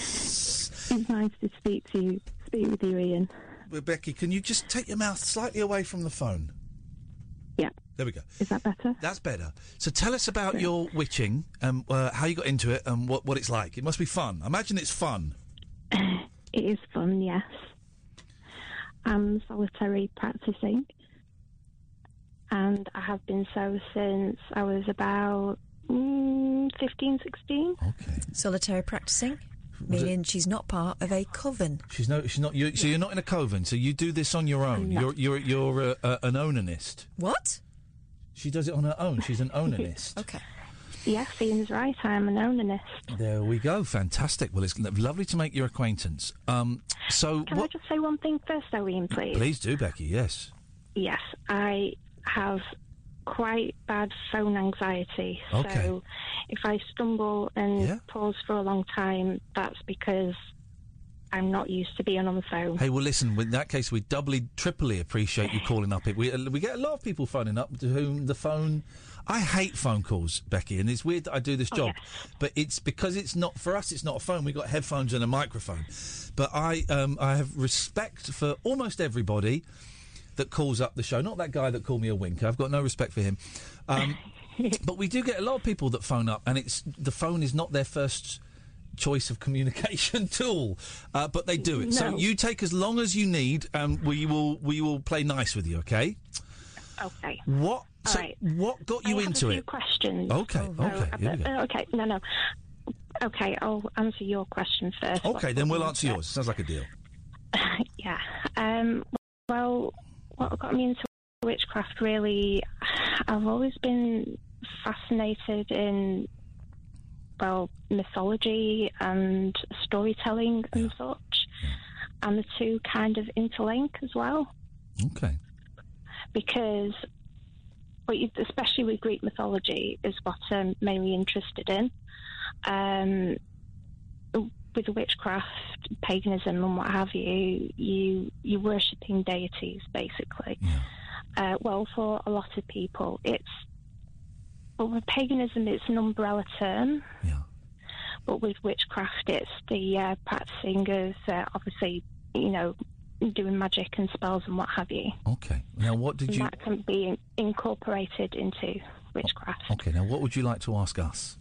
Speaker 15: It's nice to speak to you, speak with you, Ian.
Speaker 3: Well, Becky, can you just take your mouth slightly away from the phone?
Speaker 15: Yeah.
Speaker 3: There we go.
Speaker 15: Is that better?
Speaker 3: That's better. So tell us about your witching and uh, how you got into it and what, what it's like. It must be fun. I imagine it's fun.
Speaker 15: It is fun, yes. I'm solitary practicing, and I have been so since I was about mm, 15, 16.
Speaker 4: Solitary practicing,
Speaker 3: it-
Speaker 4: meaning she's not part of a coven.
Speaker 3: She's no, she's not. You, so you're not in a coven. So you do this on your own.
Speaker 4: No.
Speaker 3: You're you're you're uh, uh, an onanist.
Speaker 4: What?
Speaker 3: She does it on her own. She's an onanist.
Speaker 4: Okay.
Speaker 15: Yes, Ian's right. I am an onanist.
Speaker 3: There we go. Fantastic. Well, it's lovely to make your acquaintance. Um, so
Speaker 15: Can
Speaker 3: what?
Speaker 15: I just say one thing first, though, Ian, please?
Speaker 3: Please do, Becky. Yes.
Speaker 15: Yes, I have quite bad phone anxiety.
Speaker 3: Okay.
Speaker 15: So if I stumble and pause for a long time, that's because I'm not used to being on the phone.
Speaker 3: Hey, well, listen. In that case, we doubly, triply appreciate you calling up. We uh, we get a lot of people phoning up to whom the phone. I hate phone calls, Becky, and it's weird that I do this
Speaker 15: Oh,
Speaker 3: job, but it's because it's not for us. It's not a phone. We have got headphones and a microphone, but I um, I have respect for almost everybody that calls up the show. Not that guy that called me a winker. I've got no respect for him. Um, but we do get a lot of people that phone up, and it's the phone is not their first choice of communication tool, uh, but they do it. So
Speaker 15: No.
Speaker 3: you take as long as you need, and we will we will play nice with you. Okay.
Speaker 15: Okay.
Speaker 3: What?
Speaker 15: All
Speaker 3: so
Speaker 15: right.
Speaker 3: what got you
Speaker 15: I have
Speaker 3: into
Speaker 15: a few
Speaker 3: it?
Speaker 15: Questions. Oh,
Speaker 3: Okay,
Speaker 15: So,
Speaker 3: okay, here we go.
Speaker 15: uh, okay. No, no. Okay, I'll answer your question first.
Speaker 3: Okay,
Speaker 15: What's
Speaker 3: then
Speaker 15: up
Speaker 3: we'll
Speaker 15: with
Speaker 3: answer
Speaker 15: it?
Speaker 3: yours. Sounds like a deal.
Speaker 15: Yeah. Um, well, what got me into witchcraft really, I've always been fascinated in, well, mythology and storytelling and such, and the two kind of interlink as well.
Speaker 3: Okay.
Speaker 15: Because, what you, especially with Greek mythology, is what I'm mainly interested in. Um, with witchcraft, paganism, and what have you, you you're worshipping deities basically. Uh, well, for a lot of people, it's well with paganism, it's an umbrella term. But with witchcraft, it's the uh, practicing of uh, obviously, you know, doing magic and spells and what have you.
Speaker 3: Okay. Now, what Oh, did you? Oh,
Speaker 15: And that can be in- incorporated into witchcraft.
Speaker 3: Okay. Now, what would you like to ask us?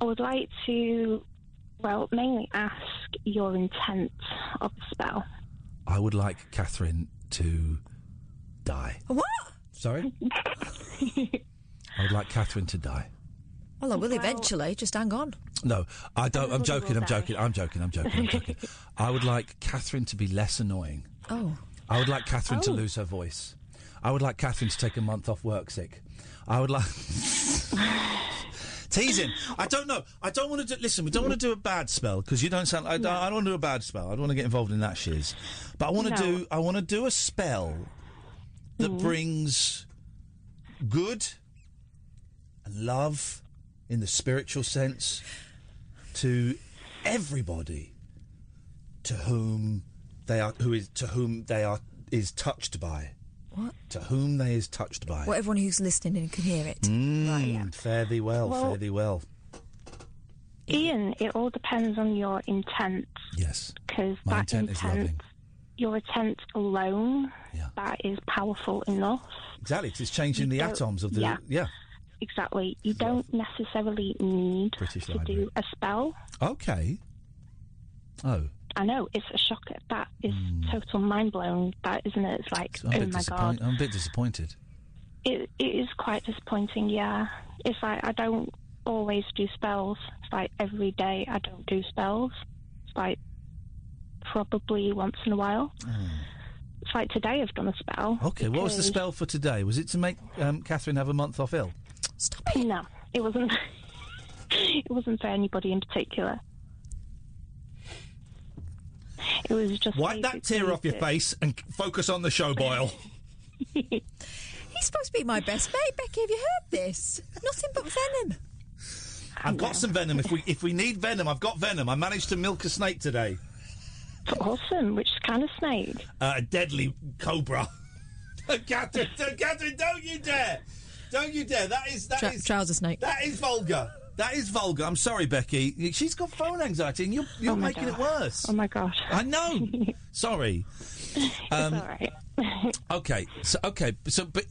Speaker 15: I would like to, well, mainly ask your intent of the spell.
Speaker 3: I would like Catherine to die.
Speaker 4: What?
Speaker 3: Sorry. I would like Catherine to die.
Speaker 4: Well, I will eventually. Just hang on.
Speaker 3: No, I don't. I'm
Speaker 4: Everybody
Speaker 3: joking.
Speaker 4: will
Speaker 3: I'm
Speaker 4: die.
Speaker 3: joking. I'm joking. I'm joking. I'm joking. I would like Catherine to be less annoying.
Speaker 4: Oh.
Speaker 3: I would like Catherine to
Speaker 4: Oh.
Speaker 3: lose her voice. I would like Catherine to take a month off work sick. I would like. Teasing. I don't know. I don't want to do. Listen, we don't want to do a bad spell because you don't sound. I, I don't want to do a bad spell. I don't want to get involved in that shiz. But I want to
Speaker 7: No.
Speaker 3: do. I want to do a spell that
Speaker 7: Mm.
Speaker 3: brings good and love in the spiritual sense to everybody to whom they are who is to whom they are is touched by
Speaker 4: What?
Speaker 3: to whom they is touched by
Speaker 4: Well, everyone who's listening and can hear it.
Speaker 3: Mm, fare thee well,
Speaker 15: Well-
Speaker 3: fare thee well
Speaker 15: Ian, it all depends on your intent.
Speaker 3: Yes.
Speaker 15: Because
Speaker 3: My
Speaker 15: that
Speaker 3: intent is loving.
Speaker 15: your intent alone, that is powerful enough.
Speaker 3: exactly 'cause it's changing the
Speaker 15: You don't-
Speaker 3: atoms of the
Speaker 15: yeah.
Speaker 3: yeah.
Speaker 15: Exactly. You don't necessarily need
Speaker 3: British
Speaker 15: to
Speaker 3: Library.
Speaker 15: do a spell.
Speaker 3: okay oh
Speaker 15: I know it's a shock. That is total mind blown. That isn't it? It's like,
Speaker 3: so I'm, Hmm. a
Speaker 15: oh
Speaker 3: bit
Speaker 15: my
Speaker 3: disappoint-
Speaker 15: god.
Speaker 3: I'm a bit disappointed
Speaker 15: It it is quite disappointing. Yeah. It's like I don't always do spells. It's like every day I don't do spells. It's like probably once in a while. It's like today I've done a spell.
Speaker 3: okay what was the
Speaker 15: because-
Speaker 3: spell for today was it to make um, Catherine have a month off ill
Speaker 15: No, it wasn't. it wasn't for anybody in particular. It was just
Speaker 3: wipe that
Speaker 15: basically
Speaker 3: tear off your
Speaker 15: to-
Speaker 3: face and c- focus on the show boil
Speaker 4: He's supposed to be my best mate, Becky. Have you heard this? Nothing but venom.
Speaker 3: I've got some venom. If we if we need venom, I've got venom. I managed to milk a snake today.
Speaker 15: Awesome. Which kind of snake?
Speaker 3: Uh, a deadly cobra. Catherine, don't- Catherine, don't you dare! Don't you dare! That is that is
Speaker 4: Trou- trouser snake.
Speaker 3: That is vulgar. That is vulgar. I'm sorry, Becky. She's got phone anxiety, and you're you're
Speaker 15: Oh my
Speaker 3: making it
Speaker 15: God.
Speaker 3: worse.
Speaker 15: Oh my god.
Speaker 3: I know. sorry. Um,
Speaker 15: all right.
Speaker 3: okay. So okay. So but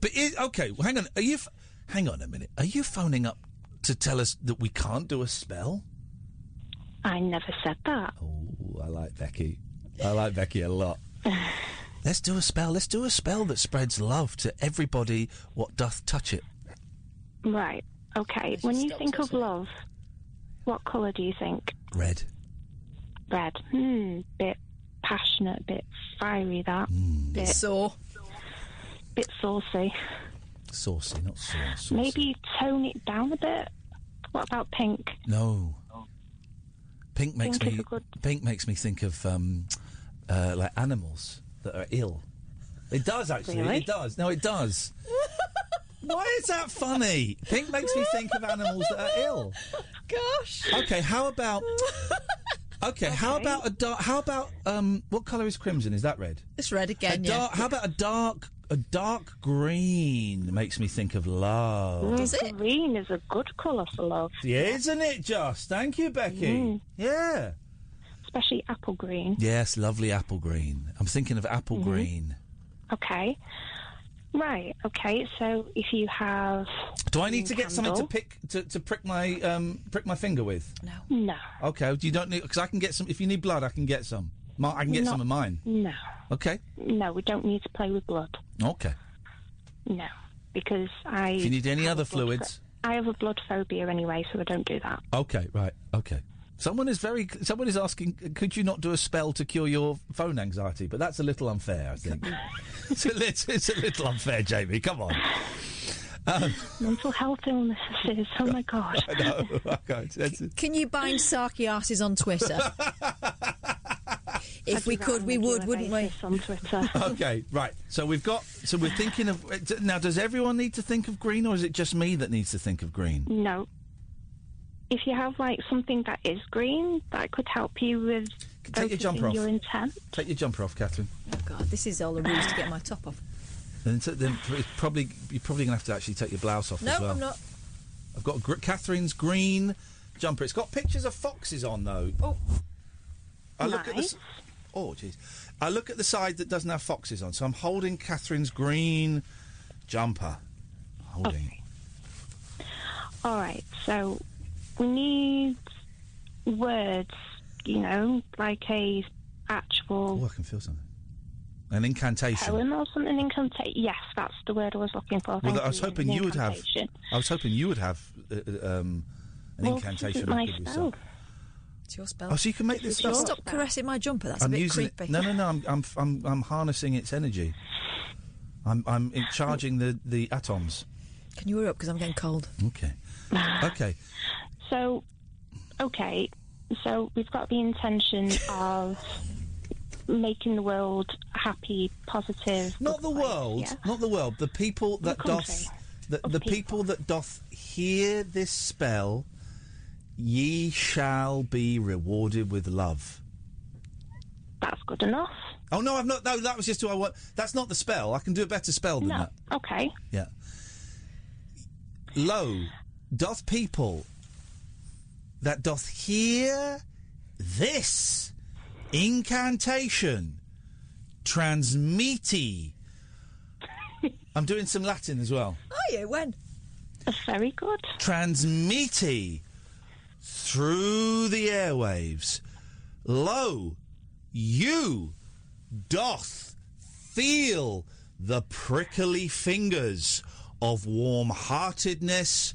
Speaker 3: but is, okay. well, Hang on. Are you? f- Hang on a minute. Are you phoning up to tell us that we can't do a spell?
Speaker 15: I never said that.
Speaker 3: Oh. Ooh, I like Becky. I like Becky a lot. Let's do a spell. Let's do a spell that spreads love to everybody what doth touch it.
Speaker 15: Right. Okay. When you think of love, what colour do you think?
Speaker 3: Red.
Speaker 15: Red. Hmm. Bit passionate. Bit fiery. That.
Speaker 3: Hmm.
Speaker 15: Bit
Speaker 4: sore.
Speaker 15: Bit saucy.
Speaker 3: Saucy, not sauce. saucy.
Speaker 15: Maybe tone it down a bit. What about pink?
Speaker 3: No. Pink makes
Speaker 15: Pink is
Speaker 3: me
Speaker 15: a good-
Speaker 3: pink makes me think of um, uh, like animals that are ill. It does actually.
Speaker 7: Really?
Speaker 3: It does. No, it does. Why is that funny? Pink makes me think of animals that are ill.
Speaker 4: Gosh.
Speaker 3: Okay, how about Okay, how about a dark how about um what colour is crimson? Is that red?
Speaker 4: It's red again.
Speaker 3: a
Speaker 4: yeah.
Speaker 3: dark, how about a dark a dark green makes me think of love.
Speaker 15: Mm, Green is a good colour for love.
Speaker 3: Yeah, isn't it just? Thank you, Becky.
Speaker 15: Mm.
Speaker 3: Yeah.
Speaker 15: Especially apple green.
Speaker 3: Yes, lovely apple green. I'm thinking of apple
Speaker 15: Mhm.
Speaker 3: green.
Speaker 15: Okay. Right. Okay. So if you have.
Speaker 3: Do I need to
Speaker 15: green
Speaker 3: get something to
Speaker 15: candle-
Speaker 3: pick to, to prick my um, prick my finger with?
Speaker 15: No.
Speaker 3: Okay, you don't need because I can get some. If you need blood, I can get some. My, I can get
Speaker 15: Not-
Speaker 3: some of mine.
Speaker 15: No.
Speaker 3: Okay,
Speaker 15: No, we don't need to play with blood.
Speaker 3: okay.
Speaker 15: No. Because I.
Speaker 3: If you need any other fluids,
Speaker 15: I have a blood phobia anyway, so I don't do that.
Speaker 3: okay, right, okay. Someone is very. Someone is asking, could you not do a spell to cure your phone anxiety? But that's a little unfair, I think. it's, a little, it's a little unfair, Jamie. Come on. Um,
Speaker 15: Mental health illnesses. Oh my god.
Speaker 3: I know. I can't- that's-
Speaker 4: Can you bind sarky asses on Twitter? if we could, we would, wouldn't we?
Speaker 15: On Twitter.
Speaker 3: okay, right. So we've got. So we're thinking of. Now, does everyone need to think of green, or is it just me that needs to think of green?
Speaker 15: No. If you have like something that is green, that could help you with
Speaker 3: Take your jumper
Speaker 15: focusing
Speaker 3: off.
Speaker 15: your intent.
Speaker 3: Take your jumper off, Catherine.
Speaker 4: God, this is all a ruse to get my top off.
Speaker 3: And t- then pr- it's probably you're probably going to have to actually take your blouse off
Speaker 4: No,
Speaker 3: as well.
Speaker 4: I'm not.
Speaker 3: I've got gr- Catherine's green jumper. It's got pictures of foxes on though. Oh, I look at the. s- Oh, jeez. I look at the side that doesn't have foxes on, so I'm holding Catherine's green jumper. Holding.
Speaker 15: All right, so we need words, you know, like a actual
Speaker 3: Oh, I can feel something. An incantation.
Speaker 15: poem or something incantation. Yes, that's the word I was looking for.
Speaker 3: Well,
Speaker 15: thank
Speaker 3: I was
Speaker 15: you,
Speaker 3: hoping
Speaker 15: an
Speaker 3: you would have.
Speaker 15: incantation.
Speaker 3: I was hoping you would have uh, uh, um, an
Speaker 15: Well, this
Speaker 3: incantation.
Speaker 15: isn't
Speaker 3: of
Speaker 15: my
Speaker 3: good yourself.
Speaker 15: spell.
Speaker 4: It's your spell.
Speaker 3: Oh, so you can make this
Speaker 4: Can you
Speaker 3: stuff up.
Speaker 4: Stop caressing my jumper. That's a bit
Speaker 3: using
Speaker 4: creepy.
Speaker 3: It. No, no, no. I'm, I'm, I'm, I'm harnessing its energy. I'm, I'm in- charging the, the atoms.
Speaker 4: Can you hurry up because I'm getting cold?
Speaker 3: Okay. Okay.
Speaker 15: So, okay, so we've got the intention of making the world happy, positive.
Speaker 3: Not the world.
Speaker 15: yeah.
Speaker 3: Not the world. The people that doth.
Speaker 15: country
Speaker 3: The, the people that doth hear this spell, ye shall be rewarded with love.
Speaker 15: That's good enough.
Speaker 3: Oh no, I've not. No, that was just who I want. That's not the spell. I can do a better spell than
Speaker 15: No.
Speaker 3: that.
Speaker 15: Okay.
Speaker 3: Yeah. Lo, doth people that doth hear this incantation transmiti. I'm doing some Latin as well.
Speaker 4: Are you? When?
Speaker 15: Very good.
Speaker 3: Transmiti through the airwaves. Lo, you doth feel the prickly fingers of warm heartedness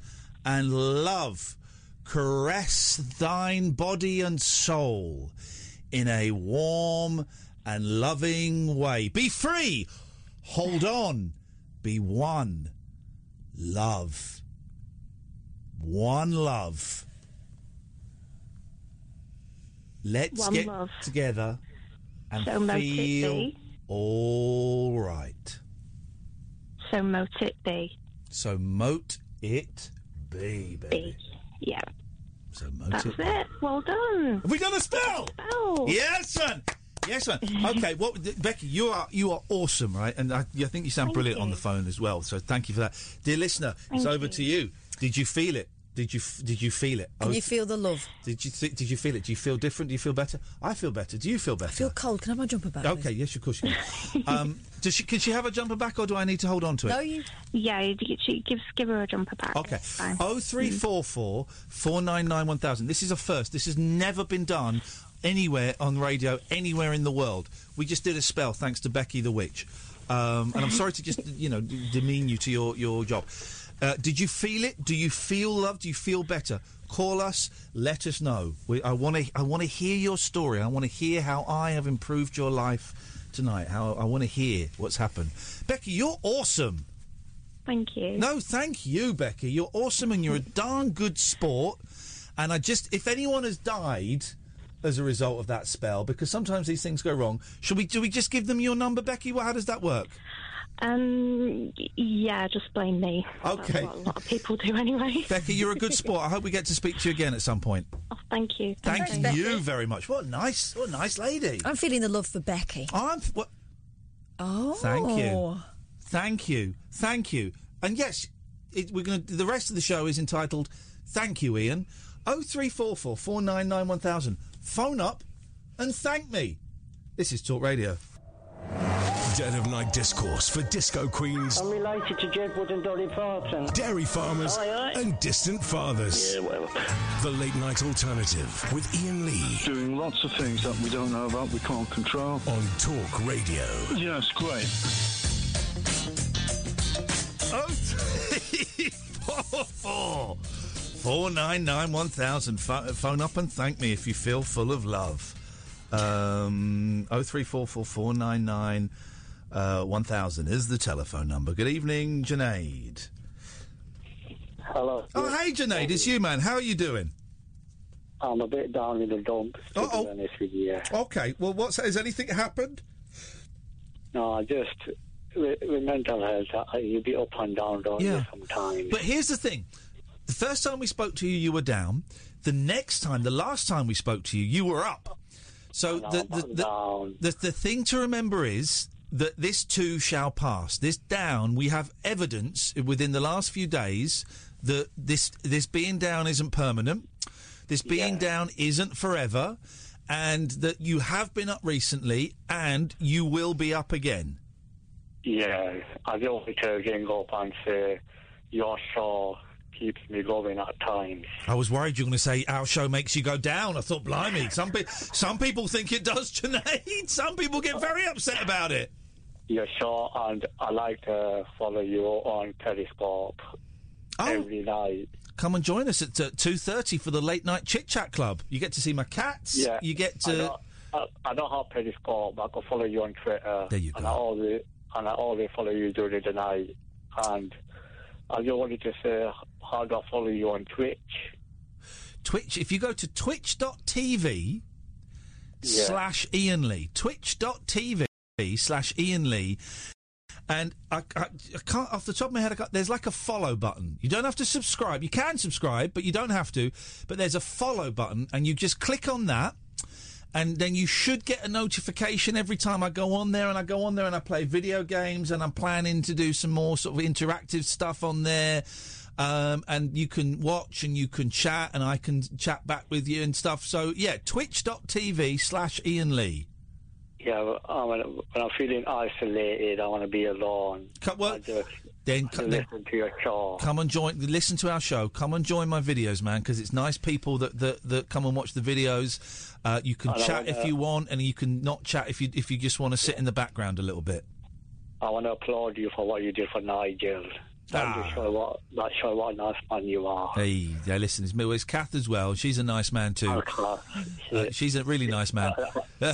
Speaker 3: and love caress thine body and soul in a warm and loving way. Be free! Hold on! Be one. Love. One love. Let's
Speaker 15: One
Speaker 3: get
Speaker 15: love.
Speaker 3: together and
Speaker 15: So mote it
Speaker 3: feel
Speaker 15: be.
Speaker 3: all right.
Speaker 15: So mote it be.
Speaker 3: So mote it be, baby.
Speaker 15: Yeah.
Speaker 3: So mote
Speaker 15: That's
Speaker 3: it.
Speaker 15: it.
Speaker 3: be.
Speaker 15: Well done.
Speaker 3: Have we done a spell?
Speaker 15: Spell.
Speaker 3: Yes, man. Yes, man. Okay, what Becky, you are you are awesome, right? And I, I think you sound
Speaker 15: Thank
Speaker 3: brilliant on
Speaker 15: you.
Speaker 3: the phone as well. So thank you for that, dear listener. it's
Speaker 4: Thank
Speaker 3: over to you. Did you feel it? Did you f- did you feel it?
Speaker 4: Can
Speaker 3: Oh,
Speaker 4: you feel the love?
Speaker 3: Did you th- did you feel it? Do you feel different? Do you feel better? I feel better. Do you feel better?
Speaker 4: I feel cold. Can I have my jumper back?
Speaker 3: okay. Yes, of course you can. um, does she can she have a jumper back, or do I need to hold on to it?
Speaker 4: you.
Speaker 15: Yeah, you g- she gives give her a jumper back.
Speaker 3: Okay. Oh three four four four nine nine one thousand. This is a first. This has never been done anywhere on radio, anywhere in the world. We just did a spell thanks to Becky the Witch. Um, and I'm sorry to just you know d- demean you to your your job. Uh, did you feel it? Do you feel love? Do you feel better? Call us. Let us know. We, I want to. I want to hear your story. I want to hear how I have improved your life tonight. How I want to hear what's happened. Becky, you're awesome.
Speaker 15: Thank you.
Speaker 3: No, thank you, Becky. You're awesome and you're a darn good sport. And I just, if anyone has died as a result of that spell, because sometimes these things go wrong, should we do we just give them your number, Becky? Well, how does that work?
Speaker 15: Um. y- Yeah, just blame me.
Speaker 3: Okay.
Speaker 15: That's what a lot of people do anyway.
Speaker 3: Becky, you're a good sport. I hope we get to speak to you again at some point.
Speaker 15: Oh, thank you.
Speaker 3: Thank you very much. What a nice, what a nice lady.
Speaker 4: I'm feeling the love for Becky.
Speaker 3: I'm. What?
Speaker 4: Oh.
Speaker 3: Thank you. Thank you. Thank you. And yes, it, we're going to. The rest of the show is entitled "Thank You, Ian." Oh three four four four nine nine one thousand. Phone up and thank me. This is Talk Radio.
Speaker 1: Dead of Night Discourse for Disco Queens,
Speaker 7: I'm related to Jed Wood and Dolly Parton.
Speaker 1: Dairy Farmers,
Speaker 7: Aye, aye.
Speaker 1: and Distant Fathers. Yeah, whatever. The Late Night Alternative with Ian Lee. Doing lots of things that we don't know about, we can't control. On Talk Radio.
Speaker 7: Yes, great.
Speaker 3: Oh three four four 499 1000. Pho- Phone up and thank me if you feel full of love. Um, 0344 499 uh, 1000 is the telephone number. Good evening, Janaid.
Speaker 16: Hello.
Speaker 3: Oh, hey, Janaid. It's you, man. How are you doing?
Speaker 16: I'm a bit down in the dumps, to be honest with you.
Speaker 3: Okay. Well, what's has anything happened?
Speaker 16: No, I just, with, with mental health, I, you be up and down, don't
Speaker 3: Yeah.
Speaker 16: you, sometimes?
Speaker 3: But here's the thing: the first time we spoke to you, you were down. The next time, the last time we spoke to you, you were up. So the the, the, the the thing to remember is that this too shall pass. This down, we have evidence within the last few days that this this being down isn't permanent. This being down isn't forever, and that you have been up recently, and you will be up again.
Speaker 16: Yeah, I don't want to gang up and say, your show keeps me going at times.
Speaker 3: I was worried you were going to say our show makes you go down. I thought, blimey, some pe- some people think it does, Janaid. Some people get very upset about it.
Speaker 16: Your show, and I like to follow you on Periscope
Speaker 3: Oh.
Speaker 16: every night.
Speaker 3: Come and join us at uh, two thirty for the late night chit chat club. You get to see my cats.
Speaker 16: Yeah,
Speaker 3: you get
Speaker 16: I
Speaker 3: to.
Speaker 16: don't, I, I don't have Periscope, but I can follow you on Twitter.
Speaker 3: There you
Speaker 16: And I always and I always follow you during the night. And I just wanted to say, how do I follow you on Twitch?
Speaker 3: Twitch. If you go to twitch.tv
Speaker 16: Yeah.
Speaker 3: slash Ian Lee, twitch.tv slash Ian Lee, and I, I, I can't, off the top of my head, I can't, there's like a follow button. You don't have to subscribe. You can subscribe, but you don't have to. But there's a follow button, and you just click on that. And then you should get a notification every time I go on there, and I go on there and I play video games, and I'm planning to do some more sort of interactive stuff on there um, and you can watch and you can chat and I can chat back with you and stuff. So yeah, twitch.tv slash Ian Lee.
Speaker 16: Yeah, I wanna- when I'm feeling isolated, I want to be alone. I just
Speaker 3: Then,
Speaker 16: I
Speaker 3: then
Speaker 16: listen to your show.
Speaker 3: come and join, listen to our show. Come and join my videos, man, because it's nice people that, that, that come and watch the videos. Uh, you can
Speaker 16: I don't
Speaker 3: chat
Speaker 16: wanna-
Speaker 3: if you want, and you can not chat if you if you just want to sit in the background a little bit.
Speaker 16: I want to applaud you for what you did for Nigel. That
Speaker 3: Ah.
Speaker 16: just show what that show what a nice man you are.
Speaker 3: Hey, yeah, listen, it's, well, it's Kath as well. She's a nice man too.
Speaker 16: Oh,
Speaker 3: Uh, she's a really nice man.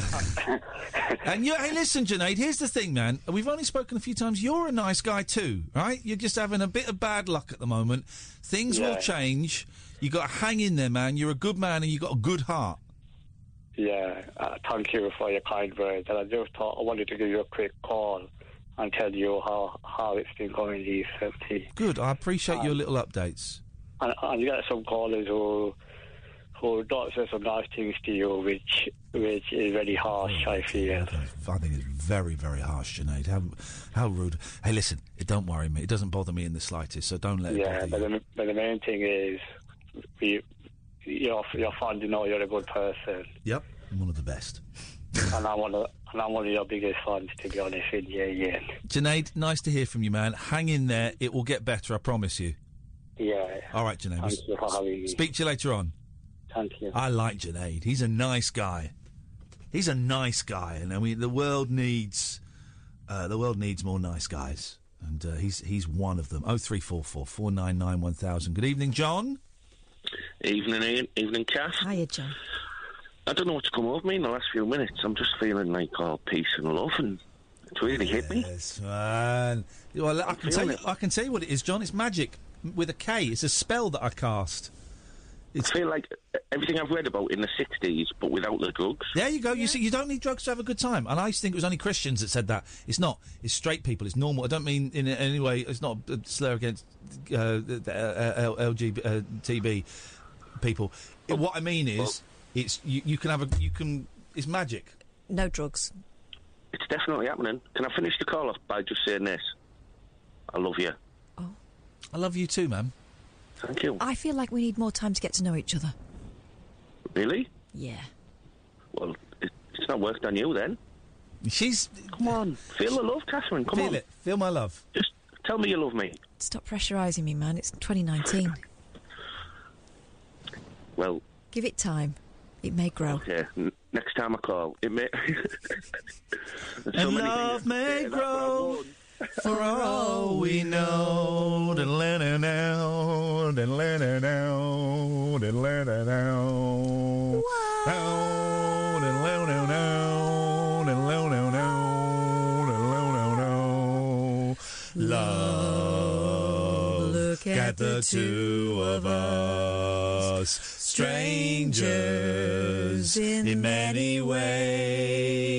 Speaker 3: and you, hey, listen, Janaid. Here's the thing, man. We've only spoken a few times. You're a nice guy too, right? You're just having a bit of bad luck at the moment. Things will
Speaker 16: Yeah.
Speaker 3: change. You got to hang in there, man. You're a good man, and you got a good heart.
Speaker 16: Yeah, uh, thank you for your kind words. And I just thought I wanted to give you a quick call and tell you how, how it's been going recently.
Speaker 3: Good. I appreciate your little updates.
Speaker 16: And, and you get some callers who who don't say some nice things to you, which which is very
Speaker 3: Hmm.
Speaker 16: harsh. I feel.
Speaker 3: I think it's very, very harsh, Janaid. How, how rude. Hey, listen. It don't worry me. It doesn't bother me in the slightest. So don't let it
Speaker 16: Yeah, but
Speaker 3: bother you.
Speaker 16: the, but the main thing is we, you're you're finding out you're a good person,
Speaker 3: Yep. I'm one of the best.
Speaker 16: and I'm one of and I'm one of your biggest fans to be honest with you. Yeah,
Speaker 3: Janaid, nice to hear from you, man. Hang in there. It will get better, I promise you.
Speaker 16: yeah.
Speaker 3: All right, Janaid.
Speaker 16: Thank you for having me.
Speaker 3: Speak to you later on.
Speaker 16: Thank you.
Speaker 3: I like Janaid. He's a nice guy. He's a nice guy, and I mean the world needs uh, the world needs more nice guys, and uh, he's he's one of them. Oh three four four four nine nine one thousand. Good evening, John.
Speaker 6: Evening, Ian. Evening, Cass.
Speaker 4: Hiya, John.
Speaker 6: I don't know what's come over me in the last few minutes. I'm just feeling like all peace and love, and it's really hit me.
Speaker 3: Yes, man. Well, I can tell you,
Speaker 6: feeling
Speaker 3: I can tell you what it is, John. It's magic M- with a K. It's a spell that I cast.
Speaker 6: I feel like everything I've read about in the 60s, but without the drugs.
Speaker 3: There you go. You see, you don't need drugs to have a good time. And I used to think it was only Christians that said that. It's not. It's straight people. It's normal. I don't mean in any way. It's not a slur against uh, the- the, uh, L- LGBTB people. It- what I mean is, it's you, you can have a you can. It's magic.
Speaker 4: No drugs.
Speaker 6: It's definitely happening. Can I finish the call off by just saying this? I love you.
Speaker 3: I love you too, man.
Speaker 6: Thank you.
Speaker 4: I feel like we need more time to get to know each other.
Speaker 6: Really?
Speaker 4: Yeah.
Speaker 6: Well, it, it's not worked on you then.
Speaker 3: She's.
Speaker 6: Come on. Feel the love, Catherine. Come
Speaker 4: Feel
Speaker 6: on.
Speaker 4: it.
Speaker 3: Feel my love.
Speaker 6: Just tell me you love me.
Speaker 4: Stop pressurising me, man. It's 2019.
Speaker 6: Well,
Speaker 4: Give it time. It may grow.
Speaker 6: okay. N- next time I call, it may.
Speaker 4: And love may
Speaker 6: grow.
Speaker 3: For all we know, and let it out, and let it out, and let it out. Out, and let it out, and let it out, and let it out. Love, look at, the two of us, strangers in many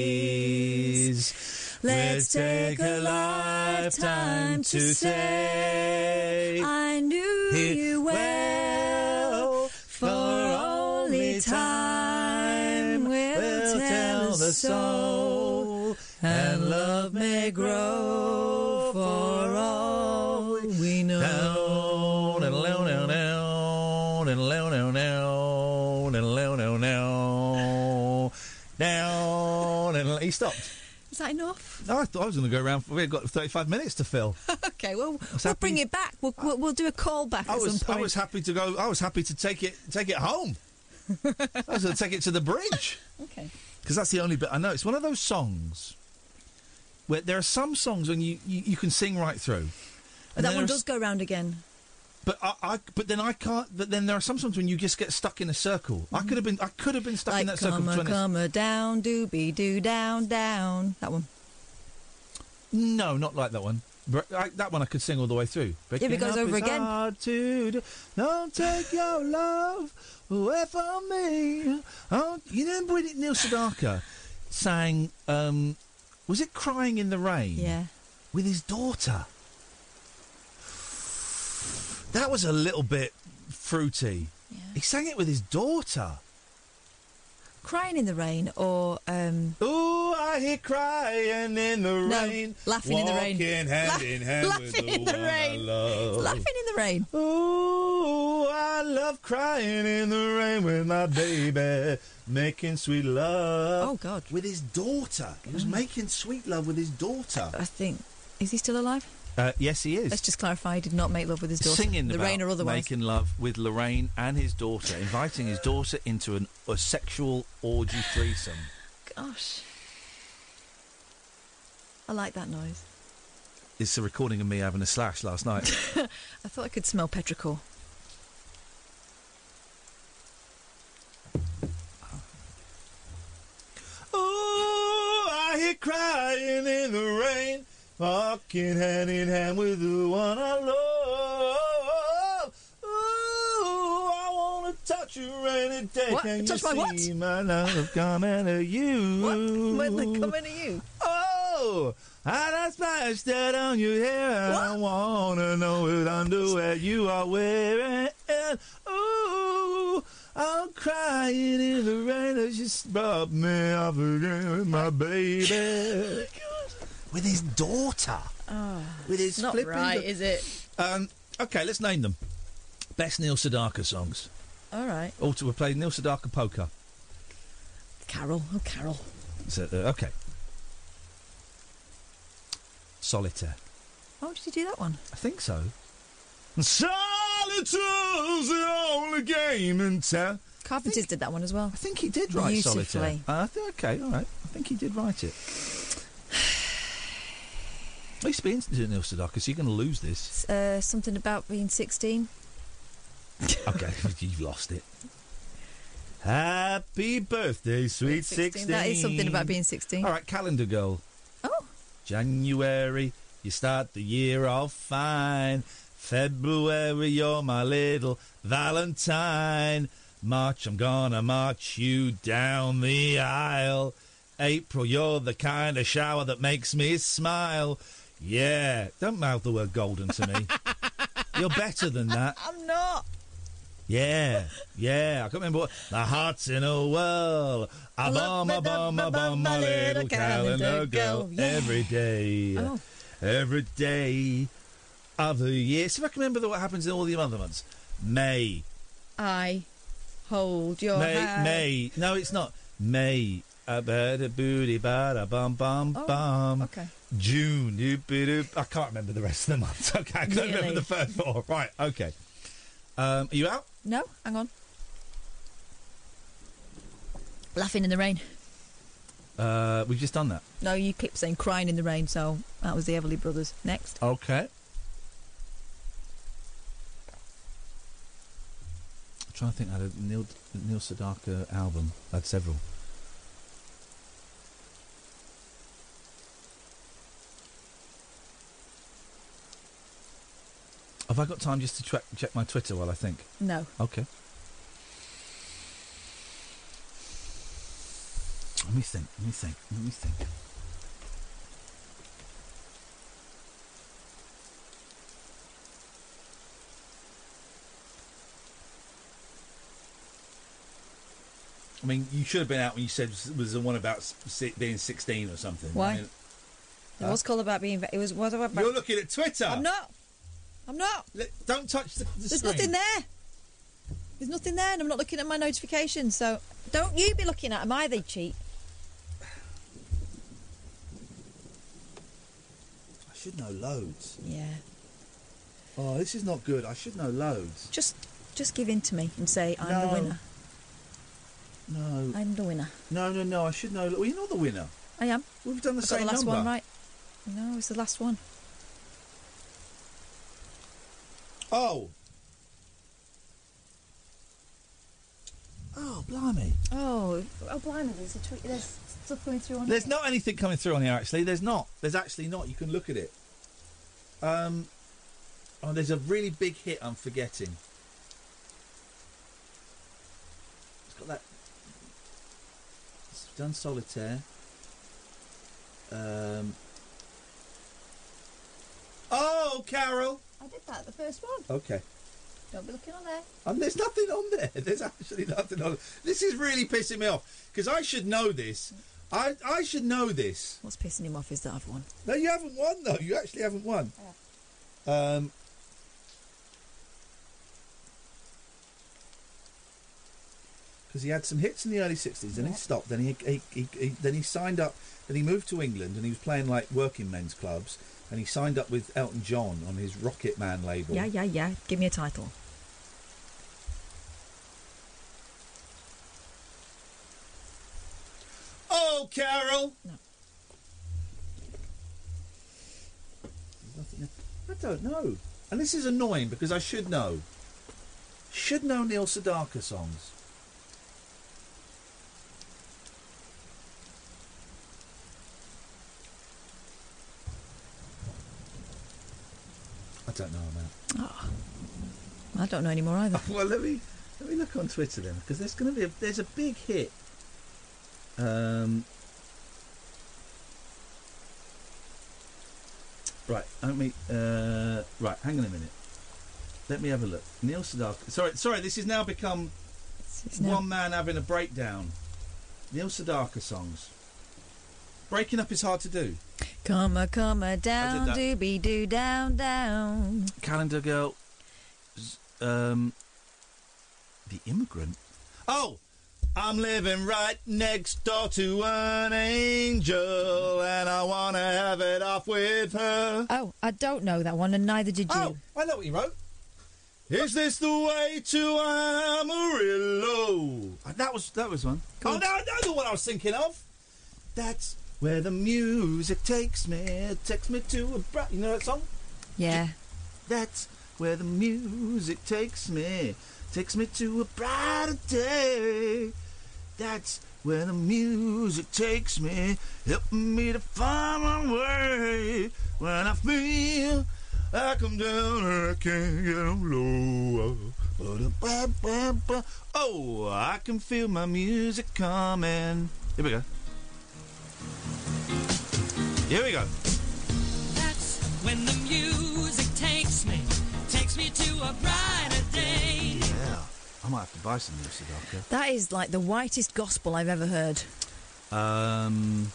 Speaker 3: ways.
Speaker 4: Let's take a lifetime to say I knew you well for only time will tell the soul and love may grow for all we know.
Speaker 3: down and low down down and low down down and low down down down Oh, and he stopped.
Speaker 4: Is that enough?
Speaker 3: No, I thought I was going to go around. For, we've got 35 minutes to fill.
Speaker 4: okay, well, we'll bring it back. We'll, we'll, we'll do a call back
Speaker 3: I
Speaker 4: at
Speaker 3: was
Speaker 4: some point.
Speaker 3: I was happy to go. I was happy to take it take it home. I was going to take it to the bridge.
Speaker 4: Okay.
Speaker 3: because that's the only bit I know. It's one of those songs where there are some songs when you, you, you can sing right through.
Speaker 4: But that
Speaker 3: then
Speaker 4: one
Speaker 3: there are s-
Speaker 4: does go round again.
Speaker 3: But I, I, but then I can't. But then there are some songs when you just get stuck in a circle. I could have been, I could have been stuck in
Speaker 4: Like,
Speaker 3: that circle.
Speaker 4: come
Speaker 3: for
Speaker 4: a,
Speaker 3: 20
Speaker 4: come a down, doobie doo, down, down. That one.
Speaker 3: No, not like that one. But I, that one I could sing all the way through.
Speaker 4: Yeah, but it goes
Speaker 3: Breaking up
Speaker 4: over
Speaker 3: is
Speaker 4: again.
Speaker 3: hard to do. Don't take your love away from me. Oh, you know when Neil Sedaka sang, um, was it "Crying in the Rain"?
Speaker 4: Yeah.
Speaker 3: with his daughter. That was a little bit fruity. He sang it with his daughter.
Speaker 4: Crying in the rain or. Um,
Speaker 3: Ooh, I hear crying in the
Speaker 4: no,
Speaker 3: rain.
Speaker 4: Laughing in the rain.
Speaker 3: Walking hand
Speaker 4: Laugh-
Speaker 3: in hand with
Speaker 4: laughing
Speaker 3: the
Speaker 4: in the
Speaker 3: one I
Speaker 4: rain.
Speaker 3: love.
Speaker 4: Laughing in the rain.
Speaker 3: Oh. Ooh, I love crying in the rain with my baby, making sweet love.
Speaker 4: Oh God! Mm.
Speaker 3: With his daughter, he was making sweet love with his daughter.
Speaker 4: I think. Is he still alive?
Speaker 3: Uh, yes, he is.
Speaker 4: Let's just clarify. He did not make love with his daughter.
Speaker 3: Singing
Speaker 4: the
Speaker 3: about
Speaker 4: rain or otherwise.
Speaker 3: making love with Lorraine and his daughter, inviting his daughter into an, a sexual orgy threesome.
Speaker 4: Gosh. I like that noise.
Speaker 3: It's a recording of me having a slash last night.
Speaker 4: I thought I could smell petrichor.
Speaker 3: Ooh, I hear crying in the rain, walking hand in hand with the one I love. Ooh, I wanna touch you any day.
Speaker 2: What?
Speaker 3: Can
Speaker 2: Touch
Speaker 3: you
Speaker 2: my what?
Speaker 3: see my love coming to you? What?
Speaker 4: coming to you?
Speaker 3: Oh, I just splashed that on your hair. I wanna know what underwear you are wearing. Ooh, I'm crying in the rain as you rub me off again with my baby. with his daughter.
Speaker 4: Oh,
Speaker 3: With his
Speaker 4: not
Speaker 3: flipping
Speaker 4: right,
Speaker 3: the-
Speaker 4: is it?
Speaker 3: Um, okay, let's name them. Best Neil Sedaka songs.
Speaker 4: All right.
Speaker 3: Also, we played Neil Sedaka Poker.
Speaker 4: Carol. Oh, Carol.
Speaker 3: So, uh, okay. Solitaire.
Speaker 4: Oh, did you do that one?
Speaker 3: I think so. Solitude's the only game in town.
Speaker 4: Carpenters did that one as well. I
Speaker 3: think he did Right, solitaire. Uh, I think- okay, all right. I think he did write it. At least be interested in Neil Sedaka, so you're going to lose this.
Speaker 4: Uh, something about being 16.
Speaker 3: Okay, you've lost it. Happy birthday, sweet 16.
Speaker 4: That is something about being 16.
Speaker 3: All right, calendar girl.
Speaker 4: Oh.
Speaker 3: January, you start the year off fine. February, you're my little Valentine. March, I'm gonna march you down the aisle. April, you're the kind of shower that makes me smile. Yeah, don't mouth the word golden to me. you're better than that.
Speaker 4: I'm not.
Speaker 3: Yeah, yeah. I can't remember what. My heart's in a whirl. I bomb, I bomb, I bomb my little calendar girl every day.
Speaker 2: Oh.
Speaker 3: Every day of the year. See if I can remember the- what happens in all the other months. May.
Speaker 4: I hold your
Speaker 3: May.
Speaker 4: hand.
Speaker 3: May. No, it's not. May. A bada booty bada bum bum bum.
Speaker 4: okay.
Speaker 3: June. doop-a-doop. I can't remember the rest of the months. Okay, I can't remember
Speaker 4: Really?
Speaker 3: the first four. Right, okay. Um, are you out?
Speaker 4: No, hang on. Laughing in the rain.
Speaker 3: Uh, we've just done that.
Speaker 4: No, you keep saying crying in the rain, so that was the Everly Brothers. Next.
Speaker 3: Okay. I'm trying to think. I had a Neil Neil Sedaka album. I had several. Have I got time just to check check my Twitter while I think?
Speaker 4: No.
Speaker 3: Okay. Let me think. Let me think. Let me think. I mean, you should have been out when you said it was the one about s- si- being 16 or something. I
Speaker 4: Why?
Speaker 3: mean,
Speaker 4: It was called about being. It was. What about?
Speaker 3: you're looking at Twitter.
Speaker 4: I'm not. I'm not.
Speaker 3: don't touch the,
Speaker 4: There's nothing there. There's nothing there, and I'm not looking at my notifications. So don't you be looking at them either, you cheat.
Speaker 3: I should know loads.
Speaker 4: Yeah.
Speaker 3: Oh, this is not good. I should know loads.
Speaker 4: Just, just give in to me and say I'm
Speaker 3: No.
Speaker 4: the winner.
Speaker 3: No.
Speaker 4: I'm the winner.
Speaker 3: No, no, no. I should know. Well, you're not the winner.
Speaker 4: I am.
Speaker 3: We've done the
Speaker 4: I
Speaker 3: same
Speaker 4: got the last one
Speaker 3: number.
Speaker 4: right. No, it's the last one.
Speaker 3: Oh. Oh, blimey.
Speaker 4: Oh, oh, blimey! There's a tweet. There's stuff coming through on.
Speaker 3: There's
Speaker 4: here.
Speaker 3: not anything coming through on here, actually. There's not. There's actually not. You can look at it. Um, oh, there's a really big hit I'm forgetting. It's got that. It's done solitaire. Um. Oh, Carol.
Speaker 4: I did that the first one.
Speaker 3: Okay.
Speaker 4: Don't be looking on there.
Speaker 3: And there's nothing on there. There's actually nothing on. This is really pissing me off because I should know this. I I should know this.
Speaker 4: What's pissing him off is that I've won.
Speaker 3: No, you haven't won though. You actually haven't won. Um. Because he had some hits in the early sixties, then he stopped. Then he, he, he, he then he signed up. Then he moved to England, and he was playing like working men's clubs. And he signed up with Elton John on his Rocket Man label.
Speaker 4: Yeah, yeah, yeah. Give me a title.
Speaker 3: Oh, Carol. Nothing- I don't know. And this is annoying because I should know. Should know Neil Sedaka songs. I don't know, man. Ah.
Speaker 4: Oh, I don't know anymore either.
Speaker 3: well, let me let me look on Twitter then because there's going to be a, there's a big hit. Um, right, let me. Uh, right, hang on a minute. Let me have a look. Neil Sedaka. Sorry, sorry. This has now become
Speaker 4: it's now-
Speaker 3: one man having a breakdown. Neil Sedaka songs. Breaking up is hard to do.
Speaker 4: Comma, comma, down,
Speaker 3: that.
Speaker 4: doobie, doo, down, down.
Speaker 3: Calendar Girl, z- um, The Immigrant. Oh, I'm living right next door to an angel, and I wanna have it off with her.
Speaker 4: Oh, I don't know that one, and neither did you.
Speaker 3: Oh, I know what you wrote. Is this the way to Amarillo? Uh, That was that was one. Oh, no, I know the one I was thinking of. That's where the music takes me. It takes me to a bright. You know that song?
Speaker 4: Yeah.
Speaker 3: That's where the music takes me, takes me to a brighter day. That's where the music takes me, helping me to find my way. When I feel I come down and I can't get 'em low. Ba-da-ba-ba-ba. Oh, I can feel my music coming. Here we go. Here we go.
Speaker 2: That's when the music takes me, takes me to a brighter day.
Speaker 3: Yeah, I might have to buy some new Sedaka.
Speaker 4: That is like the whitest gospel I've ever heard.
Speaker 3: Um.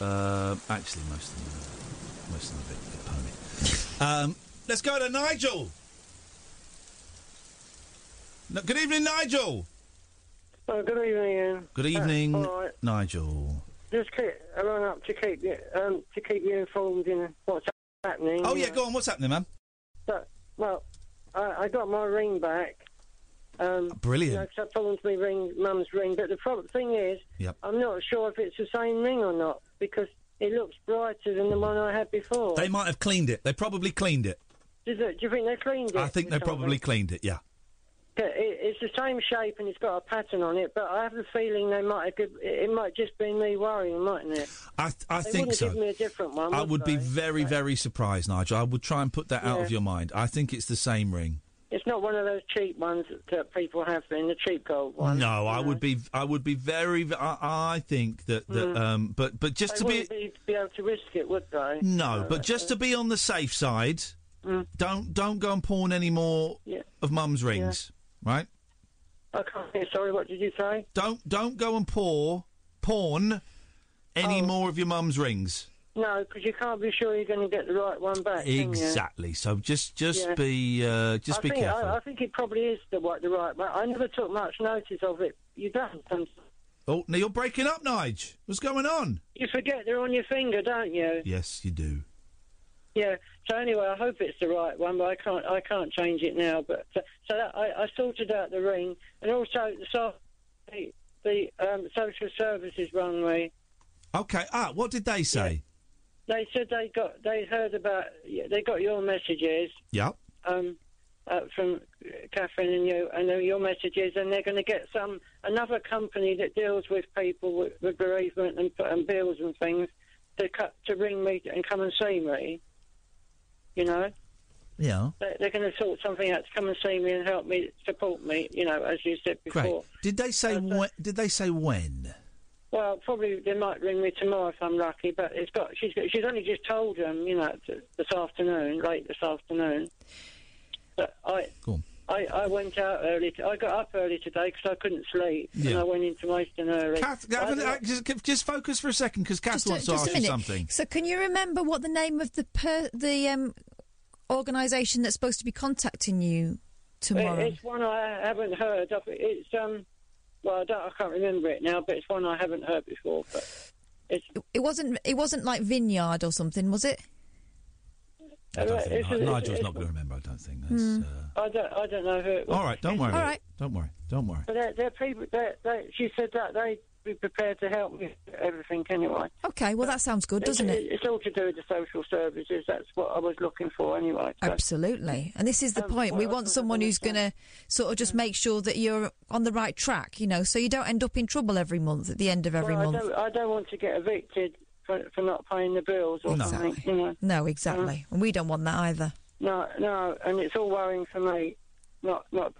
Speaker 3: Uh, actually, most of them, most of them are a bit, bit pony. Um, let's go to Nigel. No, good evening, Nigel.
Speaker 18: Oh, good evening, Ian.
Speaker 3: Good evening,
Speaker 18: Uh, all right.
Speaker 3: Nigel.
Speaker 18: Just keep, I rang up to keep you, um, to keep you informed in what's happening.
Speaker 3: Oh yeah, go on. What's happening, man?
Speaker 18: So, well, I, I got my ring back, Um,
Speaker 3: Brilliant.
Speaker 18: You know, 'cause I put onto my ring, mum's ring, but the prob- thing is,
Speaker 3: Yep.
Speaker 18: I'm not sure if it's the same ring or not because it looks brighter than the one I had before.
Speaker 3: They might have cleaned it. They probably cleaned it.
Speaker 18: Do you, do you think they cleaned it?
Speaker 3: I think they
Speaker 18: or something?
Speaker 3: probably cleaned it. Yeah.
Speaker 18: Yeah, it, it's the same shape and it's got a pattern on it, but I have a feeling they might have. Good, it it might just be me worrying, mightn't it?
Speaker 3: I th- I
Speaker 18: they
Speaker 3: think
Speaker 18: wouldn't
Speaker 3: so.
Speaker 18: Give me a different one.
Speaker 3: I would be
Speaker 18: they?
Speaker 3: very, very surprised, Nigel. I would try and put that out
Speaker 18: Yeah.
Speaker 3: of your mind. I think it's the same ring.
Speaker 18: It's not one of those cheap ones that people have been the cheap gold one.
Speaker 3: No, I would be. I would be very. ve- I, I think that. that
Speaker 18: Mm.
Speaker 3: um, but but just
Speaker 18: they
Speaker 3: to be.
Speaker 18: wouldn't be be able to risk it, would they?
Speaker 3: No, but just to be on the safe side, don't don't go and pawn any more
Speaker 18: Mm. Yeah.
Speaker 3: of Mum's rings, right?
Speaker 18: I can't hear. Sorry, what did you say?
Speaker 3: Don't don't go and paw, pawn
Speaker 18: Oh.
Speaker 3: any more of your Mum's rings.
Speaker 18: No, because you can't be sure you're going to get the right one back. can you?
Speaker 3: Exactly. So just just
Speaker 18: Yeah.
Speaker 3: be uh, just
Speaker 18: I
Speaker 3: be
Speaker 18: think,
Speaker 3: careful.
Speaker 18: I, I think it probably is the what the right one. I never took much notice of it. You don't. sometimes.
Speaker 3: Oh, now you're breaking up, Nige. What's going on?
Speaker 18: You forget they're on your finger, don't you?
Speaker 3: Yes, you do.
Speaker 18: Yeah. So anyway, I hope it's the right one, but I can't. I can't change it now. But so, so that, I, I sorted out the ring, and also so the, the um, social services rang me.
Speaker 3: Okay. Ah, what did they say?
Speaker 18: They said they got they heard about they got your messages
Speaker 3: Yeah.
Speaker 18: um, uh, from Catherine and you, and then your messages, and they're going to get some another company that deals with people with, with bereavement and, and bills and things to cut to ring me and come and see me. You know.
Speaker 3: Yeah.
Speaker 18: They- They're going to sort something out to come and see me and help me, support me, you know, as you said before. Uh,
Speaker 3: Great. Did they say when? Did they say when?
Speaker 18: Well, probably they might ring me tomorrow if I'm lucky, but it's got, she's, got- she's only just told them, you know, t- this afternoon, late this afternoon. But I, I, I went out early, t- I got up early today because I couldn't sleep, and
Speaker 3: Yeah.
Speaker 18: I went into Maidstone early.
Speaker 3: Kath,
Speaker 18: I
Speaker 3: Gavin,
Speaker 18: don't-
Speaker 3: uh, just, just focus for a second because Kath
Speaker 4: Just a-
Speaker 3: wants to
Speaker 4: just a
Speaker 3: ask you
Speaker 4: minute.
Speaker 3: something.
Speaker 4: So, can you remember what the name of the per- the um, organisation that's supposed to be contacting you tomorrow?
Speaker 18: It- It's one I haven't heard of. It's um, well, I, don't, I can't remember it now, but it's one I haven't heard before. But it's
Speaker 4: It wasn't. It wasn't like Vineyard or something, was it?
Speaker 3: I don't
Speaker 18: Right,
Speaker 3: think
Speaker 18: it's
Speaker 3: Ni-
Speaker 18: a- it's a-
Speaker 3: Nigel's
Speaker 18: it's
Speaker 3: not going to remember. I don't think. That's,
Speaker 4: Hmm.
Speaker 18: I don't, I don't know who it was.
Speaker 3: uh, All right. Don't worry. about it. Don't worry. Don't worry.
Speaker 18: But they're, they're people. They're, they she said that they'd be prepared to help with everything anyway.
Speaker 4: Okay. Well, that sounds good, doesn't it?
Speaker 18: It's all to do with the social services. That's what I was looking for anyway. So-
Speaker 4: Absolutely. And this is the point. We want someone who's going to sort of just make sure that you're on the right track, you know, so you don't end up in trouble every month at the end of every
Speaker 18: well, I
Speaker 4: month.
Speaker 18: don't, uh, I don't want to get evicted for, for not paying the bills or something. You know.
Speaker 4: No, exactly. And we don't want that either.
Speaker 18: No, no, and it's all worrying for me. Not, not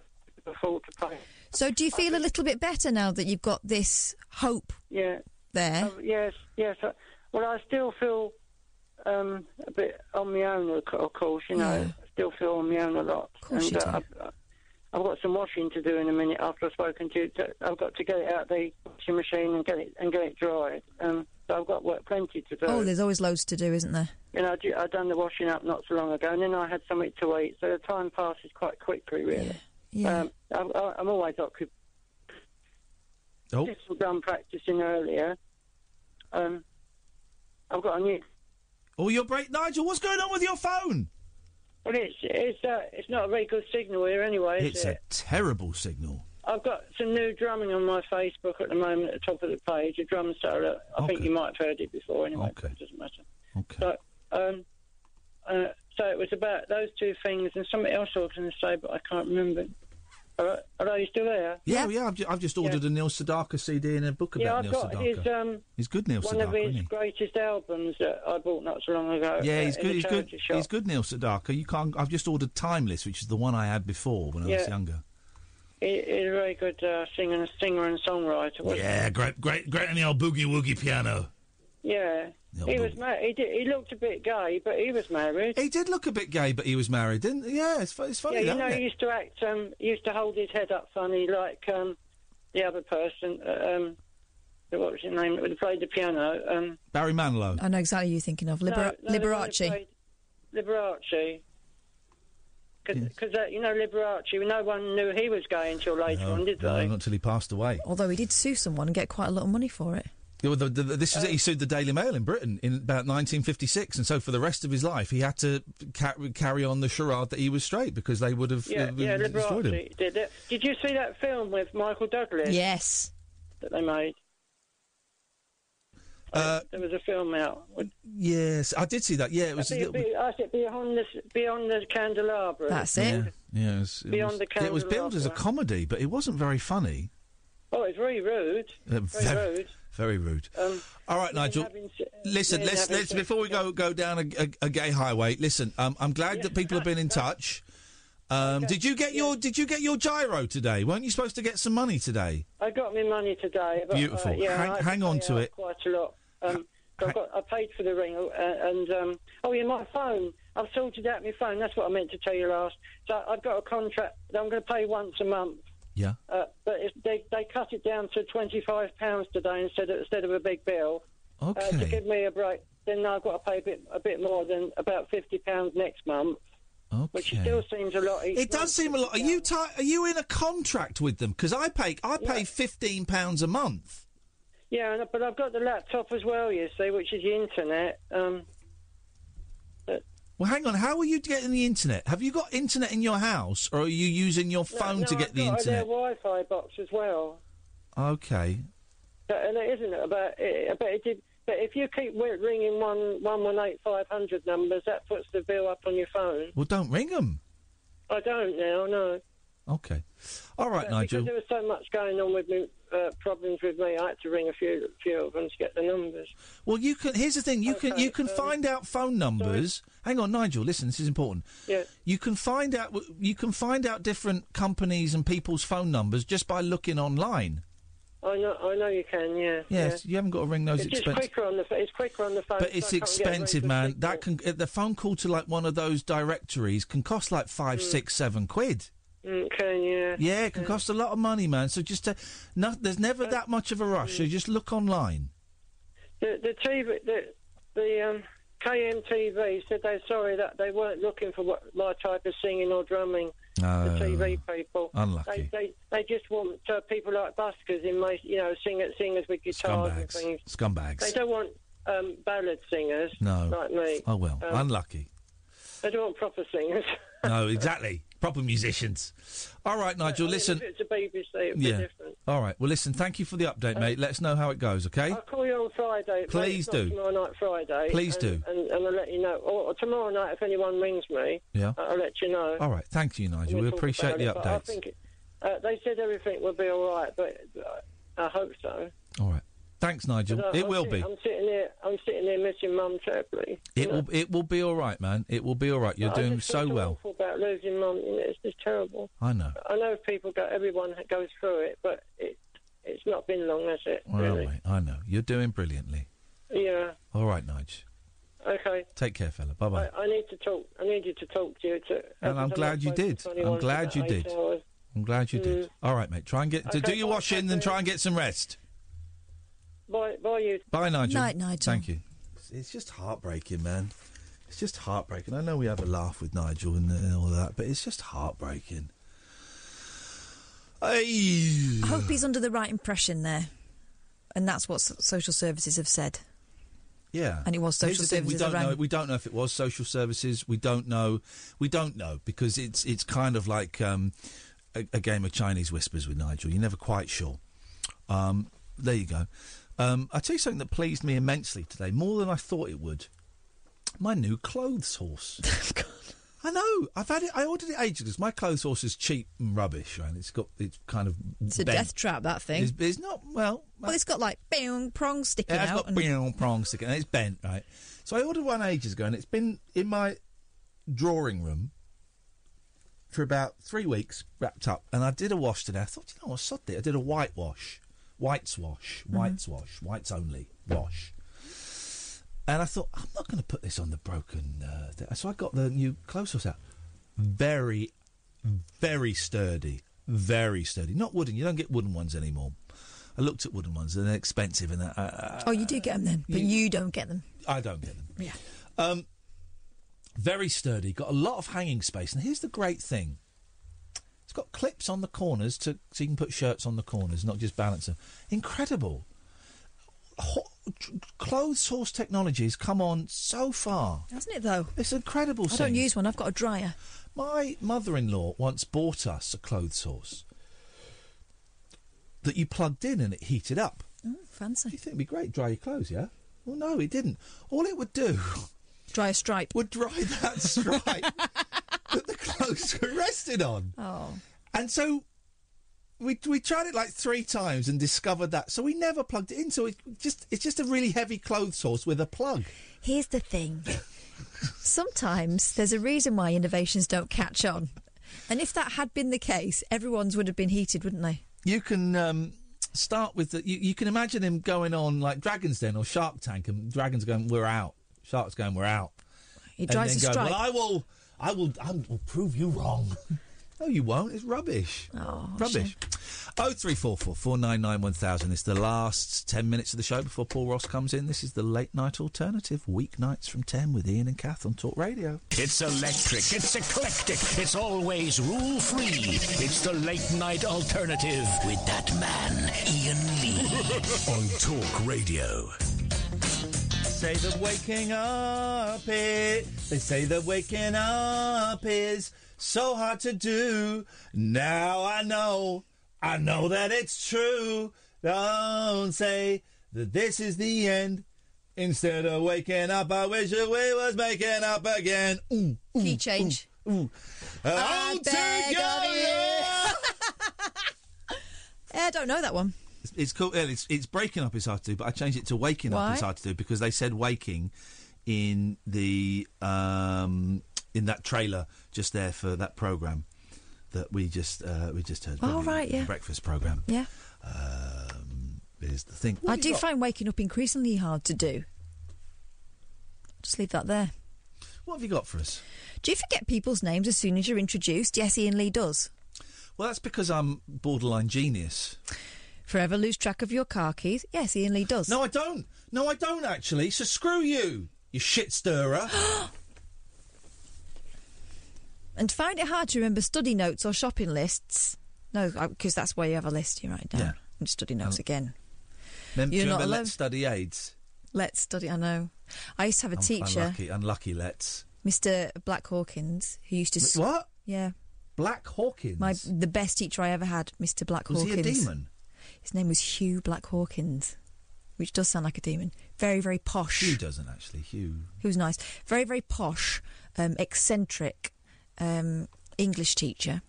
Speaker 18: afford to pay.
Speaker 4: So do you feel a little bit better now that you've got this hope
Speaker 18: Yeah.
Speaker 4: there?
Speaker 18: Um, yes, yes. I- Well, I still feel um, a bit on my own, of co- of course, you know. I still feel on my own a lot. Of
Speaker 4: course
Speaker 18: and, uh,
Speaker 4: you do.
Speaker 18: I've, I've got some washing to do in a minute after I've spoken to you. To- I've got to get it out the washing machine and get it and get it dried. Um, so I've got work plenty to do.
Speaker 4: Oh, there's always loads to do, isn't there?
Speaker 18: you know, I do- I done the washing up not so long ago, and then I had something to eat. So the time passes quite quickly, really.
Speaker 4: Yeah.
Speaker 18: Um, I'm, I'm always occupied.
Speaker 3: Oh.
Speaker 18: Just was done practicing earlier. Um, I've got a new.
Speaker 3: Oh, you're break, Nigel. What's going on with your phone?
Speaker 18: Well, it's it's uh, it's not a very good signal here anyway. Is
Speaker 3: It's
Speaker 18: it?
Speaker 3: a terrible signal.
Speaker 18: I've got some new drumming on my Facebook at the moment at the top of the page, a drum solo. I think you might have heard it before anyway, but it doesn't matter.
Speaker 3: Okay.
Speaker 18: So, um, uh, so it was about those two things and something else I was going to say, but I can't remember. Are, are you still there?
Speaker 3: Yeah, yeah. I've, ju- I've just ordered a Neil Sedaka CD and a book about
Speaker 18: yeah, I've
Speaker 3: Neil
Speaker 18: got
Speaker 3: Sedaka.
Speaker 18: his, um,
Speaker 3: he's good, Neil
Speaker 18: one of
Speaker 3: Sedaka,
Speaker 18: his
Speaker 3: isn't he?
Speaker 18: greatest albums that I bought not so long ago.
Speaker 3: Yeah,
Speaker 18: uh,
Speaker 3: he's
Speaker 18: in
Speaker 3: good.
Speaker 18: a
Speaker 3: He's good.
Speaker 18: charity Shop.
Speaker 3: He's good, Neil Sedaka. You can't. I've just ordered Timeless, which is the one I had before when I was
Speaker 18: Yeah.
Speaker 3: younger.
Speaker 18: He, he's a very good uh, singer, singer and songwriter. wasn't he?
Speaker 21: Yeah, great, great, great on the old boogie woogie piano.
Speaker 18: Yeah. He was ma- he, did, he looked a bit gay, but he was married.
Speaker 3: He did look a bit gay, but he was married, didn't? he? Yeah, it's, fu- it's funny.
Speaker 18: yeah, you
Speaker 3: isn't
Speaker 18: know,
Speaker 3: it?
Speaker 18: he used to act. Um, he used to hold his head up funny, like um, the other person. Uh, um, what was his name? That played the piano. Um,
Speaker 3: Barry Manilow.
Speaker 4: I know exactly who you're thinking of. Libera-
Speaker 18: no, no, the one
Speaker 4: Liberace.
Speaker 18: that played Liberace. Because uh, you know Liberace, no one knew he was gay until later on, did
Speaker 3: No,
Speaker 18: they?
Speaker 3: not till he passed away.
Speaker 4: Although he did sue someone and get quite a lot of money for it.
Speaker 3: The- the- the- this
Speaker 18: Uh,
Speaker 3: is it. He sued the Daily Mail in Britain in about 1956, and so for the rest of his life, he had to ca- carry on the charade that he was straight because they would have
Speaker 18: Yeah,
Speaker 3: uh,
Speaker 18: yeah,
Speaker 3: destroyed him.
Speaker 18: Liberace did it. Did you see that film with Michael Douglas?
Speaker 4: Yes.
Speaker 18: That they made.
Speaker 3: Uh,
Speaker 18: There was a film out.
Speaker 3: yes, I did see that. Yeah, it was.
Speaker 18: I
Speaker 3: it
Speaker 18: think
Speaker 3: was-
Speaker 18: it be- I said beyond the beyond the candelabra.
Speaker 3: Yeah, yeah, it was, it was-
Speaker 18: Beyond the
Speaker 3: It was billed as a
Speaker 18: candelabra.
Speaker 3: comedy, but it wasn't very funny.
Speaker 18: Oh, it's very rude.
Speaker 3: Uh,
Speaker 18: very,
Speaker 3: very-
Speaker 18: rude.
Speaker 3: Very rude.
Speaker 18: Um,
Speaker 3: All right, Nigel. Listen,
Speaker 18: yeah,
Speaker 3: let's
Speaker 18: uh, having
Speaker 3: let's
Speaker 18: sex
Speaker 3: before we go go down a, a, a gay highway. Listen, um, I'm glad that people have been in touch. Um, Did you get your Did you get your gyro today? weren't you supposed to get some money today?
Speaker 18: I got my money today. But,
Speaker 3: Beautiful.
Speaker 18: Uh, yeah,
Speaker 3: Hang-
Speaker 18: I
Speaker 3: hang on
Speaker 18: pay
Speaker 3: to
Speaker 18: out
Speaker 3: it.
Speaker 18: Quite a lot. Um, so I, got, I paid for the ring, uh, and um, oh yeah, my phone. I've sorted out my phone. That's what I meant to tell you last. So I've got a contract that I'm going to pay once a month.
Speaker 3: Yeah.
Speaker 18: Uh, but if they they cut it down to twenty five pounds today instead of, instead of a big bill. Uh, to
Speaker 3: Okay.
Speaker 18: give me a break, then I've got to pay a bit a bit more than about fifty pounds next month. Which still seems a lot. Each
Speaker 3: It does seem a lot. Are you ti Are you in a contract with them? Because I pay I pay fifteen pounds a month.
Speaker 18: Yeah, and- but I've got the laptop as well, you see, which is the internet. Um,
Speaker 3: Well, hang on. How are you getting the internet? Have you got internet in your house, or are you using your phone
Speaker 18: no,
Speaker 3: to get
Speaker 18: I've
Speaker 3: the
Speaker 18: got
Speaker 3: internet?
Speaker 18: Their Wi-Fi box as well,
Speaker 3: Okay.
Speaker 18: but, and it isn't about. It, but it did. But if you keep wi- ringing one one one eight five hundred numbers, that puts the bill up on your phone.
Speaker 3: Well, don't ring them.
Speaker 18: I don't now, no.
Speaker 3: Okay. All right,
Speaker 18: But
Speaker 3: Nigel.
Speaker 18: Because there was so much going on with me, uh, problems with me, I had to ring a few few of them to get the numbers.
Speaker 3: Well, you can. Here's the thing. You can you
Speaker 18: uh,
Speaker 3: can find out phone numbers. Hang on, Nigel. Listen, this is important.
Speaker 18: Yeah.
Speaker 3: You can find out you can find out different companies and people's phone numbers just by looking online.
Speaker 18: I know, I know you can, yeah.
Speaker 3: Yes,
Speaker 18: yeah.
Speaker 3: you haven't got to ring those
Speaker 18: It's just
Speaker 3: expensive.
Speaker 18: quicker on the ph- it's quicker on the phone.
Speaker 3: But
Speaker 18: so
Speaker 3: it's
Speaker 18: I can't get a ring
Speaker 3: expensive,
Speaker 18: for
Speaker 3: man. That can uh, the phone call to like one of those directories can cost like five,
Speaker 18: Mm.
Speaker 3: six, seven quid.
Speaker 18: Mm, Can you?
Speaker 3: Yeah, it can cost a lot of money, man. So just uh, no, there's never
Speaker 18: Uh,
Speaker 3: that much of a rush.
Speaker 18: mm.
Speaker 3: So just look online.
Speaker 18: The the TV the the um, KMTV said they sorry that they weren't looking for what my type of singing or drumming. the
Speaker 3: Oh,
Speaker 18: TV people.
Speaker 3: unlucky.
Speaker 18: They, they they just want uh, people like buskers in most you know singers singers with guitars and
Speaker 3: Scumbags.
Speaker 18: things.
Speaker 3: Scumbags.
Speaker 18: They don't want um, ballad singers.
Speaker 3: No.
Speaker 18: Like me.
Speaker 3: Oh well,
Speaker 18: Um,
Speaker 3: unlucky.
Speaker 18: they don't want proper singers.
Speaker 3: No, exactly. Proper musicians. All right, Nigel. listen.
Speaker 18: If it's a BBC, it'd
Speaker 3: yeah.
Speaker 18: be different.
Speaker 3: All right. Well, listen. Thank you for the update, mate. Let us know how it goes. Okay.
Speaker 18: I'll call you on Friday. but
Speaker 3: Please
Speaker 18: it's not
Speaker 3: do.
Speaker 18: Tomorrow night, Friday.
Speaker 3: Please
Speaker 18: and, do. And, and I'll let you know. Or, or tomorrow night, if anyone rings me,
Speaker 3: Yeah.
Speaker 18: I- I'll let you know.
Speaker 3: All right. Thank you, Nigel.
Speaker 18: We'll
Speaker 3: We
Speaker 18: talk
Speaker 3: appreciate
Speaker 18: about
Speaker 3: the
Speaker 18: it, but I
Speaker 3: updates.
Speaker 18: think it- uh, they said everything will be all right, but uh, I hope so.
Speaker 3: All right. Thanks, Nigel.
Speaker 18: But I-
Speaker 3: It
Speaker 18: I'm
Speaker 3: will
Speaker 18: sitting-
Speaker 3: be.
Speaker 18: I'm sitting here. I'm sitting here missing Mum terribly.
Speaker 3: It will. It will be all right, man. It will be all right. You're
Speaker 18: I
Speaker 3: doing
Speaker 18: just
Speaker 3: so
Speaker 18: feel
Speaker 3: well.
Speaker 18: Awful about losing Mum. You know, it's just terrible.
Speaker 3: I know.
Speaker 18: I know people go. Everyone goes through it, but it, it's not been long, has it?
Speaker 3: All right, mate. I know. You're doing brilliantly.
Speaker 18: Yeah.
Speaker 3: All right, Nigel.
Speaker 18: Okay.
Speaker 3: Take care, fella. Bye bye.
Speaker 18: I, I need to talk. I needed to talk to you. To,
Speaker 3: And I'm
Speaker 18: because
Speaker 3: glad
Speaker 18: not
Speaker 3: you
Speaker 18: supposed
Speaker 3: did.
Speaker 18: to tell anyone
Speaker 3: I'm
Speaker 18: for
Speaker 3: glad you
Speaker 18: about eight
Speaker 3: did.
Speaker 18: hours.
Speaker 3: I'm glad you did. All right, mate. Try and get to
Speaker 18: Okay,
Speaker 3: do your washing, then try and get some rest.
Speaker 18: Bye, bye, you.
Speaker 3: Bye, Nigel.
Speaker 4: Night, Nigel.
Speaker 3: Thank you. It's just heartbreaking, man. It's just heartbreaking. I know we have a laugh with Nigel and, and all that, but it's just heartbreaking. Ay.
Speaker 4: I hope he's under the right impression there. And that's what so- social services have said.
Speaker 3: Yeah,
Speaker 4: And it was
Speaker 3: Here's
Speaker 4: social
Speaker 3: the thing, We
Speaker 4: services
Speaker 3: don't
Speaker 4: that
Speaker 3: know.
Speaker 4: rang.
Speaker 3: We don't know if it was social services. We don't know. We don't know because it's it's kind of like um, a, a game of Chinese whispers with Nigel. You're never quite sure. Um, there you go. Um, I tell you something that pleased me immensely today, more than I thought it would. My new clothes horse. I know. I've had it. I ordered it ages ago. My clothes horse is cheap and rubbish, right? It's got it's kind of
Speaker 4: It's a death trap, that thing.
Speaker 3: It's, it's not well.
Speaker 4: Well, it's got like bing, prongs sticking
Speaker 3: It has
Speaker 4: out.
Speaker 3: got bing prongs sticking, and it's bent, right? So I ordered one ages ago, and it's been in my drawing room for about three weeks, wrapped up. And I did a wash today. I thought, you know, what, sod it. I did a white wash, whites wash,
Speaker 4: Mm-hmm.
Speaker 3: whites wash, whites only wash. And I thought, I'm not going to put this on the broken. Uh, thing. So I got the new clothes horse out. Very, very sturdy. Very sturdy. Not wooden. You don't get wooden ones anymore. I looked at wooden ones. and They're expensive, and I, I,
Speaker 4: oh, you do get them then, but you, don't get them.
Speaker 3: I don't get them.
Speaker 4: Yeah.
Speaker 3: Um, very sturdy. Got a lot of hanging space. And here's the great thing: it's got clips on the corners to so you can put shirts on the corners, not just balance them. Incredible. ho- clothes horse technology has come on so far.
Speaker 4: Hasn't it though?
Speaker 3: It's incredible.
Speaker 4: I don't
Speaker 3: thing.
Speaker 4: use one. I've got a dryer.
Speaker 3: My mother-in-law once bought us a clothes horse that you plugged in and it heated up.
Speaker 4: Oh, fancy.
Speaker 3: You think it'd be great dry your clothes, yeah? Well, no, it didn't. All it would do,
Speaker 4: dry a stripe,
Speaker 3: would dry that stripe that the clothes were rested on.
Speaker 4: Oh.
Speaker 3: And so we we tried it like three times and discovered that. So we never plugged it in. So it just it's just a really heavy clothes horse with a plug.
Speaker 4: Here's the thing. Sometimes there's a reason why innovations don't catch on. And if that had been the case, everyone's would have been heated, wouldn't they?
Speaker 3: you can um, start with the, you, you can imagine him going on like Dragon's Den or Shark Tank, and Dragon's going, "We're out." Shark's going, "We're out."
Speaker 4: He drives
Speaker 3: and
Speaker 4: a
Speaker 3: then going,
Speaker 4: stripe.
Speaker 3: Well, I will, I will, I will prove you wrong. no, you won't. It's rubbish.
Speaker 4: Oh,
Speaker 3: rubbish. Oh three four four four nine nine one thousand. It's the last ten minutes of the show before Paul Ross comes in. This is the late night alternative, weeknights from ten with Ian and Kath on Talk Radio.
Speaker 10: It's electric, it's eclectic, it's always rule free. It's the late night alternative with that man, Ian Lee.
Speaker 1: On Talk Radio.
Speaker 3: Say that waking up it. They say that waking up is so hard to do. Now I know, I know that it's true. Don't say that this is the end. Instead of waking up, I wish that we was making up again. Ooh, ooh,
Speaker 4: Key change.
Speaker 3: Ooh, ooh.
Speaker 4: I
Speaker 3: Oh,
Speaker 4: beg of you. Eh, I don't know that one.
Speaker 3: It's, it's cool. well, It's, it's breaking up is hard to do, but I changed it to waking up
Speaker 4: Why?
Speaker 3: is hard to do because they said waking in the um, in that trailer just there for that program that we just uh, we just heard.
Speaker 4: Oh,
Speaker 3: Probably
Speaker 4: right,
Speaker 3: the
Speaker 4: yeah.
Speaker 3: breakfast program.
Speaker 4: Yeah.
Speaker 3: Um, is the thing.
Speaker 4: I do find waking up increasingly hard to do. Just leave that there.
Speaker 3: What have you got for us?
Speaker 4: Do you forget people's names as soon as you're introduced? Yes, Ian Lee does.
Speaker 3: Well, that's because I'm borderline genius.
Speaker 4: Forever lose track of your car keys? Yes, Ian Lee does.
Speaker 3: No, I don't. No, I don't actually. So screw you, you shit stirrer.
Speaker 4: And find it hard to remember study notes or shopping lists? No, because that's where you have a list you write down.
Speaker 3: Yeah.
Speaker 4: And study notes again.
Speaker 3: Mem- do you
Speaker 4: You're not
Speaker 3: remember
Speaker 4: alone.
Speaker 3: Let's Study AIDS?
Speaker 4: Let's study. I know. I used to have a
Speaker 3: Un-
Speaker 4: teacher,
Speaker 3: Unlucky, unlucky Let's.
Speaker 4: Mr. Black Hawkins, who used to.
Speaker 3: M- what?
Speaker 4: Yeah.
Speaker 3: Black Hawkins?
Speaker 4: My the best teacher I ever had, Mr. Black
Speaker 3: Was he a
Speaker 4: Hawkins.
Speaker 3: demon?
Speaker 4: His name was Hugh Black Hawkins, which does sound like a demon. Very, very posh.
Speaker 3: Hugh doesn't actually. Hugh.
Speaker 4: He was nice. Very, very posh, um, eccentric um, English teacher.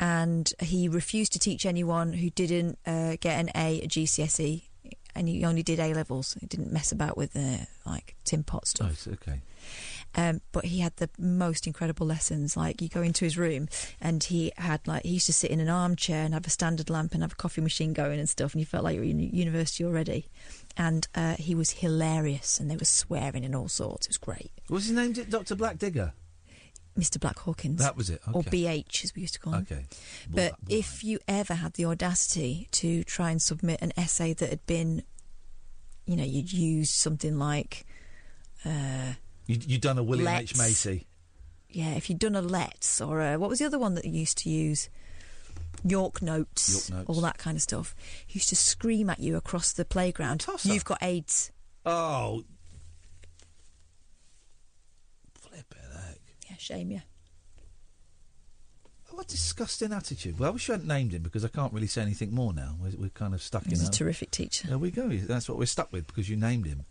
Speaker 4: And he refused to teach anyone who didn't uh, get an A at GCSE. E. And he only did A levels. He didn't mess about with the like tin pot stuff.
Speaker 3: Nice. Okay.
Speaker 4: Um, but he had the most incredible lessons. Like you go into his room, and he had like he used to sit in an armchair and have a standard lamp and have a coffee machine going and stuff, and you felt like you were in university already. And uh, he was hilarious, and they were swearing and all sorts. It was great,
Speaker 3: What's his name? Doctor Black Digger.
Speaker 4: Mr. Black Hawkins.
Speaker 3: That was it. Okay.
Speaker 4: or BH as we used to call him.
Speaker 3: Okay.
Speaker 4: But if you ever had the audacity to try and submit an essay that had been, you know, you'd use something like. Uh,
Speaker 3: You, you done a William
Speaker 4: Let's.
Speaker 3: H Macy.
Speaker 4: yeah, if you'd done a Let's or a, what was the other one that you used to use? York notes,
Speaker 3: York Notes.
Speaker 4: all that kind of stuff. He used to scream at you across the playground. You've got AIDS.
Speaker 3: Oh,
Speaker 4: Yeah, shame you.
Speaker 3: what a disgusting attitude. Well, I wish you hadn't named him because I can't really say anything more now. We're, we're kind of stuck in.
Speaker 4: He's a
Speaker 3: our-
Speaker 4: terrific teacher.
Speaker 3: There we go. That's what we're stuck with because you named him.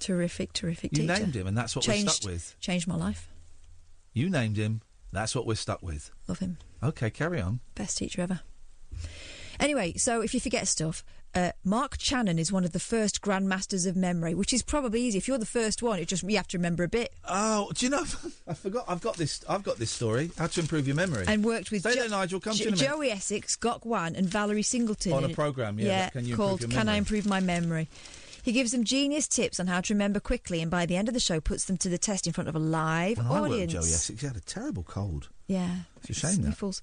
Speaker 4: Terrific, terrific
Speaker 3: You
Speaker 4: teacher.
Speaker 3: named him, and that's what we're
Speaker 4: changed,
Speaker 3: stuck with.
Speaker 4: Changed my life.
Speaker 3: You named him. That's what we're stuck with.
Speaker 4: Love him.
Speaker 3: Okay, carry on.
Speaker 4: Best teacher ever. Anyway, so if you forget stuff, uh, Mark Channon is one of the first grandmasters of memory, which is probably easy. If you're the first one, it just you have to remember a bit.
Speaker 3: Oh, do you know? I forgot. I've got this. I've got this story. How to improve your memory.
Speaker 4: And worked with
Speaker 3: Stay
Speaker 4: Jo-
Speaker 3: there, Nigel. Come
Speaker 4: Jo-
Speaker 3: to me.
Speaker 4: Joey Essex, Gok Wan, and Valerie Singleton
Speaker 3: On a
Speaker 4: in it-
Speaker 3: programme, yeah, that Can You Improve
Speaker 4: called
Speaker 3: Your
Speaker 4: "Can I
Speaker 3: Memory?"
Speaker 4: Improve My Memory." He gives them genius tips on how to remember quickly, and by the end of the show, puts them to the test in front of a live
Speaker 3: When I worked with
Speaker 4: audience.
Speaker 3: Joey Essex, he had a terrible cold.
Speaker 4: Yeah,
Speaker 3: It's a shame that.
Speaker 4: sniffles.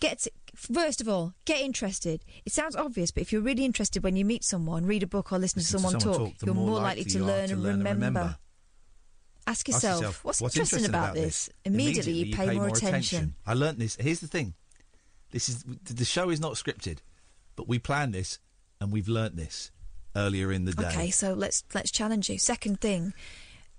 Speaker 4: Get first of all, get interested. It sounds obvious, but if you're really interested when you meet someone, read a book or listen,
Speaker 3: Listen
Speaker 4: to someone, talk,
Speaker 3: the
Speaker 4: you're more likely, to,
Speaker 3: you are
Speaker 4: learn, and
Speaker 3: and
Speaker 4: remember.
Speaker 3: remember.
Speaker 4: Ask
Speaker 3: Ask
Speaker 4: yourself, what's, interesting, about, this? Immediately, you pay, more attention.
Speaker 3: I learnt this. Here's the thing: this is the show is not scripted, but we planned this and we've learnt this. earlier in the day.
Speaker 4: Okay, so let's let's challenge you. Second thing,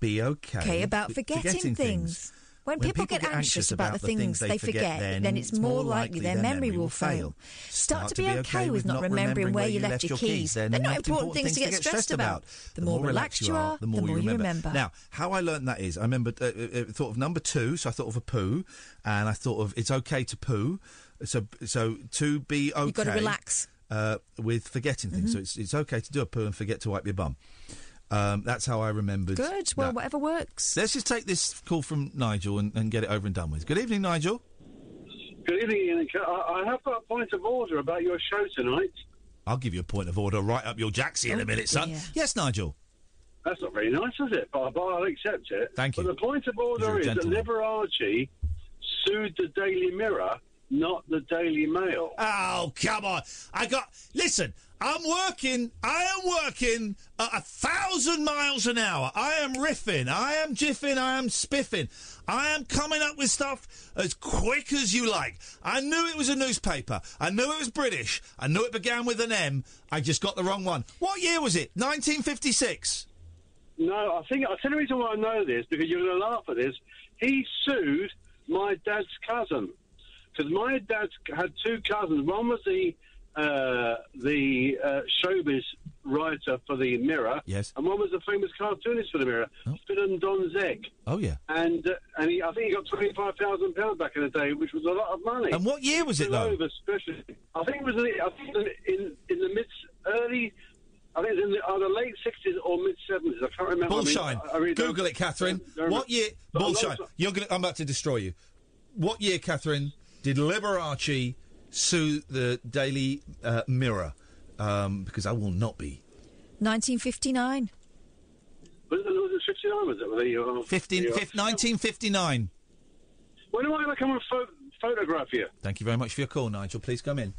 Speaker 3: Be okay.
Speaker 4: okay, about
Speaker 3: with
Speaker 4: forgetting, things. When, people, get, anxious, about, the things they forget, then, it's more likely their memory will fail. Start to be okay with not remembering where you left your keys. They're not important things to get stressed about. The more relaxed you are, the more you remember.
Speaker 3: Now, how I learned that is, I remember uh, uh, uh, thought of number two, so I thought of a poo, and I thought of it's okay to poo. So, so to be okay,
Speaker 4: gotta relax.
Speaker 3: uh, with forgetting
Speaker 4: Mhm.
Speaker 3: things. So it's it's okay to do a poo and forget to wipe your bum. Um, that's how I remembered.
Speaker 4: Good. Well,
Speaker 3: that.
Speaker 4: whatever works.
Speaker 3: Let's just take this call from Nigel and, and get it over and done with. Good evening, Nigel.
Speaker 17: Good evening, Ian and Kat. I, I have got a point of order about your show tonight.
Speaker 3: I'll give you a point of order right up your jacksie
Speaker 4: Oh,
Speaker 3: in a minute, son.
Speaker 17: dear.
Speaker 3: Yes, Nigel.
Speaker 17: That's not very nice, is it? But, but I'll accept it.
Speaker 3: Thank you.
Speaker 17: But the point of
Speaker 3: You're
Speaker 17: order
Speaker 3: a
Speaker 17: is that
Speaker 3: gentleman.
Speaker 17: Liberace sued the Daily Mirror, not the Daily Mail.
Speaker 3: Oh, come on. I got. Listen, I'm working. I am working at a thousand miles an hour. I am riffing. I am jiffing. I am spiffing. I am coming up with stuff as quick as you like. I knew it was a newspaper. I knew it was British. I knew it began with an M. I just got the wrong one. What year was it? 1956.
Speaker 17: No, I think I think the reason why I know this because you're going to laugh at this. He sued my dad's cousin because my dad had two cousins. One was the uh, the uh, showbiz writer for the Mirror,
Speaker 3: Yes.
Speaker 17: and one was the famous cartoonist for the Mirror, Spin and Don Zek.
Speaker 3: Oh, yeah.
Speaker 17: And uh, and he, I think he got twenty five thousand pounds back in the day, which was a lot of money.
Speaker 3: And what year was it,
Speaker 17: Still
Speaker 3: though?
Speaker 17: Over, especially. I think it was in the- I think it was in in the mid early. I think it was in the either late sixties or mid seventies. I can't remember. I mean,
Speaker 3: Bullshine.
Speaker 17: I- I really don't-
Speaker 3: Google it, Catherine.
Speaker 17: don't
Speaker 3: What
Speaker 17: remember.
Speaker 3: year?
Speaker 17: But a lot of
Speaker 3: Bullshine.
Speaker 17: time-
Speaker 3: You're gonna, I'm about to destroy you. What year, Catherine, did Liberace sue the Daily uh, Mirror? Um, because I will not be.
Speaker 4: 1959.
Speaker 17: Was it, was it fifty nine? Was it? uh, Was it you know,
Speaker 3: 15,
Speaker 17: you know.
Speaker 3: 1959.
Speaker 17: When am I going to come and pho- photograph you?
Speaker 3: Thank you very much for your call, Nigel. Please come in.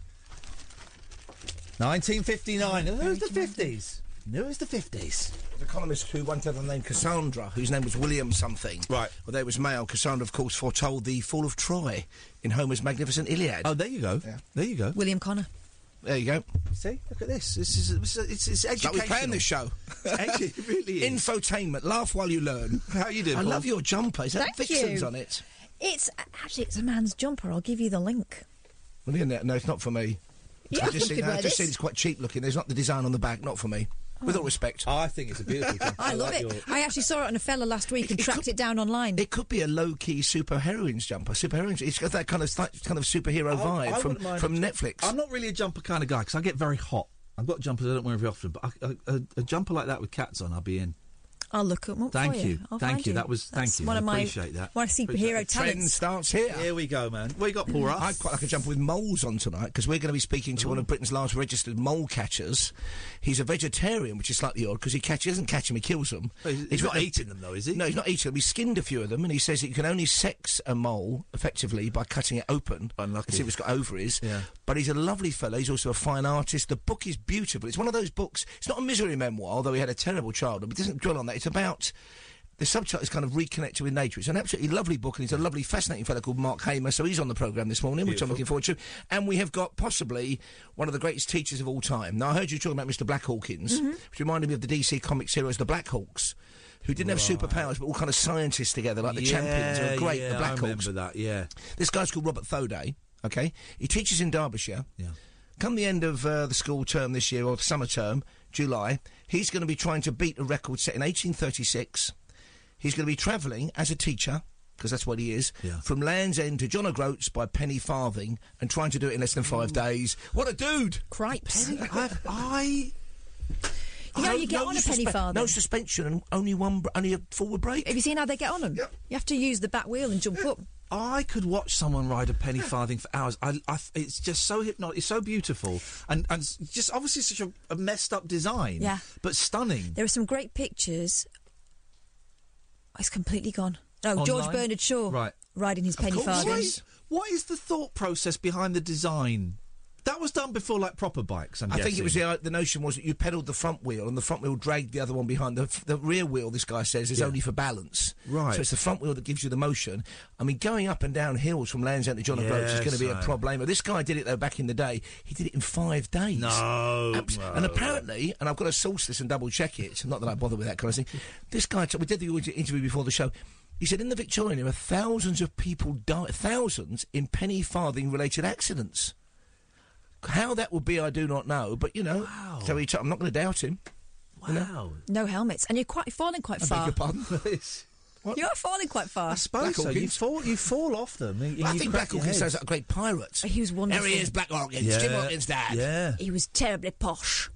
Speaker 3: 1959. Who was the 50s? Who was the 50s?
Speaker 19: The economist who once had the name Cassandra, whose name was William something. Right. Although it was male, Cassandra, of course, foretold the fall of Troy in Homer's magnificent Iliad.
Speaker 3: Oh, there you go. There you go.
Speaker 4: William Connor.
Speaker 19: There you go.
Speaker 3: See, look at this. This is this is- it's, it's
Speaker 19: It's like
Speaker 3: educational.
Speaker 19: we planned this show.
Speaker 3: it really is.
Speaker 19: Infotainment. Laugh while you learn.
Speaker 3: How you doing,
Speaker 19: I
Speaker 3: Paul?
Speaker 19: love your jumper. Is that
Speaker 4: Thank
Speaker 19: vixens
Speaker 4: you.
Speaker 19: on it?
Speaker 4: It's actually it's a man's jumper. I'll give you the link.
Speaker 19: Well, yeah, no, no, it's not for me.
Speaker 4: Yeah,
Speaker 19: I
Speaker 4: I
Speaker 19: just
Speaker 4: think
Speaker 19: seen,
Speaker 4: you'd
Speaker 19: I
Speaker 4: wear
Speaker 19: just
Speaker 4: this.
Speaker 19: seen it's quite cheap looking. There's not the design on the back. Not for me. With all respect.
Speaker 3: I think it's a beautiful thing.
Speaker 4: Oh. I, love it. I actually saw it on a fella last week and tracked it down online.
Speaker 19: It could be a low key superheroines jumper. Superheroines. It's got that kind of that kind of superhero vibe
Speaker 3: I
Speaker 19: from
Speaker 3: wouldn't mind-
Speaker 19: from Netflix.
Speaker 3: I'm not really a jumper kind of guy because I get very hot. I've got jumpers I don't wear very often, but I, a, a, a jumper like that with cats on, I'll be in.
Speaker 4: I'll look at one
Speaker 3: Thank
Speaker 4: for
Speaker 3: you.
Speaker 4: you. I'll
Speaker 3: Thank
Speaker 4: find
Speaker 3: you. That was- thank
Speaker 4: That's
Speaker 3: you.
Speaker 4: One
Speaker 3: I
Speaker 4: of my
Speaker 3: appreciate that.
Speaker 4: One of superhero
Speaker 19: Appreciate that. Trend
Speaker 4: talents.
Speaker 19: starts here.
Speaker 3: Here we go, man. What you got, Paul Ruff?
Speaker 19: I've quite like a jumper with moles on tonight because we're going to be speaking to one of Britain's last registered mole catchers. He's a vegetarian, which is slightly odd because he, catch, he doesn't catch them, he kills them.
Speaker 3: he's- he's not eating them, though, is he?
Speaker 19: No, he's not eating them. He skinned a few of them and he says that you can only sex a mole effectively by cutting it open Unlucky. and see if it's got ovaries.
Speaker 3: Yeah.
Speaker 19: But he's a lovely fellow. He's also a fine artist. The book is beautiful. It's one of those books. It's not a misery memoir, although he had a terrible childhood. But it doesn't dwell on that. It's about the subtitle is kind of reconnected with nature. It's an absolutely lovely book, and he's a lovely, fascinating fellow called Mark Hamer. So he's on the program this morning, which I'm looking forward to. And we have got possibly one of the greatest teachers of all time. Now I heard you talking about Mr. Blackhawkins,
Speaker 3: Mm-hmm.
Speaker 24: Mhm.
Speaker 19: which reminded me of the DC comics heroes, the Blackhawks. Who didn't have superpowers, but all kind of scientists together, like the champions who
Speaker 3: Yeah,
Speaker 19: are great,
Speaker 3: yeah,
Speaker 19: the
Speaker 3: I
Speaker 19: Blackhawks.
Speaker 3: remember that, yeah.
Speaker 19: This guy's called Robert Foday. Okay, he teaches in Derbyshire. Yeah. Come the end of uh, the school term this year or the summer term, July, he's going to be trying to beat a record set in 1836. He's going to be travelling as a teacher because that's what he is from Land's End to John O'Groats by penny farthing and trying to do it in less than five days. What a dude!
Speaker 4: Cripes!
Speaker 3: I've, I.
Speaker 4: You know how you get on a penny farthing?
Speaker 19: No suspension and only one, br- only a forward break.
Speaker 4: Have you seen how they get on them? You have to use the back wheel and jump up.
Speaker 3: I could watch someone ride a penny farthing for hours. I, I, it's just so hypnotic. It's so beautiful, and and s- just obviously such a, a messed up design.
Speaker 4: Yeah.
Speaker 3: but stunning.
Speaker 4: There are some great pictures. Oh, it's completely gone. No, George
Speaker 3: Online?
Speaker 4: Bernard Shaw
Speaker 3: Right.
Speaker 4: riding his penny
Speaker 3: Of course.
Speaker 4: farthing.
Speaker 3: What is, what is the thought process behind the design? That that was done before, like proper bikes. I'm
Speaker 19: I think it
Speaker 3: guessing.
Speaker 19: was the, uh, the notion was that you pedalled the front wheel and the front wheel dragged the other one behind. The, f- the rear wheel, this guy says, is
Speaker 3: Yeah.
Speaker 19: only for balance.
Speaker 3: Right.
Speaker 19: So it's the front wheel that gives you the motion. I mean, going up and down hills from Land's End to John O'Groats is
Speaker 3: Yes,
Speaker 19: going to be a
Speaker 3: I-
Speaker 19: problema. This guy did it, though, back in the day. He did it in five days.
Speaker 3: No,
Speaker 19: Abs-
Speaker 3: no.
Speaker 19: And apparently, and I've got to source this and double check it, not that I bother with that kind of thing. This guy, t- we did the audio- interview before the show. He said in the Victorian era, thousands of people died, thousands in penny farthing related accidents. How that would be, I do not know. But you know, so he t- I'm not going to doubt him. Wow.
Speaker 4: No helmets, and you're quite falling quite
Speaker 19: I
Speaker 4: far.
Speaker 19: beg your pardon.
Speaker 4: You are falling quite far. I
Speaker 3: suppose so. You fall, you fall off them. You,
Speaker 19: I
Speaker 3: you
Speaker 19: think
Speaker 3: crack
Speaker 19: Black
Speaker 3: your
Speaker 19: Hawkins
Speaker 3: head.
Speaker 19: sounds like a great pirate.
Speaker 4: He was wonderful.
Speaker 19: There he is, Black Hawkins. Jim Hawkins' dad.
Speaker 3: Yeah.
Speaker 4: He was terribly posh.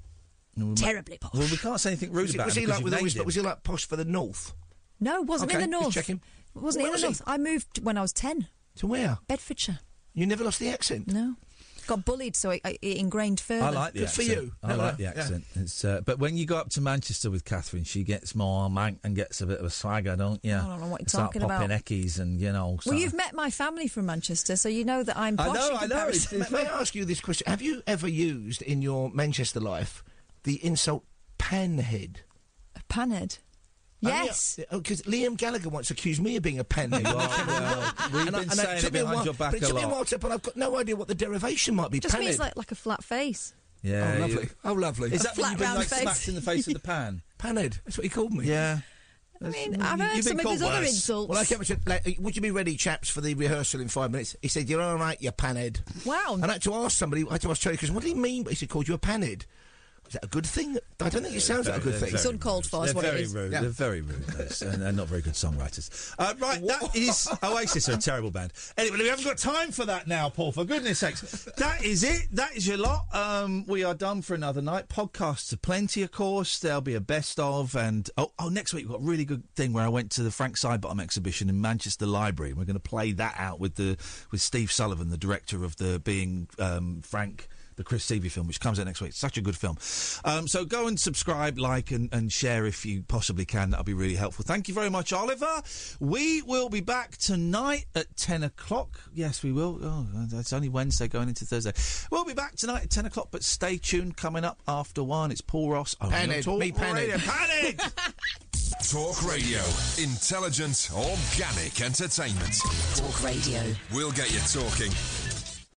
Speaker 3: Well,
Speaker 4: Terribly posh.
Speaker 3: Well, we can't say anything rude
Speaker 19: Was he,
Speaker 3: about
Speaker 19: was
Speaker 3: him
Speaker 19: he
Speaker 3: because
Speaker 19: like
Speaker 3: you've
Speaker 19: with all his,
Speaker 3: named him.
Speaker 19: was he like posh for the north?
Speaker 4: No, wasn't
Speaker 19: Okay,
Speaker 4: in the
Speaker 19: just
Speaker 4: north.
Speaker 19: checking.
Speaker 4: Wasn't
Speaker 19: Where
Speaker 4: in
Speaker 19: was
Speaker 4: the
Speaker 19: he?
Speaker 4: north. I moved when I was ten.
Speaker 19: To where?
Speaker 4: Bedfordshire.
Speaker 19: You never lost the accent.
Speaker 4: No, got bullied, so it, it ingrained further.
Speaker 19: uh,
Speaker 3: I like the accent. I
Speaker 4: No,
Speaker 3: like the
Speaker 4: yeah.
Speaker 3: accent. It's, uh, but when you go up to Manchester with Catherine, she gets more mank and gets a bit of a swagger, don't you?
Speaker 4: I don't know what you're
Speaker 3: Start
Speaker 4: talking about.
Speaker 3: popping eckies and you know.
Speaker 4: Well,
Speaker 3: sort
Speaker 4: you've met my family from Manchester, so you know that I'm posh in comparison.
Speaker 19: May- May I ask you this question? Have you ever used in your Manchester life the insult panhead?
Speaker 4: A panhead. Yes.
Speaker 19: Because oh, Liam Gallagher once accused me of being a panhead.
Speaker 3: You are, well, we've
Speaker 19: I-
Speaker 3: been
Speaker 19: I-
Speaker 3: saying it
Speaker 19: took me a
Speaker 3: behind
Speaker 19: while-
Speaker 3: your back
Speaker 19: but it
Speaker 3: a
Speaker 19: took me a
Speaker 3: lot.
Speaker 19: while to, but I've got no idea what the derivation might be.
Speaker 4: Just
Speaker 19: panhead.
Speaker 4: means like like a flat face.
Speaker 3: Yeah,
Speaker 19: oh,
Speaker 3: you-
Speaker 19: lovely. Oh, lovely.
Speaker 3: Is that when you've been like smacked in the face of the pan?
Speaker 19: Panhead. That's what he called me.
Speaker 3: Yeah.
Speaker 4: I mean, I've heard some of his other insults.
Speaker 19: Well, I kept saying, like, would you be ready, chaps, for the rehearsal in five minutes? He said, you're all right, you panhead.
Speaker 4: Wow.
Speaker 19: And I had to ask somebody, I had to ask Charlie, because what did he mean? But he said, called you a panhead. Is that a good thing? I don't think it sounds like a good thing.
Speaker 4: It's uncalled for, is
Speaker 3: They're
Speaker 4: what it
Speaker 3: very
Speaker 4: is.
Speaker 3: rude.
Speaker 19: Yeah.
Speaker 3: They're very rude, those, and they're not very good songwriters. Uh, right, that is Oasis are a terrible band. Anyway, we haven't got time for that now, Paul. For goodness' sakes, that is it. That is your lot. Um, we are done for another night. Podcasts are plenty, of course. There'll be a best of, and oh, oh, next week we've got a really good thing where I went to the Frank Sidebottom exhibition in Manchester Library, and we're going to play that out with the with Steve Sullivan, the director of the Being um, Frank the Chris Seavey film, which comes out next week. It's such a good film. Um, so go and subscribe, like, and, and share if you possibly can. That'll be really helpful. Thank you very much, Oliver. We will be back tonight at 10 o'clock. Yes, we will. Oh, it's only Wednesday going into Thursday. We'll be back tonight at 10 o'clock, but stay tuned. Coming up after one, it's Paul Ross. Oh,
Speaker 1: Panhead,
Speaker 3: Real Talk
Speaker 1: me Panhead.
Speaker 3: Radio. Panhead!
Speaker 1: Talk Radio. Intelligent, organic entertainment. Talk Radio. We'll get you talking.